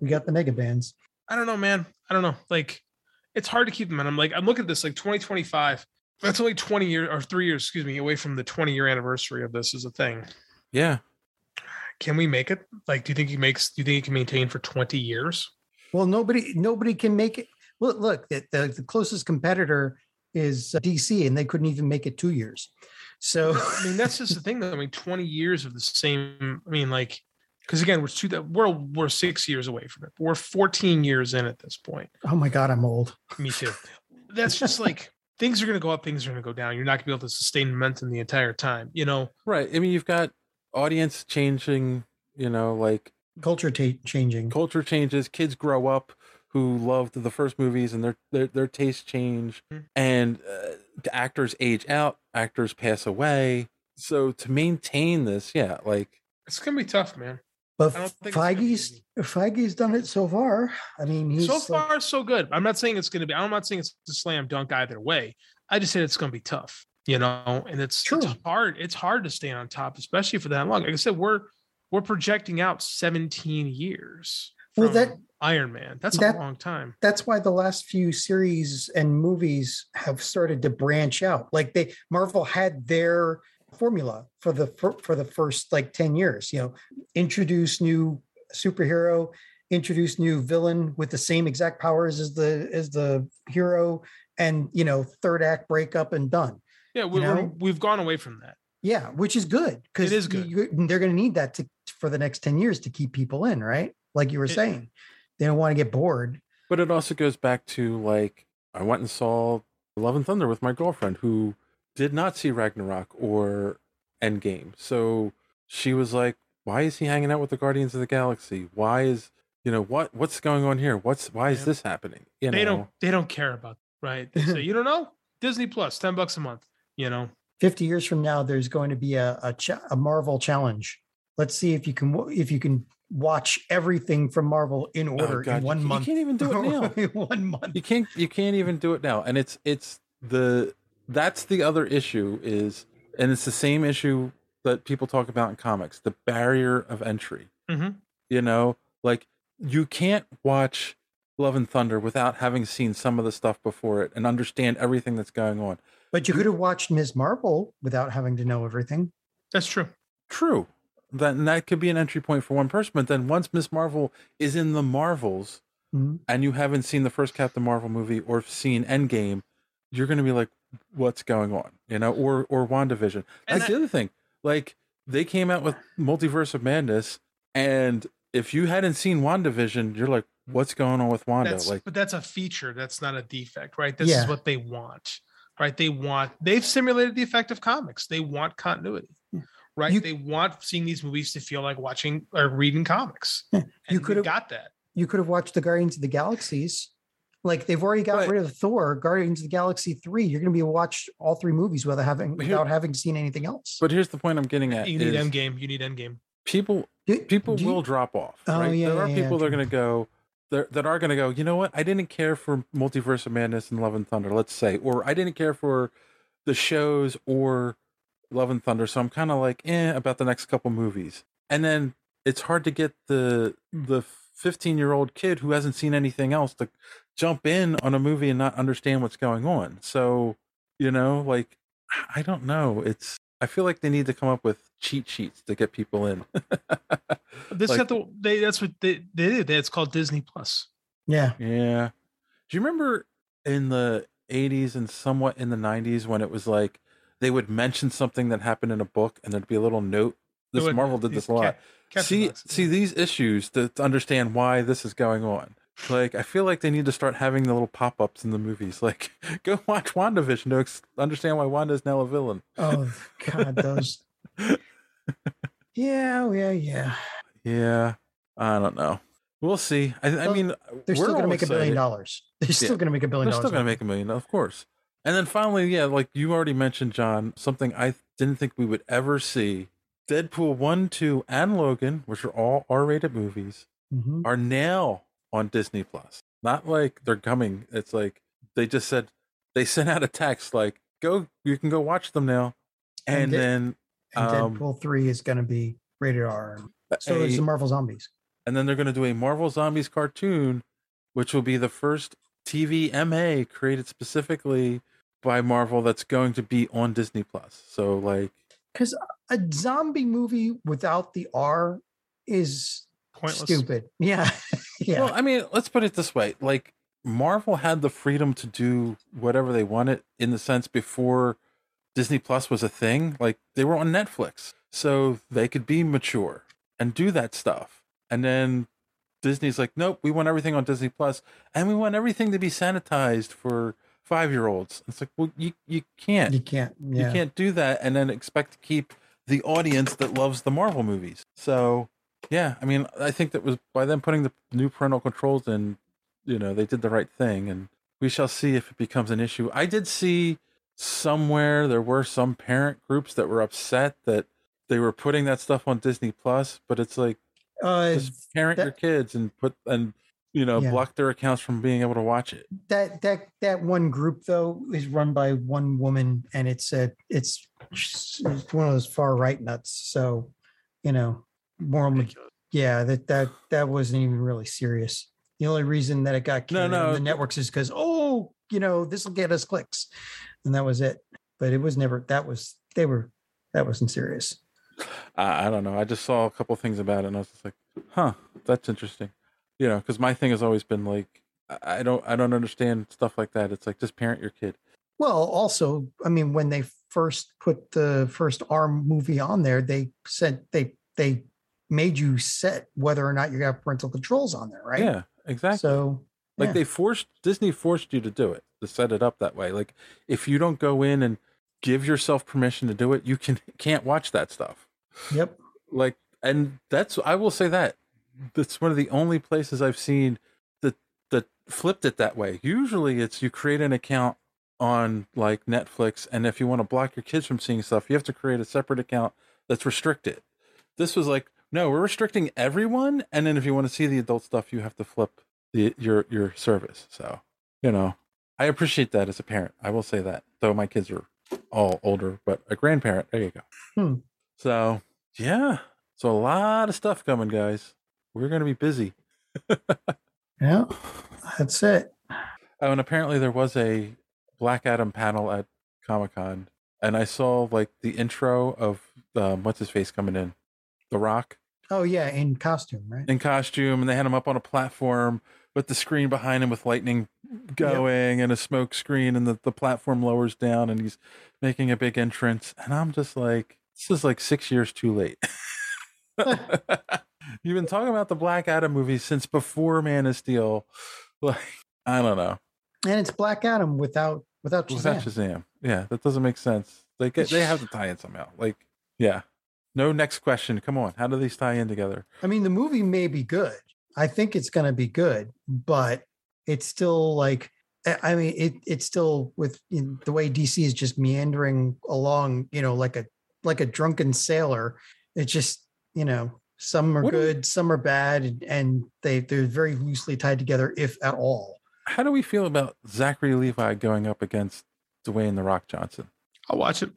[SPEAKER 4] [LAUGHS] we got the mega bands.
[SPEAKER 8] I don't know, man. I don't know. Like, it's hard to keep them. And I'm like, I'm looking at this like 2025. That's only 20 years or three years, excuse me, away from the 20 year anniversary of this is a thing.
[SPEAKER 7] Yeah.
[SPEAKER 8] Can we make it? Like, do you think he makes? Do you think he can maintain for 20 years?
[SPEAKER 4] Well, nobody nobody can make it. Well, look, the, the, the closest competitor is uh, DC, and they couldn't even make it two years. So [LAUGHS]
[SPEAKER 8] I mean, that's just the thing. Though. I mean, 20 years of the same. I mean, like, because again, we're two. We're we're six years away from it. We're 14 years in at this point.
[SPEAKER 4] oh my god, I'm old.
[SPEAKER 8] Me too. That's just like things are going to go up, things are going to go down. You're not going to be able to sustain momentum the entire time. You know,
[SPEAKER 7] Right. I mean, you've got audience changing, you know, like
[SPEAKER 4] culture ta- changing.
[SPEAKER 7] Culture changes, kids grow up who loved the first movies and their their, their tastes change
[SPEAKER 4] Hmm.
[SPEAKER 7] and uh, the actors age out, actors pass away. So to maintain this, yeah, like
[SPEAKER 8] it's going to be tough, man.
[SPEAKER 4] But
[SPEAKER 8] I don't think it's gonna be
[SPEAKER 4] Feige's Feige's done it so far. I mean, he's uh,
[SPEAKER 8] so
[SPEAKER 4] like-
[SPEAKER 8] far so good. I'm not saying it's going to be. I'm not saying it's a slam dunk either way. I just said it's going to be tough, you know. And it's, it's hard. It's hard to stay on top, especially for that long. Like I said, we're we're projecting out 17 years.
[SPEAKER 4] Well,
[SPEAKER 8] from
[SPEAKER 4] that-
[SPEAKER 8] Iron Man. That's
[SPEAKER 4] that-
[SPEAKER 8] a long time.
[SPEAKER 4] that's why the last few series and movies have started to branch out. Like they Marvel had their formula for the for, for the first like 10 years, you know, introduce new superhero, introduce new villain with the same exact powers as the as the hero and, you know, third act breakup and done.
[SPEAKER 8] Yeah, we,
[SPEAKER 4] You
[SPEAKER 8] we're,
[SPEAKER 4] know?
[SPEAKER 8] we've gone away from that.
[SPEAKER 4] Yeah, which is good because
[SPEAKER 8] It is good.
[SPEAKER 4] they're going to need that to for the next 10 years to keep people in, right? Like you were saying. They don't want to get bored.
[SPEAKER 7] But it also goes back to like I went and saw Love and Thunder with my girlfriend who did not see Ragnarok or Endgame. So she was like, "Why is he hanging out with the Guardians of the Galaxy? Why is you know what what's going on here? What's why is
[SPEAKER 8] Yeah.
[SPEAKER 7] this happening?" You
[SPEAKER 8] they
[SPEAKER 7] know,
[SPEAKER 8] don't. They don't care about right.
[SPEAKER 4] [LAUGHS]
[SPEAKER 8] They say you don't know Disney Plus, ten bucks a month. You know,
[SPEAKER 4] 50 years from now there's going to be a a, cha- a marvel challenge let's see if you can wa- if you can watch everything from marvel in order
[SPEAKER 7] Oh, God,
[SPEAKER 4] in
[SPEAKER 7] you
[SPEAKER 4] one
[SPEAKER 7] ca- you
[SPEAKER 4] month
[SPEAKER 7] can't even do
[SPEAKER 4] [LAUGHS]
[SPEAKER 7] it now.
[SPEAKER 4] In one month
[SPEAKER 7] you can't you can't even do it now and it's it's the that's the other issue is and it's the same issue that people talk about in comics the barrier of entry
[SPEAKER 8] Mhm.
[SPEAKER 7] you know like you can't watch love and thunder without having seen some of the stuff before it and understand everything that's going on
[SPEAKER 4] but you could have watched ms marvel without having to know everything
[SPEAKER 8] that's true
[SPEAKER 7] true that and that could be an entry point for one person but then once miss marvel is in the marvels
[SPEAKER 4] Mhm.
[SPEAKER 7] and you haven't seen the first Captain Marvel movie or seen Endgame, you're going to be like, "What's going on?" You know, or or WandaVision.
[SPEAKER 8] And
[SPEAKER 7] That's
[SPEAKER 8] I-
[SPEAKER 7] the other thing. Like they came out with Multiverse of Madness, and if you hadn't seen WandaVision, you're like, "What's going on with Wanda?"
[SPEAKER 8] That's,
[SPEAKER 7] like,
[SPEAKER 8] but that's a feature. That's not a defect, right? This
[SPEAKER 7] Yeah.
[SPEAKER 8] is what they want, right? They want. They've simulated the effect of comics. They want continuity, right? they want seeing these movies to feel like watching or reading comics. you could have got that.
[SPEAKER 4] you could have watched the guardians of the galaxies like they've already got rid of thor guardians of the galaxy 3 you're going to be watched all three movies without having without having seen anything else
[SPEAKER 7] but here's the point I'm getting at:
[SPEAKER 8] You need
[SPEAKER 7] is
[SPEAKER 8] end game. You need end game.
[SPEAKER 7] people people will drop off.
[SPEAKER 8] Oh,
[SPEAKER 7] right?
[SPEAKER 8] yeah,
[SPEAKER 7] there are
[SPEAKER 8] yeah, yeah,
[SPEAKER 7] people that are going to go. That that are going to go, you know what? I didn't care for Multiverse of Madness and Love and Thunder, let's say, or I didn't care for the shows or Love and Thunder. So I'm kind of like, eh, about the next couple movies. And then it's hard to get the the 15 year old kid who hasn't seen anything else to jump in on a movie and not understand what's going on. So you know, like I don't know. It's I feel like they need to come up with cheat sheets to get people in. [LAUGHS]
[SPEAKER 8] This
[SPEAKER 7] Like-
[SPEAKER 8] got the. They, that's what they, they did. It's called Disney Plus.
[SPEAKER 4] Yeah.
[SPEAKER 7] Yeah. Do you remember in the 80s and somewhat in the 90s when it was like they would mention something that happened in a book and there'd be a little note?
[SPEAKER 8] It
[SPEAKER 7] This
[SPEAKER 8] would-
[SPEAKER 7] Marvel did this a
[SPEAKER 8] ca-
[SPEAKER 7] lot.
[SPEAKER 8] caption
[SPEAKER 7] see, see these issues to, to understand why this is going on. Like I feel like they need to start having the little pop ups in the movies. [LAUGHS] Like go watch WandaVision to ex- understand why Wanda is now a villain.
[SPEAKER 4] Oh
[SPEAKER 7] [LAUGHS]
[SPEAKER 4] God, those. yeah, oh, yeah, yeah.
[SPEAKER 7] Yeah, I don't know. We'll see. I, I
[SPEAKER 4] Well,
[SPEAKER 7] mean,
[SPEAKER 4] They're
[SPEAKER 7] we're
[SPEAKER 4] still going
[SPEAKER 7] all
[SPEAKER 4] to make a billion
[SPEAKER 7] excited.
[SPEAKER 4] dollars. They're still
[SPEAKER 7] Yeah.
[SPEAKER 4] going to make a billion
[SPEAKER 7] They're
[SPEAKER 4] dollars.
[SPEAKER 7] still going to make a million, of course. And then finally, yeah, like you already mentioned, John, something I didn't think we would ever see. Deadpool 1, 2, and Logan, which are all R rated movies,
[SPEAKER 4] Mhm.
[SPEAKER 7] are now on Disney Plus. Not like they're coming. It's like they just said, they sent out a text like, go, you can go watch them now. And,
[SPEAKER 4] And Dead-
[SPEAKER 7] then,
[SPEAKER 4] And
[SPEAKER 7] um,
[SPEAKER 4] Deadpool three is going to be rated R. So is
[SPEAKER 7] a-
[SPEAKER 4] the Marvel Zombies.
[SPEAKER 7] and then they're going to do a Marvel Zombies cartoon, which will be the first TV MA created specifically by Marvel that's going to be on Disney Plus. So like,
[SPEAKER 4] Because a zombie movie without the R is
[SPEAKER 8] Pointless.
[SPEAKER 4] stupid. Yeah, [LAUGHS] yeah.
[SPEAKER 7] well, I mean, let's put it this way: like Marvel had the freedom to do whatever they wanted in the sense before Disney Plus was a thing. Like they were on Netflix, so they could be mature and do that stuff. And then Disney's like, nope, we want everything on Disney Plus, and we want everything to be sanitized for five-year-olds. It's like, well, you you can't,
[SPEAKER 4] you can't. Yeah.
[SPEAKER 7] you can't do that, and then expect to keep the audience that loves the Marvel movies. So, yeah, I mean, I think that was by them putting the new parental controls in. You know, they did the right thing, and we shall see if it becomes an issue. I did see somewhere there were some parent groups that were upset that they were putting that stuff on Disney Plus, but it's like
[SPEAKER 4] Uh,
[SPEAKER 7] just parent your
[SPEAKER 4] that-
[SPEAKER 7] kids and put and you know
[SPEAKER 4] Yeah.
[SPEAKER 7] block their accounts from being able to watch it.
[SPEAKER 4] that that that one group though is run by one woman, and it's a it's, it's one of those far right nuts. So, you know, moral. ma- Yeah, that that that wasn't even really serious. The only reason that it got
[SPEAKER 7] No,
[SPEAKER 4] carried no,
[SPEAKER 7] no.
[SPEAKER 4] the networks is because oh, you know, this will get us clicks, and that was it. But it was never. That was they were. That wasn't serious.
[SPEAKER 7] I, I don't know. I just saw a couple things about it, and I was just like, "Huh, that's interesting." You know, because my thing has always been like, I I don't, I don't understand stuff like that. It's like just parent your kid.
[SPEAKER 4] Well, also, I mean, when they first put the first arm movie on there, they said they they made you set whether or not you have parental controls on there, right?
[SPEAKER 7] Yeah, exactly.
[SPEAKER 4] So
[SPEAKER 7] like
[SPEAKER 4] yeah.
[SPEAKER 7] they forced Disney forced you to do it to set it up that way. Like if you don't go in and give yourself permission to do it, you can can't watch that stuff.
[SPEAKER 4] Yep.
[SPEAKER 7] Like, and that's I will say that that's one of the only places I've seen that that flipped it that way. Usually, it's you create an account on like Netflix, and if you want to block your kids from seeing stuff, you have to create a separate account that's restricted. This was like, no, we're restricting everyone, and then if you want to see the adult stuff, you have to flip the, your your service. So, you know, I appreciate that as a parent. I will say that, though my kids are all older, but a grandparent. There you go.
[SPEAKER 4] Hmm.
[SPEAKER 7] So, yeah. So a lot of stuff coming, guys. We're going to be busy.
[SPEAKER 4] Yeah. That's it.
[SPEAKER 7] Oh, and apparently there was a Black Adam panel at Comic Con, and I saw like the intro of um, what's his face coming in, The Rock
[SPEAKER 4] Oh yeah, in costume, right?
[SPEAKER 7] in costume, and they had him up on a platform with the screen behind him with lightning going and a smoke screen, and the, the platform lowers down, and he's making a big entrance, and I'm just like, this is like six years too late. [LAUGHS] You've been talking about the Black Adam movies since before Man of Steel. Like, I don't know.
[SPEAKER 4] And it's Black Adam without without Shazam.
[SPEAKER 7] Without Shazam. Yeah, that doesn't make sense. They get, they have to tie in somehow. Like, yeah. No next question. Come on. How do these tie in together?
[SPEAKER 4] I mean, the movie may be good. I think it's going to be good, but it's still like I I mean, it it's still with in the way DC is just meandering along, you know, like a like a drunken sailor. It's just you know, some are
[SPEAKER 7] What do you-
[SPEAKER 4] good, some are bad, and- and they they're very loosely tied together, if at all.
[SPEAKER 7] How do we feel about Zachary Levi going up against Dwayne the Rock Johnson?
[SPEAKER 8] I'll watch it.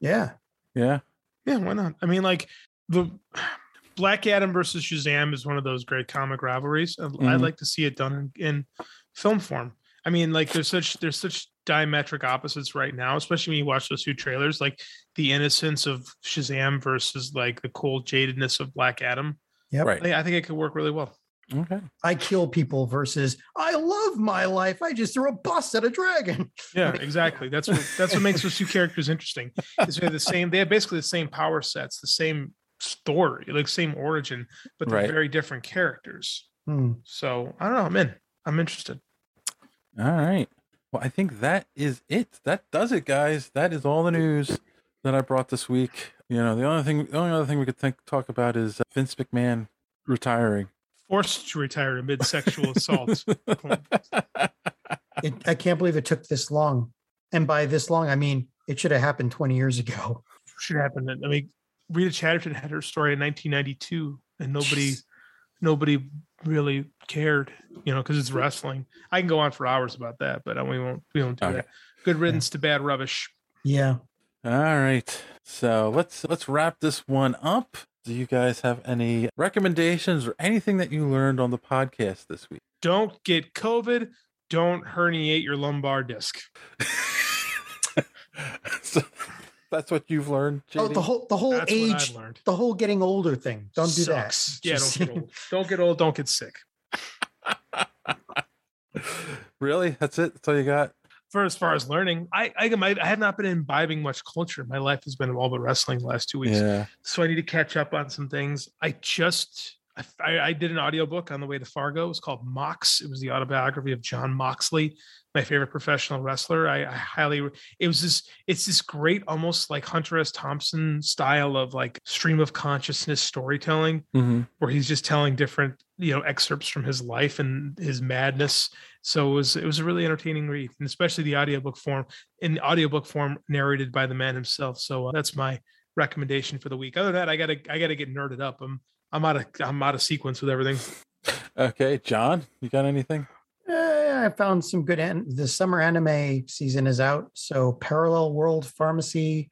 [SPEAKER 4] Yeah,
[SPEAKER 7] Yeah.
[SPEAKER 8] Yeah, why not? I mean, like the [SIGHS] Black Adam versus Shazam is one of those great comic rivalries. I'd I'd
[SPEAKER 7] Mhm.
[SPEAKER 8] like to see it done in, in film form. I mean, like there's such there's such diametric opposites right now, especially when you watch those two trailers, like the innocence of Shazam versus like the cold jadedness of Black Adam.
[SPEAKER 4] Yep.
[SPEAKER 7] Right.
[SPEAKER 8] Yeah, I think it could work really well.
[SPEAKER 7] Okay.
[SPEAKER 4] I kill people versus I love my life. I just threw a bus at a dragon. [LAUGHS]
[SPEAKER 8] Yeah, exactly. That's what that's what makes those two characters interesting. Is they have the same. They have basically the same power sets, the same story, like same origin, but they're
[SPEAKER 7] Right.
[SPEAKER 8] very different characters.
[SPEAKER 4] Hmm.
[SPEAKER 8] So I don't know. I'm in. I'm interested.
[SPEAKER 7] All right. Well, I think that is it. That does it, guys. That is all the news that I brought this week. You know, the only thing, the only other thing we could think, talk about is uh, Vince McMahon retiring.
[SPEAKER 8] Forced to retire amid sexual [LAUGHS] assault.
[SPEAKER 4] It, I can't believe it took this long. And by this long, I mean it should have happened 20 years ago.
[SPEAKER 8] Should happen. I mean, Rita Chatterton had her story in 1992, and nobody, nobody really cared. You know, because it's wrestling. I can go on for hours about that, but uh, we won't. We won't do
[SPEAKER 7] Okay.
[SPEAKER 8] that. Good riddance to bad rubbish.
[SPEAKER 4] Yeah.
[SPEAKER 7] [LAUGHS] All right. So let's let's wrap this one up. Do you guys have any recommendations or anything that you learned on the podcast this week? [LAUGHS]
[SPEAKER 8] Don't get COVID. Don't herniate your lumbar disc.
[SPEAKER 7] So, that's what you've learned.
[SPEAKER 4] Oh, the
[SPEAKER 7] JD?
[SPEAKER 4] whole the whole
[SPEAKER 8] That's what I've
[SPEAKER 4] age,
[SPEAKER 8] learned.
[SPEAKER 4] the whole getting older thing. Don't do
[SPEAKER 8] Sucks.
[SPEAKER 4] that.
[SPEAKER 8] Yeah,
[SPEAKER 4] Just-
[SPEAKER 8] don't get old. Don't get old. Don't get sick.
[SPEAKER 7] really? That's it. That's all you got.
[SPEAKER 8] For as far as learning, I I, might- I have not been imbibing much culture. My life has been all but wrestling the last two weeks.
[SPEAKER 7] Yeah.
[SPEAKER 8] so I need to catch up on some things. I just I, I did an audiobook on the way to Fargo. It was called Mox. It was the autobiography of John Moxley, my favorite professional wrestler. I, I highly it was this it's this great almost like Hunter S. Thompson style of like stream of consciousness storytelling
[SPEAKER 7] Mm-hmm.
[SPEAKER 8] where he's just telling different you know excerpts from his life and his madness so it was it was a really entertaining read and especially the audiobook form in the audiobook form narrated by the man himself so uh, that's my recommendation for the week other than that i gotta i gotta get nerded up i'm i'm out of i'm out of sequence with everything
[SPEAKER 7] Okay, John, you got anything?
[SPEAKER 4] Eh, I found some good. An- the summer anime season is out, so Parallel World Pharmacy,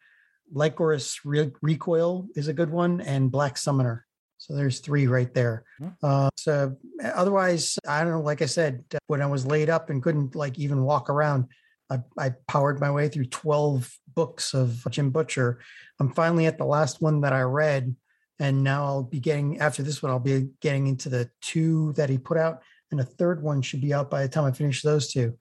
[SPEAKER 4] Lycoris Re- Recoil is a good one, and Black Summoner. So there's three right there. Uh, so otherwise, I don't know. Like I said, uh, when I was laid up and couldn't like even walk around, I, I powered my way through 12 books of Jim Butcher. I'm finally at the last one that I read. And now I'll be getting, after this one, I'll be getting into the two that he put out. And a third one should be out by the time I finish those two.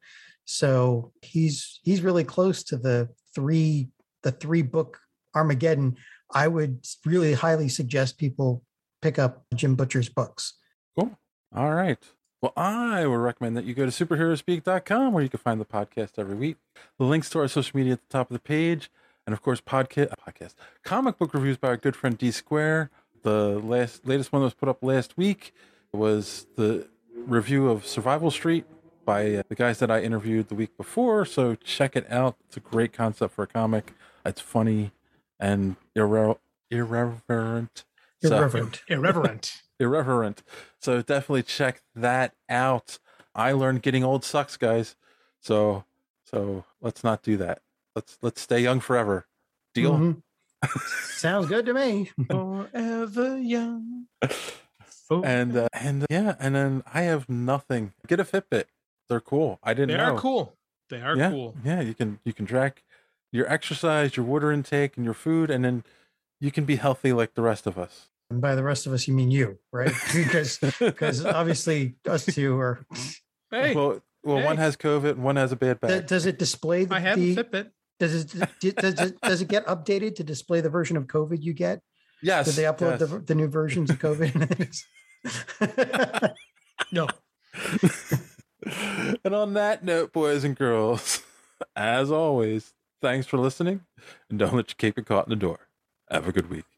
[SPEAKER 4] So he's he's really close to the three, the three book Armageddon. I would really highly suggest people pick up Jim Butcher's books.
[SPEAKER 7] All right. Well, I would recommend that you go to superheroespeak.com where you can find the podcast every week. The links to our social media at the top of the page. And of course, podcast, podcast comic book reviews by our good friend D Square. The last latest one that was put up last week was the review of Survival Street by uh, the guys that I interviewed the week before. So check it out. It's a great concept for a comic. It's funny and irre- irreverent. So-
[SPEAKER 8] irreverent irreverent
[SPEAKER 7] irreverent. So definitely check that out. I learned getting old sucks, guys. So so let's not do that. Let's let's stay young forever. Deal.
[SPEAKER 4] Mhm. Sounds good to me.
[SPEAKER 8] forever young
[SPEAKER 7] [LAUGHS] And uh, and uh, yeah, and then I have nothing. Get a Fitbit. They're cool. I didn't
[SPEAKER 8] they
[SPEAKER 7] know.
[SPEAKER 8] are cool they are
[SPEAKER 7] yeah,
[SPEAKER 8] cool
[SPEAKER 7] Yeah, you can you can track your exercise, your water intake, and your food, and then you can be healthy like the rest of us. [LAUGHS]
[SPEAKER 4] And by the rest of us, you mean you, right? because because obviously us two are.
[SPEAKER 8] hey
[SPEAKER 7] well, well, one
[SPEAKER 8] hey.
[SPEAKER 7] has COVID, and one has a bad back.
[SPEAKER 4] Th- Does it display the?
[SPEAKER 8] i have
[SPEAKER 4] the-
[SPEAKER 8] a fitbit
[SPEAKER 4] does it d- does it does it get updated to display the version of COVID you get?
[SPEAKER 7] yes.
[SPEAKER 4] Did they upload
[SPEAKER 7] yes.
[SPEAKER 4] the, the new versions of
[SPEAKER 7] [LAUGHS]
[SPEAKER 4] COVID? [LAUGHS]
[SPEAKER 8] no
[SPEAKER 7] [LAUGHS] and on that note, boys and girls, [LAUGHS] as always, thanks for listening and don't let your cape get caught in the door. Have a good week.